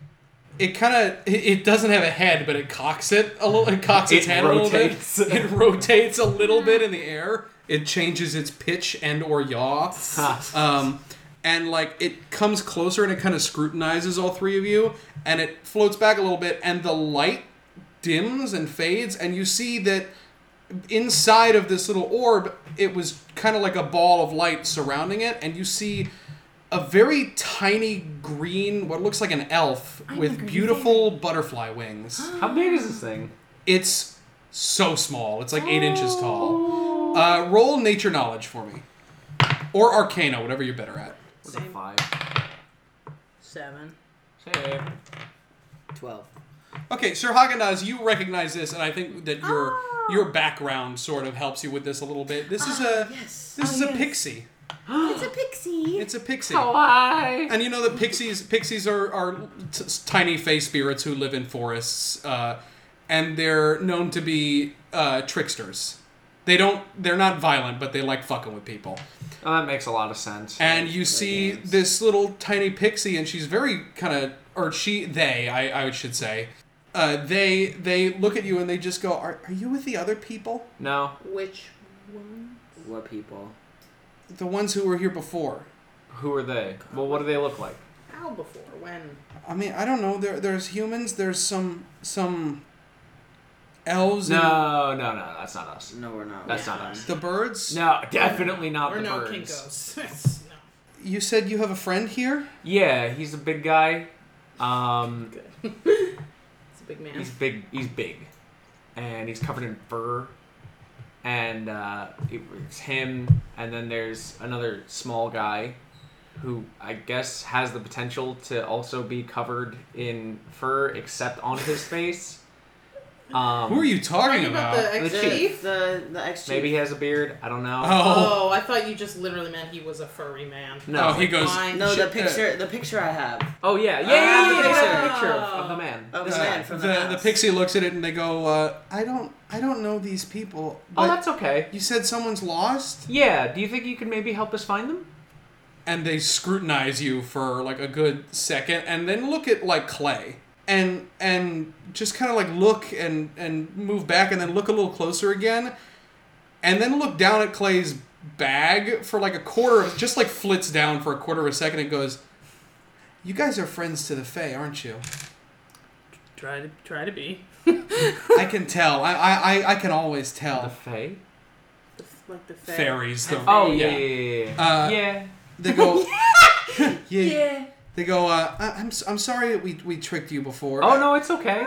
B: it kind of it, it doesn't have a head but it cocks it a little it cocks its
G: It
B: head
G: rotates.
B: a little bit it rotates a little bit in the air it changes its pitch and or yaw
G: Ha.
B: um, and like it comes closer and it kind of scrutinizes all three of you and it floats back a little bit and the light dims and fades and you see that inside of this little orb it was kind of like a ball of light surrounding it and you see a very tiny green what looks like an elf with beautiful butterfly wings
G: How big is this thing?
B: it's so small it's like eight inches tall Uh, roll nature knowledge for me, or Arcana, whatever you're better at.
G: What's a five?
D: Seven.
F: Same.
E: Twelve.
B: Okay, Sir Hagenaz, you recognize this, and I think that your
H: Ah.
B: your background sort of helps you with this a little bit. This is a
H: Ah, Yes.
B: this is a pixie.
H: It's a pixie.
B: It's a pixie.
G: Why?
B: And you know the pixies. Pixies are are t- s- tiny face spirits who live in forests, uh, and they're known to be uh, tricksters. They don't. They're not violent, but they like fucking with people.
G: Oh, that makes a lot of sense.
B: And you see this little tiny pixie, and she's very kind of, or she, they, I, I should say, uh, they they look at you and they just go, "Are are you with the other people?
G: No.
D: Which one?
E: What people?
B: The ones who were here before?"
G: Who are they? Well, what do they look like?
D: How before? When?
B: I mean, I don't know. There there's humans. There's some some elves. and-
G: No, no, no. That's not us.
E: No, we're not.
G: That's not us.
B: The birds?
G: No, definitely not
D: We're
G: the
D: no
G: birds.
D: Kinkos.
B: You said you have a friend here?
G: Yeah, he's a big guy. Um,
D: no. Good. it's a big man.
G: he's big. He's big, and he's covered in fur. And uh, it- it's him, and then there's another small guy, who I guess has the potential to also be covered in fur, except on his face. Um,
B: Who are you talking
D: Talking
B: about?
D: about the
G: The
D: ex
G: chief.
D: chief.
H: The the ex
G: Maybe he has a beard. I don't know.
B: oh.
D: Oh, I thought you just literally meant he was a furry man.
B: No,
G: no.
B: he goes.
D: Fine.
H: No, the
B: Shit, uh,
H: picture. The picture I have
G: Oh yeah,
B: Ah,
G: yeah, yeah,
B: the
G: yeah, yeah,
B: picture.
G: yeah. picture of, of the man.
H: of
B: uh,
H: the man from the,
B: the,
H: house.
B: pixie looks at it and they go, uh, I don't I don't know these people.
G: oh,
B: But
G: that's okay.
B: you said someone's lost?
G: Yeah. Do you think you could maybe help us find them?
B: And they scrutinize you for like a good second and then look at like clay. And and just kinda like look and, and move back and then look a little closer again. And then look down at Clay's bag for like a quarter of just like flits down for a quarter of a second and goes, You guys are friends to the Fae, aren't you?
D: Try to try to be.
B: I can tell. I I, I, I can always
G: The
B: tell.
G: Fae.
D: Like the fair.
B: Fairies. The,
G: Oh yeah, yeah, yeah. yeah.
B: Uh,
G: yeah.
B: They go. yeah. They go. Uh, I, I'm s- I'm sorry that we we tricked you before.
G: Oh no, it's okay.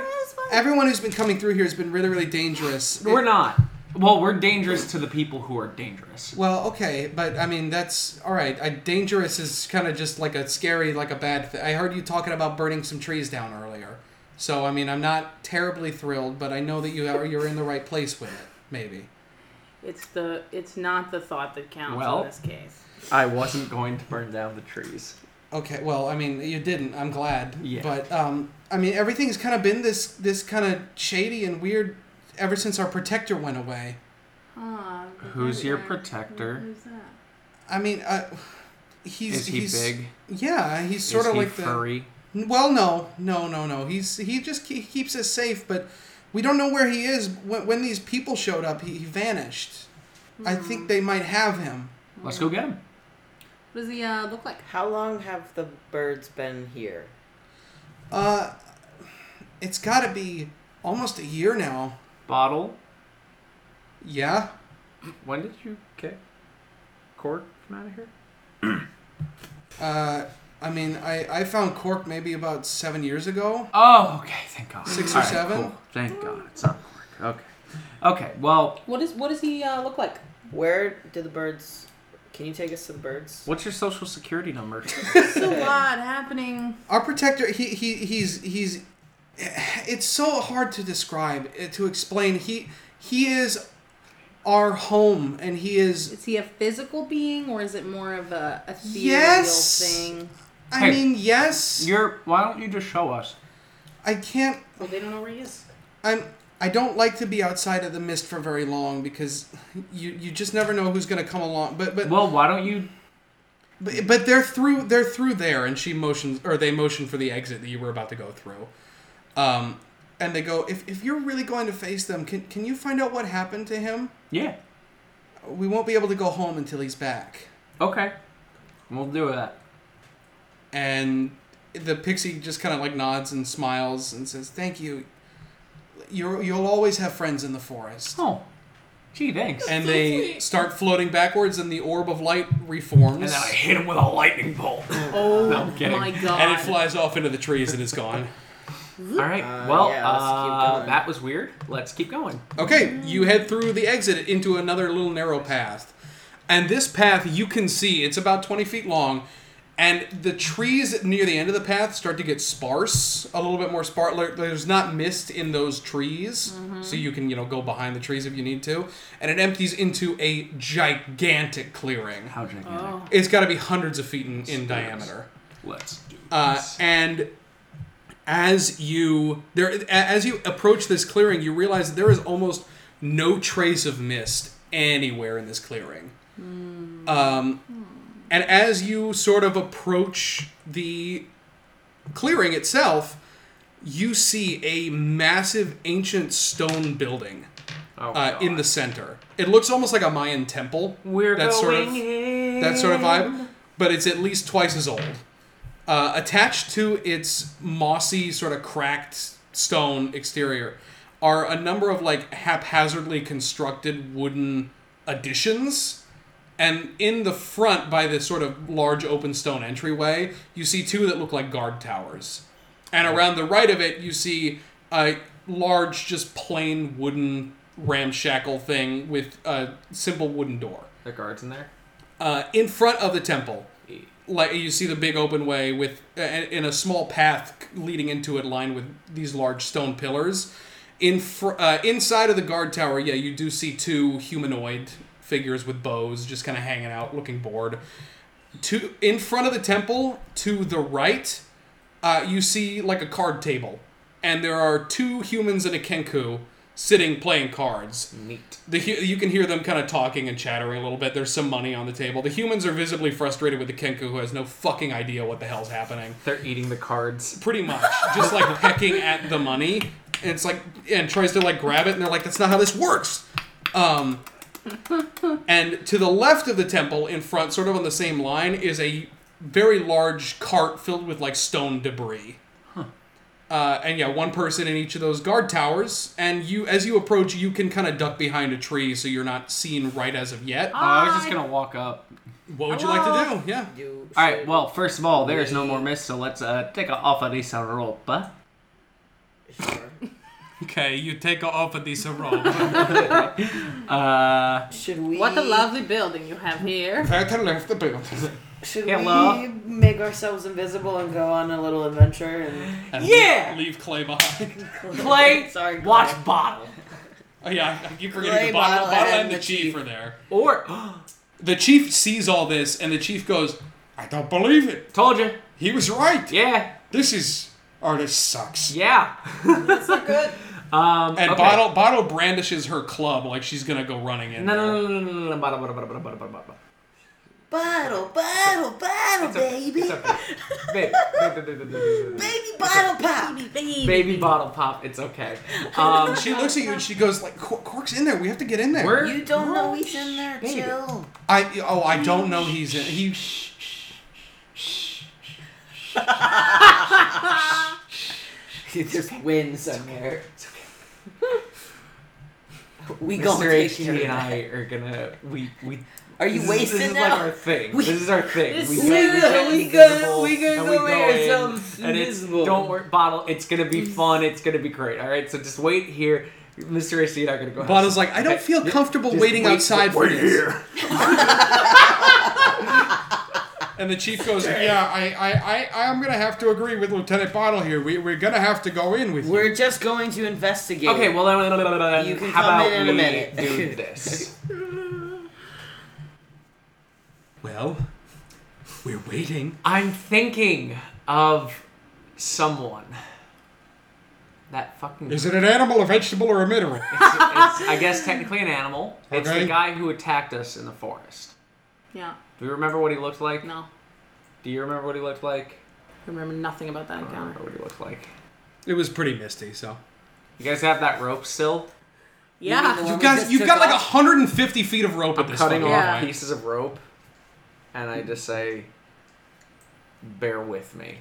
B: Everyone who's been coming through here has been really really dangerous.
G: We're
B: It-
G: not. Well, we're dangerous to the people who are dangerous.
B: Well, okay, but I mean that's all right. I, dangerous is kind of just like a scary, like a bad thing. I heard you talking about burning some trees down earlier, so I mean I'm not terribly thrilled, but I know that you are you're in the right place with it. Maybe.
D: It's the it's not the thought that counts
G: Well.
D: in this case.
G: I wasn't going to burn down the trees.
B: Okay, well, I mean, you didn't. I'm glad.
G: Yeah.
B: But um, I mean, everything's kind of been this this kind of shady and weird ever since our protector went away.
D: Aw, Ah, the
G: Who's your
D: guy.
G: protector?
D: Who's that?
B: I mean, uh, he's
G: Is he
B: he's,
G: big?
B: Yeah, he's sort
G: Is
B: of
G: he
B: like
G: furry?
B: the. Well, no, no, no, no. He's he just he keeps us safe, but we don't know where he is. When, when these people showed up, he, he vanished. I think they might have him.
G: Let's go get him.
D: What does he uh, look like?
E: How long have the birds been here?
B: Uh, it's got to be almost a year now.
G: Bottle.
B: Yeah.
G: When did you get Cork from out of here?
B: Uh, I mean, I, I found cork maybe about seven years ago.
G: Oh, okay. Thank God.
B: Six or
G: All right,
B: seven?
G: cool. Thank God. It's not Cork. Okay. Okay. Well,
D: What is what does he uh, look like?
E: Where do the birds? Can you take us to the birds?
G: what's your social security number?
D: It's a lot happening.
B: Our protector, he, he he's he's. It's so hard to describe, eh, to explain. He he is our home, and he is.
D: Is he a physical being or is it more of a ethereal
B: Yes.
D: thing?
B: I
G: Hey.
B: mean, yes.
G: You're. Why don't you just show us?
B: I can't.
D: Well, they don't know where he is.
B: I'm. I don't like to be outside of the mist for very long because you you just never know who's gonna come along. But but
G: Well, why don't you?
B: But, but they're through. They're through there, and she motions, or they motion for the exit that you were about to go through. Um, and they go, if, if you're really going to face them, can can you find out what happened to him?
G: Yeah.
B: We won't be able to go home until he's back.
G: Okay. We'll do that.
B: And the pixie just kind of like nods and smiles and says, "Thank you. You're, you'll always have friends in the forest."
G: Oh. Gee, thanks.
B: And they start floating backwards, and the orb of light reforms,
G: hit him with a lightning bolt.
D: Oh
G: No, I'm kidding.
D: my god.
B: and it flies off into the trees and is gone.
G: All right.
E: Uh,
G: well,
E: yeah, let's keep
G: uh,
E: going.
G: that was weird. Let's keep going.
B: Okay, you head through the exit into another little narrow path. And this path, you can see, it's about 20 feet long. And the trees near the end of the path start to get sparse, a little bit more sparse. There's not mist in those trees, so you can, you know, go behind the trees if you need to. And it empties into a gigantic clearing.
G: How gigantic?
D: Oh.
B: It's got to be hundreds of feet in, in diameter.
G: Let's do
B: Uh,
G: this.
B: and as you there, a- as you approach this clearing, you realize that there is almost no trace of mist anywhere in this clearing.
G: Hmm.
B: Um, and as you sort of approach the clearing itself, you see a massive ancient stone building
G: Oh,
B: uh, in
G: God.
B: the center. It looks almost like a Mayan temple.
G: We're
B: that sort of-
G: going in.
B: that sort of vibe, but it's at least twice as old. Uh, attached to its mossy, sort of cracked stone exterior are a number of like haphazardly constructed wooden additions. And in the front, by this sort of large open stone entryway, you see two that look like guard towers. And around the right of it, you see a large, just plain wooden ramshackle thing with a simple wooden door
G: There are guards in there.
B: uh, in front of the temple. Like you see the big open way with in a small path leading into it, lined with these large stone pillars. In fr- uh, inside of the guard tower, yeah, you do see two humanoid figures with bows, just kind of hanging out, looking bored. To in front of the temple, to the right, uh, you see like a card table, and there are two humans and a kenku sitting playing cards
G: Neat.
B: the hu- you can hear them kind of talking and chattering a little bit. There's some money on the table. The humans are visibly frustrated with the Kenku, who has no fucking idea what the hell's happening.
G: They're eating the cards.
B: Pretty much, just like pecking at the money, and it's like, and tries to like grab it, and they're like, "That's not how this works." Um, and to the left of the temple, in front, sort of on the same line, is a very large cart filled with like stone debris. Uh, and yeah, one person in each of those guard towers. And you, as you approach, you can kind of duck behind a tree so you're not seen right as of yet.
G: Oh, I was just gonna walk up.
B: What would you like to do? Yeah.
E: You
G: All
E: should-
G: right. Well, first of all, there is no more mist, so let's uh, take off of this rope.
E: Sure.
B: Okay, you take off of this robe.
G: Uh,
E: Should we?
D: What a lovely building you have here.
B: Better left the building.
E: Should
G: Hello?
E: we make ourselves invisible and go on a little adventure? And
F: Yeah!
B: Leave Clay behind.
F: Clay,
E: sorry, Clay.
F: watch bottle.
B: Oh, yeah, I keep forgetting
E: Clay,
B: the bottle,
E: Bottle,
B: bottle and,
E: and
B: the,
E: the
B: chief,
E: chief.
B: are there.
F: Or,
B: The chief sees all this, and the chief goes, I don't believe it.
G: told you.
B: He was right.
G: Yeah.
B: This is. Oh, this sucks.
G: Yeah.
E: that's not good.
G: Um,
B: And
G: okay.
B: Bottle Bottle brandishes her club like she's gonna go running in.
G: No,
B: there.
G: no, no, no, no, no, no, bottle, bottle, bottle, bottle, bottle, bottle.
H: Bottle, bottle, bottle, baby.
G: It's okay. Babe, babe, babe, babe, babe, babe, babe.
H: Baby bottle pop. Baby,
G: Baby bottle pop. It's okay. Um,
B: She looks at you and she goes like, "Cor- "Cork's in there. We have to get in there."
G: we're
H: You don't know he's in there, chill.
B: I oh, I don't know. He's in. He.
E: He just wins on here. We gonna
G: Mr.
E: take care
G: HD
E: of
G: and I
E: that.
G: are gonna we we.
E: Are you
G: this is,
E: wasted
G: this is
E: now?
G: like our thing.
E: We-
G: this is our thing.
D: This
G: we
D: is-
G: go- we
E: we go-
G: get invisible,
E: we go
G: and
E: go make
G: in,
E: ourselves
G: and it's-
E: invisible.
G: Don't worry, bottle. It's gonna be fun. It's gonna be great. All right, so just wait here. Mr. HD and I are gonna go. have
B: Bottle's
G: some-
B: like, "I don't
G: okay,
B: feel comfortable
G: just
B: waiting
G: wait-
B: outside for
G: wait
B: this."
G: here.
B: And the chief goes, "Yeah, I, I, I, I'm gonna have to agree with Lieutenant Bottle here. We, we're gonna have to go in with
E: We're just going to investigate.
G: Okay, well, then, then, then, then,
E: You can
G: how
E: come
G: about
E: in in a
G: we
E: minute.
G: do this?
B: Well, we're waiting.
G: I'm thinking of someone. That fucking.
B: Is it an animal, a vegetable, or a mineral?
G: It's, it's, I guess technically an animal. It's
B: Okay.
G: the guy who attacked us in the forest.
D: Yeah.
G: Do you remember what he looked like?
D: No.
G: Do you remember what he looked like?
D: Remember nothing about that
G: I don't
D: encounter.
G: remember what he looked like.
B: it was pretty misty, so
G: You guys have that rope still?
D: Yeah.
E: the
B: you
E: one we
B: guys,
E: just
B: you've
E: took
B: got like
E: off?
B: 150 feet of rope at
G: I'm
B: this
G: cutting off
B: fucking
D: Yeah.
B: point.
G: pieces of rope, and I just say, "Bear with me,"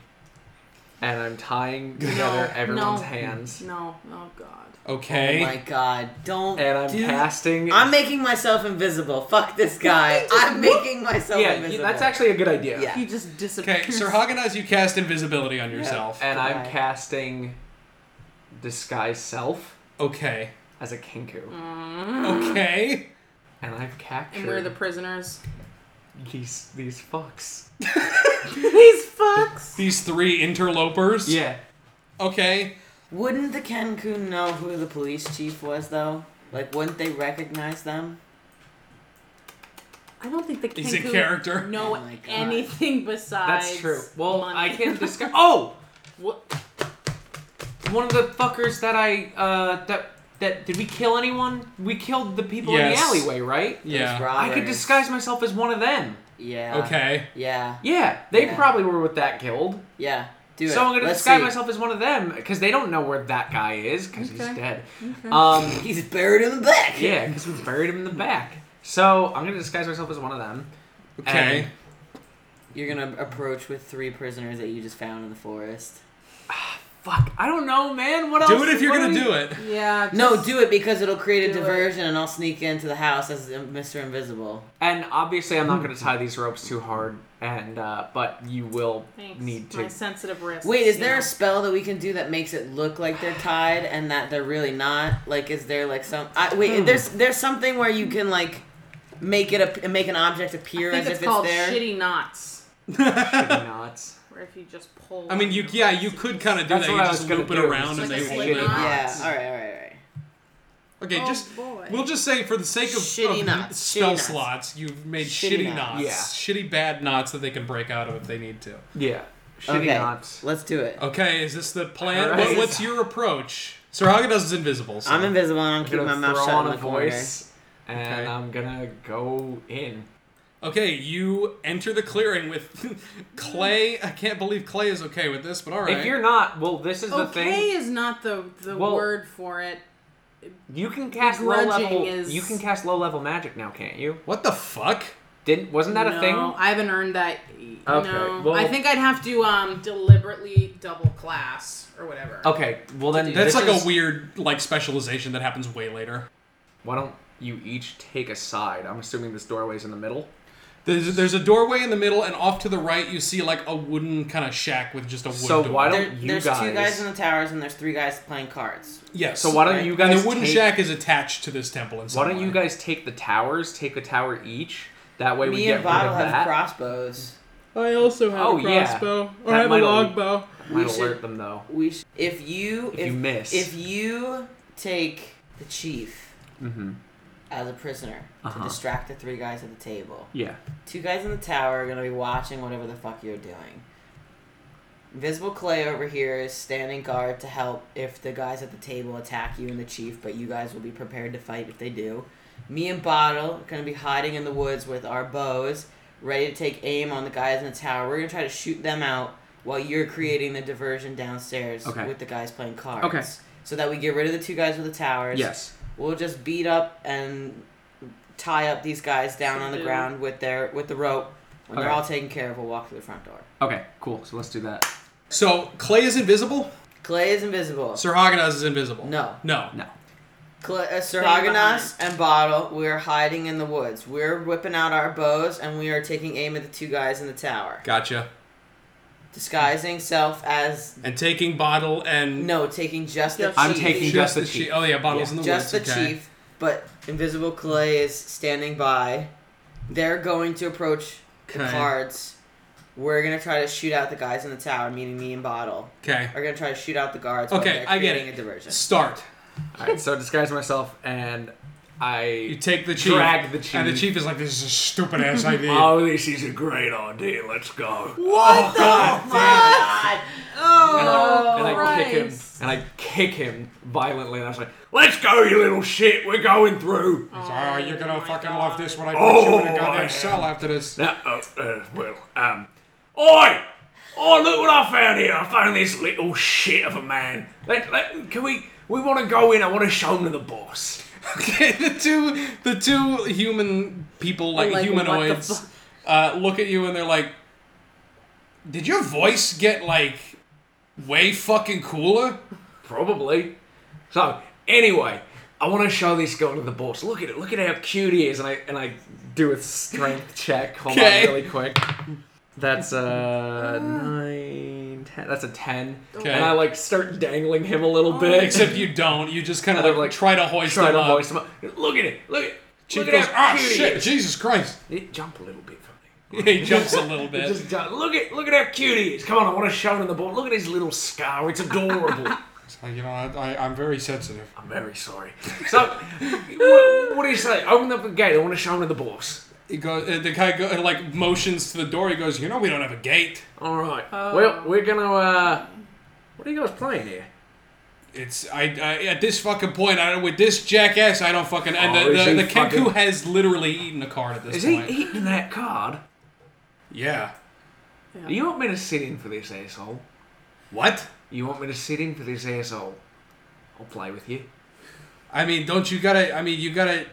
G: and I'm tying together everyone's
D: no.
G: hands,
D: No. Oh God.
B: Okay.
E: Oh my god, don't.
G: and I'm
E: do-
G: casting.
E: I'm making myself invisible. Fuck this guy. I'm making myself
G: yeah, you-
E: invisible.
G: that's actually a good idea.
E: Yeah.
D: He just disappears.
B: Okay, Sir Hagenaz, you cast invisibility on yourself.
G: And I'm
E: Right.
G: casting disguise self
B: Okay.
G: as a kinku,
B: Okay.
G: and I've captured
D: Mm. And we're the prisoners.
G: these these fucks.
D: These fucks.
B: These three interlopers.
G: Yeah,
B: Okay.
E: Wouldn't the Cancun know who the police chief was, though? Like, wouldn't they recognize them?
D: I don't think the
B: He's a
D: Kenku
B: character.
D: know
E: Oh my God.
D: anything besides.
G: that's true. Well,
D: money.
G: I can't disguise. Oh,
D: What?
G: one of the fuckers that I uh that that did we kill anyone? We killed the people
B: Yes.
G: in the alleyway, right?
E: Those
B: Yeah.
G: I could
E: robbers.
G: disguise myself as one of them.
E: Yeah.
B: Okay.
E: Yeah.
G: Yeah, they
E: Yeah.
G: probably were with that guild.
E: Yeah. Do it.
G: so I'm gonna
E: Let's
G: disguise
E: see.
G: myself as one of them because they don't know where that guy is because he's
D: Okay.
G: dead. Um,
E: He's buried in the back.
G: yeah, because we buried him in the back. So I'm gonna disguise myself as one of them.
B: Okay.
G: And-
E: You're gonna approach with three prisoners that you just found in the forest.
G: Fuck, I don't know, man. What else?
B: do it if you're gonna do it.
D: Yeah.
E: No, do it because it'll create a
D: do it.
E: diversion, and I'll sneak into the house as Mr. Invisible.
G: And obviously, I'm not gonna tie these ropes too hard. And uh, but you will
D: Thanks.
G: need
D: My
G: to.
D: sensitive wrist.
E: Wait, is there a spell that we can do that makes it look like they're tied and that they're really not? Like, is there like some? I, wait,
G: Hmm.
E: there's there's something where you can like make it a, make an object appear
D: I think
E: as
D: it's
E: if
D: called
E: it's there.
D: shitty knots,
G: knots.
D: where if you just pull.
B: I mean, you
D: on your
B: yeah,
D: wrist,
B: you
D: it
B: could
D: just-
B: kind of do
G: That's
B: that.
G: what I
B: You
G: was
B: just
G: gonna
B: loop it
G: do, is
B: around
G: just
B: and
D: like
B: they
D: a
B: will.
D: shitty
B: do it.
D: knot.
E: Yeah. All right. All right. All right.
B: Okay,
D: Oh,
B: just
D: boy.
B: we'll just say for the sake of,
E: Shitty
B: of
E: knots,
B: spell
E: shitty knots.
B: slots, you've made
E: Shitty
B: shitty, knots,
E: knots.
B: shitty bad knots that they can break out of if they need to.
G: Yeah, shitty
E: okay.
G: knots.
E: Let's do it.
B: Okay, is this the plan?
G: All
B: What-
G: right.
B: what's your approach? Sir Hagadas is invisible. So.
E: I'm invisible and I'm keeping my
G: gonna
E: mouth
G: throw
E: shut
G: on
E: in
G: a
E: the corner.
G: voice, and
B: Okay.
G: I'm gonna go in.
B: okay, you enter the clearing with Clay. I can't believe Clay is okay with this, but all right.
G: If you're not, well, this is the thing.
D: Okay is not the the
G: Well-
D: word for it.
G: You can cast low level.
D: Begrudging is-
G: You can cast low level magic now, can't you?
B: what the fuck?
G: Didn't wasn't that
D: no,
G: a thing?
D: I haven't earned that.
G: Okay,
D: No.
G: well-
D: I think I'd have to um deliberately double class or whatever.
G: Okay, well then
B: That's
G: this
B: like
G: is-
B: a weird like specialization that happens way later.
G: Why don't you each take a side? I'm assuming this doorway's in the middle.
B: There's, there's a doorway in the middle, and off to the right you see like a wooden kind of shack with just a wood
G: So
B: door.
G: why don't
E: There,
G: you
E: there's
G: guys?
E: two guys in the towers and there's three guys playing cards.
B: Yes.
G: so why don't
E: right?
G: you guys?
B: And the wooden
G: take,
B: shack is attached to this temple. In some
G: Why don't you
B: way.
G: guys take the towers? Take a tower each. That way we
E: Me
G: get
E: and
G: rid
E: Bottle
G: of
E: have
G: that.
E: crossbows.
D: I also have
G: Oh, yeah. That might al-
D: bow.
G: Might
E: We should-
G: alert them though.
E: We sh- if you
G: If
E: if,
G: you miss.
E: if you take the chief
G: Mm-hmm.
E: as a prisoner
G: Uh-huh.
E: to distract the three guys at the table.
G: Yeah.
E: Two guys in the tower are gonna be watching whatever the fuck you're doing. Invisible Clay over here is standing guard to help if the guys at the table attack you and the chief, but you guys will be prepared to fight if they do. Me and Bottle are gonna be hiding in the woods with our bows, ready to take aim on the guys in the tower. We're gonna try to shoot them out while you're creating the diversion downstairs
G: Okay.
E: with the guys playing cards.
G: Okay.
E: So that we get rid of the two guys with the towers.
G: Yes.
E: We'll just beat up and tie up these guys down on the
D: Dude.
E: ground with their with the rope. When they're
G: Okay.
E: all taken care of, we'll walk through the front door.
G: Okay. Cool. So let's do that.
B: So Clay is invisible.
E: Clay is invisible.
B: Sir Hagadas is invisible.
E: No.
B: No.
G: No.
E: Cla uh, Sir
D: Stay
E: Hagenas and Bottle, we are hiding in the woods. We're whipping out our bows and we are taking aim at the two guys in the tower,
B: Gotcha.
E: disguising self as
B: And taking bottle and
E: no, taking just the
D: Yeah,
E: chief.
G: I'm taking- Just the
B: chi-
G: chief.
B: Oh yeah, bottles
G: Yeah.
B: in the
E: just
B: woods.
E: the
B: okay.
E: chief, but Invisible Clay is standing by. They're going to approach the
B: Okay.
E: cards. We're gonna try to shoot out the guys in the tower, meaning me and Bottle.
B: Okay.
E: Are gonna try to shoot out the guards. while
B: Okay,
E: they're
B: I get
E: creating
B: it.
E: A diversion.
B: Start.
G: All right. So I disguise myself and I.
B: You take the chief.
G: Drag the chief.
B: And the chief is like, "This is a stupid ass idea."
G: this is a great idea. Let's go.
B: oh god.
G: and I, and I
D: Christ.
G: kick him and I kick him violently and I was like, Let's go, you little shit, we're going through.
B: Oh, you're gonna
D: my
B: fucking
D: God.
B: love this when I put you
G: Oh,
B: in a
G: I
B: goddamn
G: am.
B: cell after this.
G: Now, uh, uh, well, um Oi! Oh look what I found here. I found this little shit of a man. Let, let, can we we wanna go in, I wanna show him to the boss.
B: Okay, the two the two human people like,
D: Like, what the
B: humanoids
D: fuck?
B: uh, look at you and they're like, "Did your voice get like way fucking cooler?"
G: Probably. So anyway, I wanna show this girl to the boss. Look at it, look at how cute he is, and I and I do a strength check. Hold
B: Okay.
G: on really quick. That's uh nine, ten. That's a ten.
B: Okay.
G: And I like start dangling him a little bit.
B: Except you don't. You just kind of
G: Kind
B: like,
G: of like
B: try to hoist
G: try
B: him
G: to
B: up.
G: hoist Oh, him up. Look at it. Look at.
B: She
G: look
B: goes,
G: at how
B: ah,
G: cute he
B: shit,
G: is."
B: Jesus Christ.
G: It jump a little bit for me.
B: he jumps a little
G: It
B: bit.
G: Just jump. Look at look at how cute he is. Come on, I want to show him the ball. Look at his little scar. It's adorable.
B: It's like, Uh, you know, I, I, I'm very sensitive.
G: I'm very sorry. So, what, what do you say? Open up the gate. I want to show him the boss.
B: He goes, uh, the guy go, uh, like motions to the door. He goes, you know, we don't have a gate.
G: All right. Well, we're gonna. uh What are you guys playing here?
B: It's I, I at this fucking point. I don't with this jackass. I don't fucking. And
G: Oh, is
B: the
G: he
B: the, the
G: fucking-
B: Kenku has literally eaten a card at this
G: Is he
B: point.
G: eating that card?
B: Yeah.
G: Do you want me to sit in for this asshole?
B: What?
G: You want me to sit in for this asshole? I'll play with you.
B: I mean, don't you gotta? I mean, you gotta.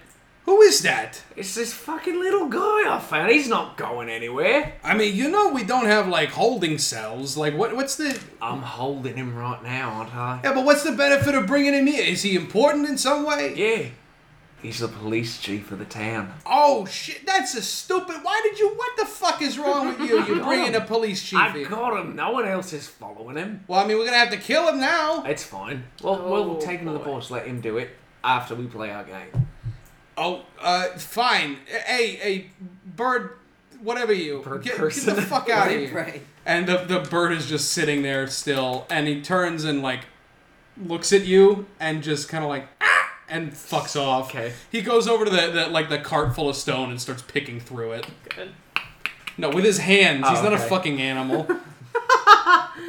B: Who is that?
G: It's this fucking little guy I found. He's not going anywhere.
B: I mean, you know, we don't have like holding cells. Like, what? What's the?
G: I'm holding him right now, aren't I?
B: Yeah, but what's the benefit of bringing him here? Is he important in some way?
G: Yeah. He's the police chief of the town.
B: Oh shit, that's a stupid. Why did you? What the fuck is wrong with you? You're bringing a police chief
G: I
B: here.
G: got him. No one else is following him.
B: Well, I mean, we're gonna have to kill him now.
G: It's fine. Well, we'll
D: Oh,
G: take him to the
D: boy.
G: boss. Let him do it after we play our game.
B: Oh, uh, fine. Hey, hey, bird, whatever you.
G: Bird
B: get,
G: person.
B: get the fuck out of
E: Right,
B: here.
E: right.
B: And the the bird is just sitting there still, and he turns and like looks at you and just kind of like ah, and fucks off.
G: Okay.
B: He goes over to the, the like the cart full of stone and starts picking through it.
D: Good.
B: No, with his hands.
G: Oh,
B: He's not a
G: okay.
B: fucking animal.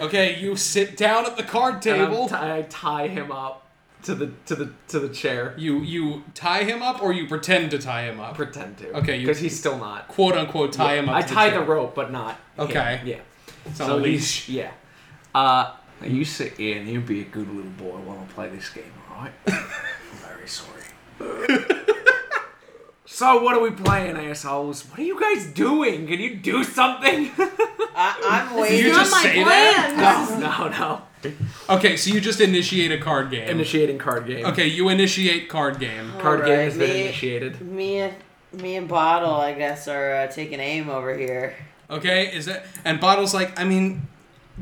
B: okay, you sit down at the card
G: And I'm
B: table.
G: ti- I tie him up to the to the to the chair.
B: you you tie him up or you pretend to tie him up.
G: Pretend to.
B: Okay, you-
G: Because he's still not.
B: Quote unquote tie him up.
G: I
B: to
G: tie
B: chair.
G: the rope, but not. him.
B: Okay.
G: Yeah.
B: It's on a leash.
G: he's- Yeah. Uh, now you sit here and you be a good little boy while I play this game, alright? I'm very sorry. so, what are we playing, assholes? What are you guys doing? Can you do something?
E: I, I'm
B: Did
E: waiting.
B: you just
D: my
B: say
D: plan.
B: that?
G: no, no.
B: Okay, so you just initiate a card game.
G: Initiating card game.
B: okay, you initiate card game.
G: Card game has been
E: Alright, me-
G: initiated.
E: Me and me and Bottle, I guess, are uh, taking aim over here.
B: Okay, is that and Bottle's like, I mean,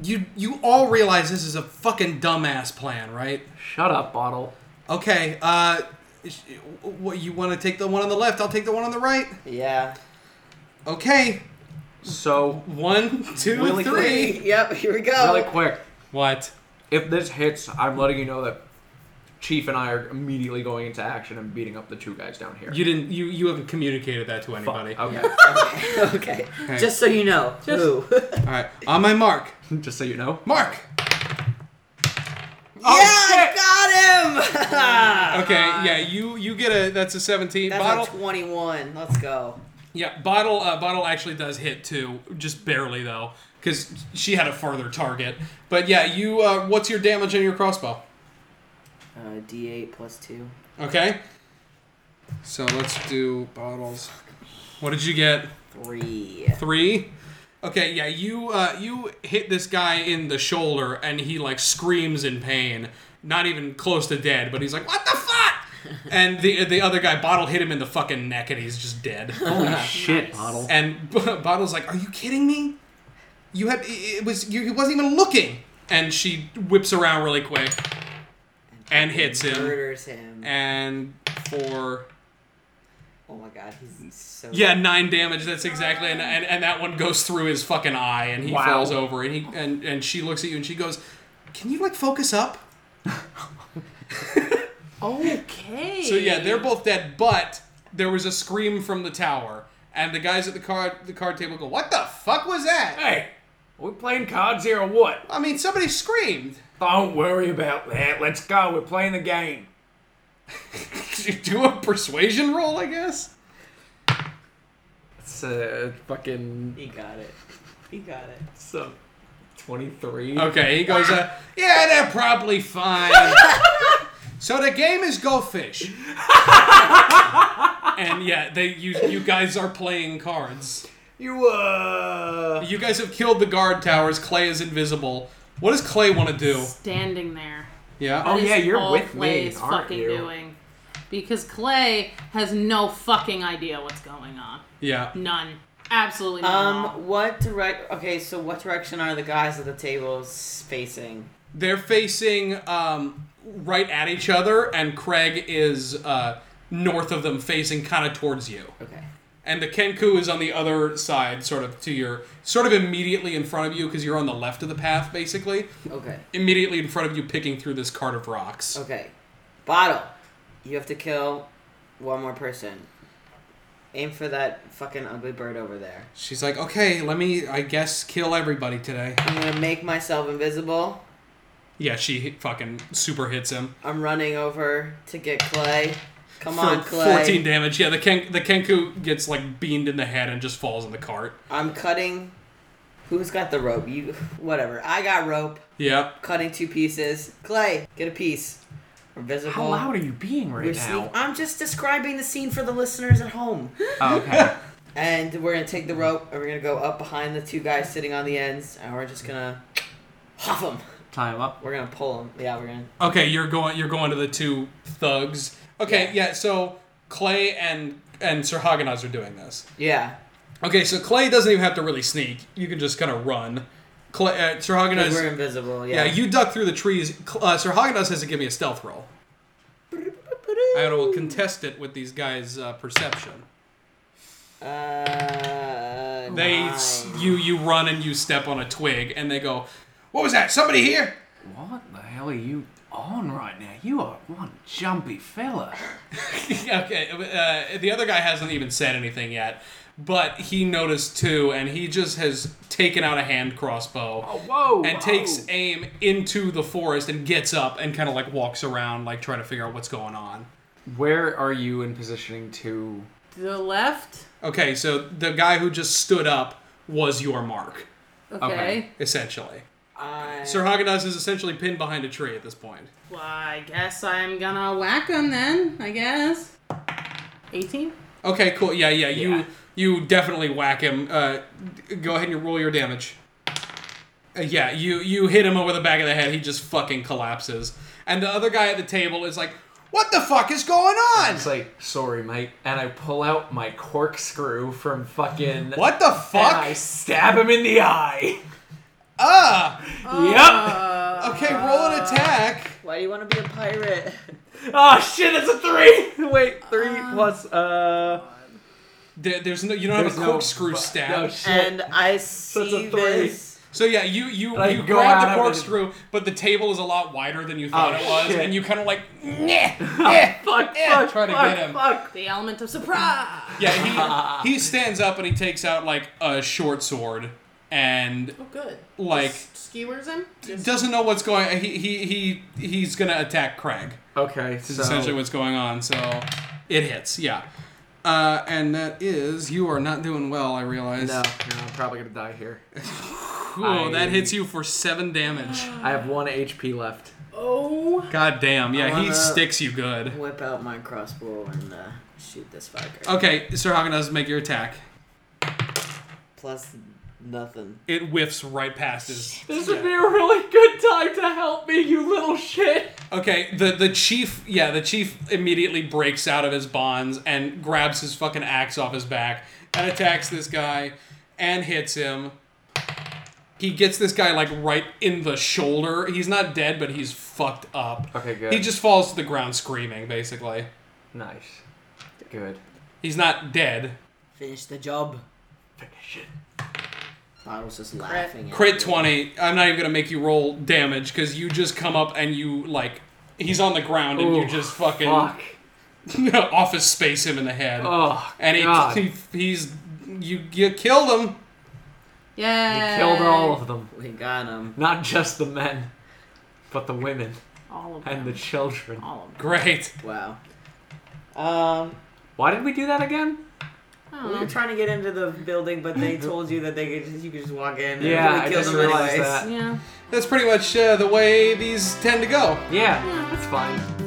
B: you you all realize this is a fucking dumbass plan, right?
G: Shut up, bottle.
B: Okay, uh is- what you want to take the one on the left, I'll take the one on the right.
E: Yeah.
B: Okay.
G: So,
B: One, two,
G: Really
B: three.
E: Yep. Here we go.
G: really quick,
B: What?
G: if this hits, I'm letting you know that Chief and I are immediately going into action and beating up the two guys down here.
B: You didn't you you haven't communicated that to anybody.
G: Okay.
E: okay. Just so you know. Who?
B: All right. On my mark.
G: Just so you know.
B: Mark.
E: yeah, I got him.
B: Okay, yeah, you you get a that's a 17
E: Ah. That's
B: bottle.
E: a twenty-one. Let's go.
B: Yeah, bottle uh, bottle actually does hit too, just barely though, because she had a farther target. But yeah, you uh, what's your damage on your crossbow?
E: Uh, D eight plus two.
B: Okay. So let's do bottles. What did you get?
E: Three.
B: Three. Okay, yeah, you uh, you hit this guy in the shoulder, and he like screams in pain. Not even close to dead, but he's like, "What the fuck!" and the the other guy, bottle, hit him in the fucking neck, and he's just dead.
G: Shit, bottle.
B: And B- Bottle's like, "Are you kidding me? You had it it was you, he wasn't even looking." And she whips around really quick and hits him.
E: Murders him.
B: And for
E: Oh my god, he's so.
B: yeah, nine damage. That's exactly and, and and that one goes through his fucking eye, and he
G: Wow.
B: falls over. And he and and she looks at you, and she goes, "Can you like focus up?"
D: Okay.
B: So yeah,
G: Eh.
B: they're both dead, but there was a scream from the tower, and the guys at the card the card table go, "What the fuck was that?"
G: Hey, are we playing cards here or what?
B: I mean, somebody screamed.
G: Don't worry about that. Let's go. We're playing the game.
B: Did you do a persuasion roll, I guess.
G: It's a Uh, fucking
E: He got it. He got it.
G: so twenty-three.
B: Okay, he goes, uh, yeah, they're probably fine. so the game is Go Fish. and yeah, they you you guys are playing cards.
G: You uh.
B: You guys have killed the guard towers. Clay is invisible. What does Clay want to do?
D: standing there.
B: Yeah.
G: Oh
D: That is
G: yeah, you're
D: all
G: with
D: Clay
G: me,
D: is
G: aren't
D: fucking
G: you?
D: doing. Because Clay has no fucking idea what's going on.
B: Yeah.
D: None. Absolutely not.
E: Um, what direct? Okay, so what direction are the guys at the tables facing?
B: They're facing um, right at each other, and Craig is uh, north of them, facing kind of towards you.
E: Okay.
B: And the Kenku is on the other side, sort of to your, sort of immediately in front of you, because you're on the left of the path, basically.
E: Okay.
B: Immediately in front of you, picking through this cart of rocks.
E: Okay. Bottle. You have to kill one more person. Aim for that fucking ugly bird over there.
B: She's like, okay, let me, I guess, kill everybody today.
E: I'm gonna make myself invisible.
B: Yeah, she hit- fucking super hits him.
E: I'm running over to get Clay. Come
B: For
E: on, Clay.
B: 14 damage. Yeah, the, Ken- the Kenku gets like beamed in the head and just falls in the cart.
E: I'm cutting. Who's got the rope? You. Whatever. I got rope.
B: Yeah.
E: Cutting two pieces. Clay, get a piece. We're visible.
G: How loud are you being right
E: We're
G: now?
E: sneak- I'm just describing the scene for the listeners at home.
G: Oh, okay.
E: And we're gonna take the rope and we're gonna go up behind the two guys sitting on the ends and we're just gonna huff them.
G: Tie him up.
E: We're gonna pull them. Yeah, we're gonna.
B: Okay, you're going. You're going to the two thugs. Okay, yeah. so Clay and and Sir Hagenaz are doing this.
E: Yeah.
B: Okay, so Clay doesn't even have to really sneak. You can just kind of run. Clay, uh, Sir
E: 'Cause we're
B: Hagenaz.
E: invisible.
B: Yeah,
E: Yeah.
B: you duck through the trees. Cl- Uh, Sir Hagenaz has to give me a stealth roll. I will contest it with these guys' uh, perception.
E: Uh,
B: They,
E: nine.
B: s you, you run and you step on a twig, and they go, "What was that? Somebody here?"
G: What the hell are you on right now? You are one jumpy fella.
B: Yeah, okay. Uh, the other guy hasn't even said anything yet, but he noticed too, and he just has taken out a hand crossbow
G: Oh, whoa!
B: and
G: whoa.
B: takes aim into the forest and gets up and kind of like walks around, like trying to figure out what's going on.
G: Where are you in positioning to?
D: the left.
B: Okay, so the guy who just stood up was your mark,
D: Okay.
G: Okay.
B: essentially.
E: I-
B: Sir Hagenaz is essentially pinned behind a tree at this point.
D: Well, I guess I'm gonna whack him then. I guess. Eighteen.
B: Okay, cool. Yeah, yeah. You
G: Yeah.
B: you definitely whack him. Uh, d- go ahead and roll your damage. Uh, yeah, you you hit him over the back of the head. He just fucking collapses. And the other guy at the table is like, "What the fuck is going on?
G: It's like, sorry, mate. And I pull out my corkscrew from fucking.
B: What the
G: And I
B: fuck?
G: stab him in the eye.
B: Ah,
D: Oh. Uh,
B: okay. Roll an attack.
E: Why do you want to be a pirate?
G: Yep. Oh shit! It's a three. Wait, three plus uh.
B: There, there's no you don't have a
G: there's no-
B: corkscrew
G: bu-
B: stab.
G: No shit.
E: and I see
G: three.
E: this.
B: So yeah, you you
G: Like,
B: you
G: go
B: grab
G: out
B: the
G: of it.
B: corkscrew, but the table is a lot wider than you thought
G: Oh,
B: it was,
G: shit. Oh,
B: and you kind of like, yeah, yeah,
G: Fuck! fuck!
B: try to
G: fuck,
B: get him.
G: Fuck!
D: the element of surprise.
B: Yeah, he, he stands up and he takes out like a short sword and
D: Oh, good.
B: like
D: Skewers him.
B: doesn't know what's going. He he he he's gonna attack Craig.
G: Okay,
B: Is
G: so
B: essentially what's going on. So it hits. Yeah. Uh, and that is you are not doing well. I realize.
G: No, no, I'm probably gonna die here.
B: Cool. That hits you for seven damage.
G: I have one HP left.
D: Oh.
B: God damn. Yeah, he
E: wanna-
B: sticks you good.
E: Whip out my crossbow and uh, shoot this fucker.
G: Oh.
B: Okay, Sir Hagen does make your attack.
E: Plus nothing.
B: It whiffs right past his
G: This would be a really good time to help me, you little shit.
B: Okay, the the chief, yeah, the chief immediately breaks out of his bonds and grabs his fucking axe off his back and attacks this guy and hits him. He gets this guy like right in the shoulder. He's not dead, but he's fucked up.
G: Okay, good.
B: He just falls to the ground screaming basically.
G: Nice. Good.
B: He's not dead.
E: Finish the job.
G: Finish it.
E: Bottle's just laughing. at
B: Crit
E: me.
B: 20. I'm not even going to make you roll damage cuz you just come up and you like he's on the ground and you
G: Ooh,
B: just fucking
G: Fuck.
B: office space him in the head.
G: Oh,
B: and
G: God.
B: he, he he's you you killed him.
D: Yeah.
G: We killed all of them.
E: We got him.
G: Not just the men, but the women
D: All of them.
G: and the children.
D: all of them.
B: Great.
E: Wow. Um,
G: Why did we do that again?
D: I
E: we
D: don't
E: were
D: know.
E: trying to get into the building, but they told you that they could just, you could just walk in. And
G: Yeah,
E: we
G: I
E: killed
G: just
E: them
G: realized
E: anyways.
G: that.
D: Oh, Yeah.
B: That's pretty much uh, the way these tend to go.
G: Yeah, that's fine.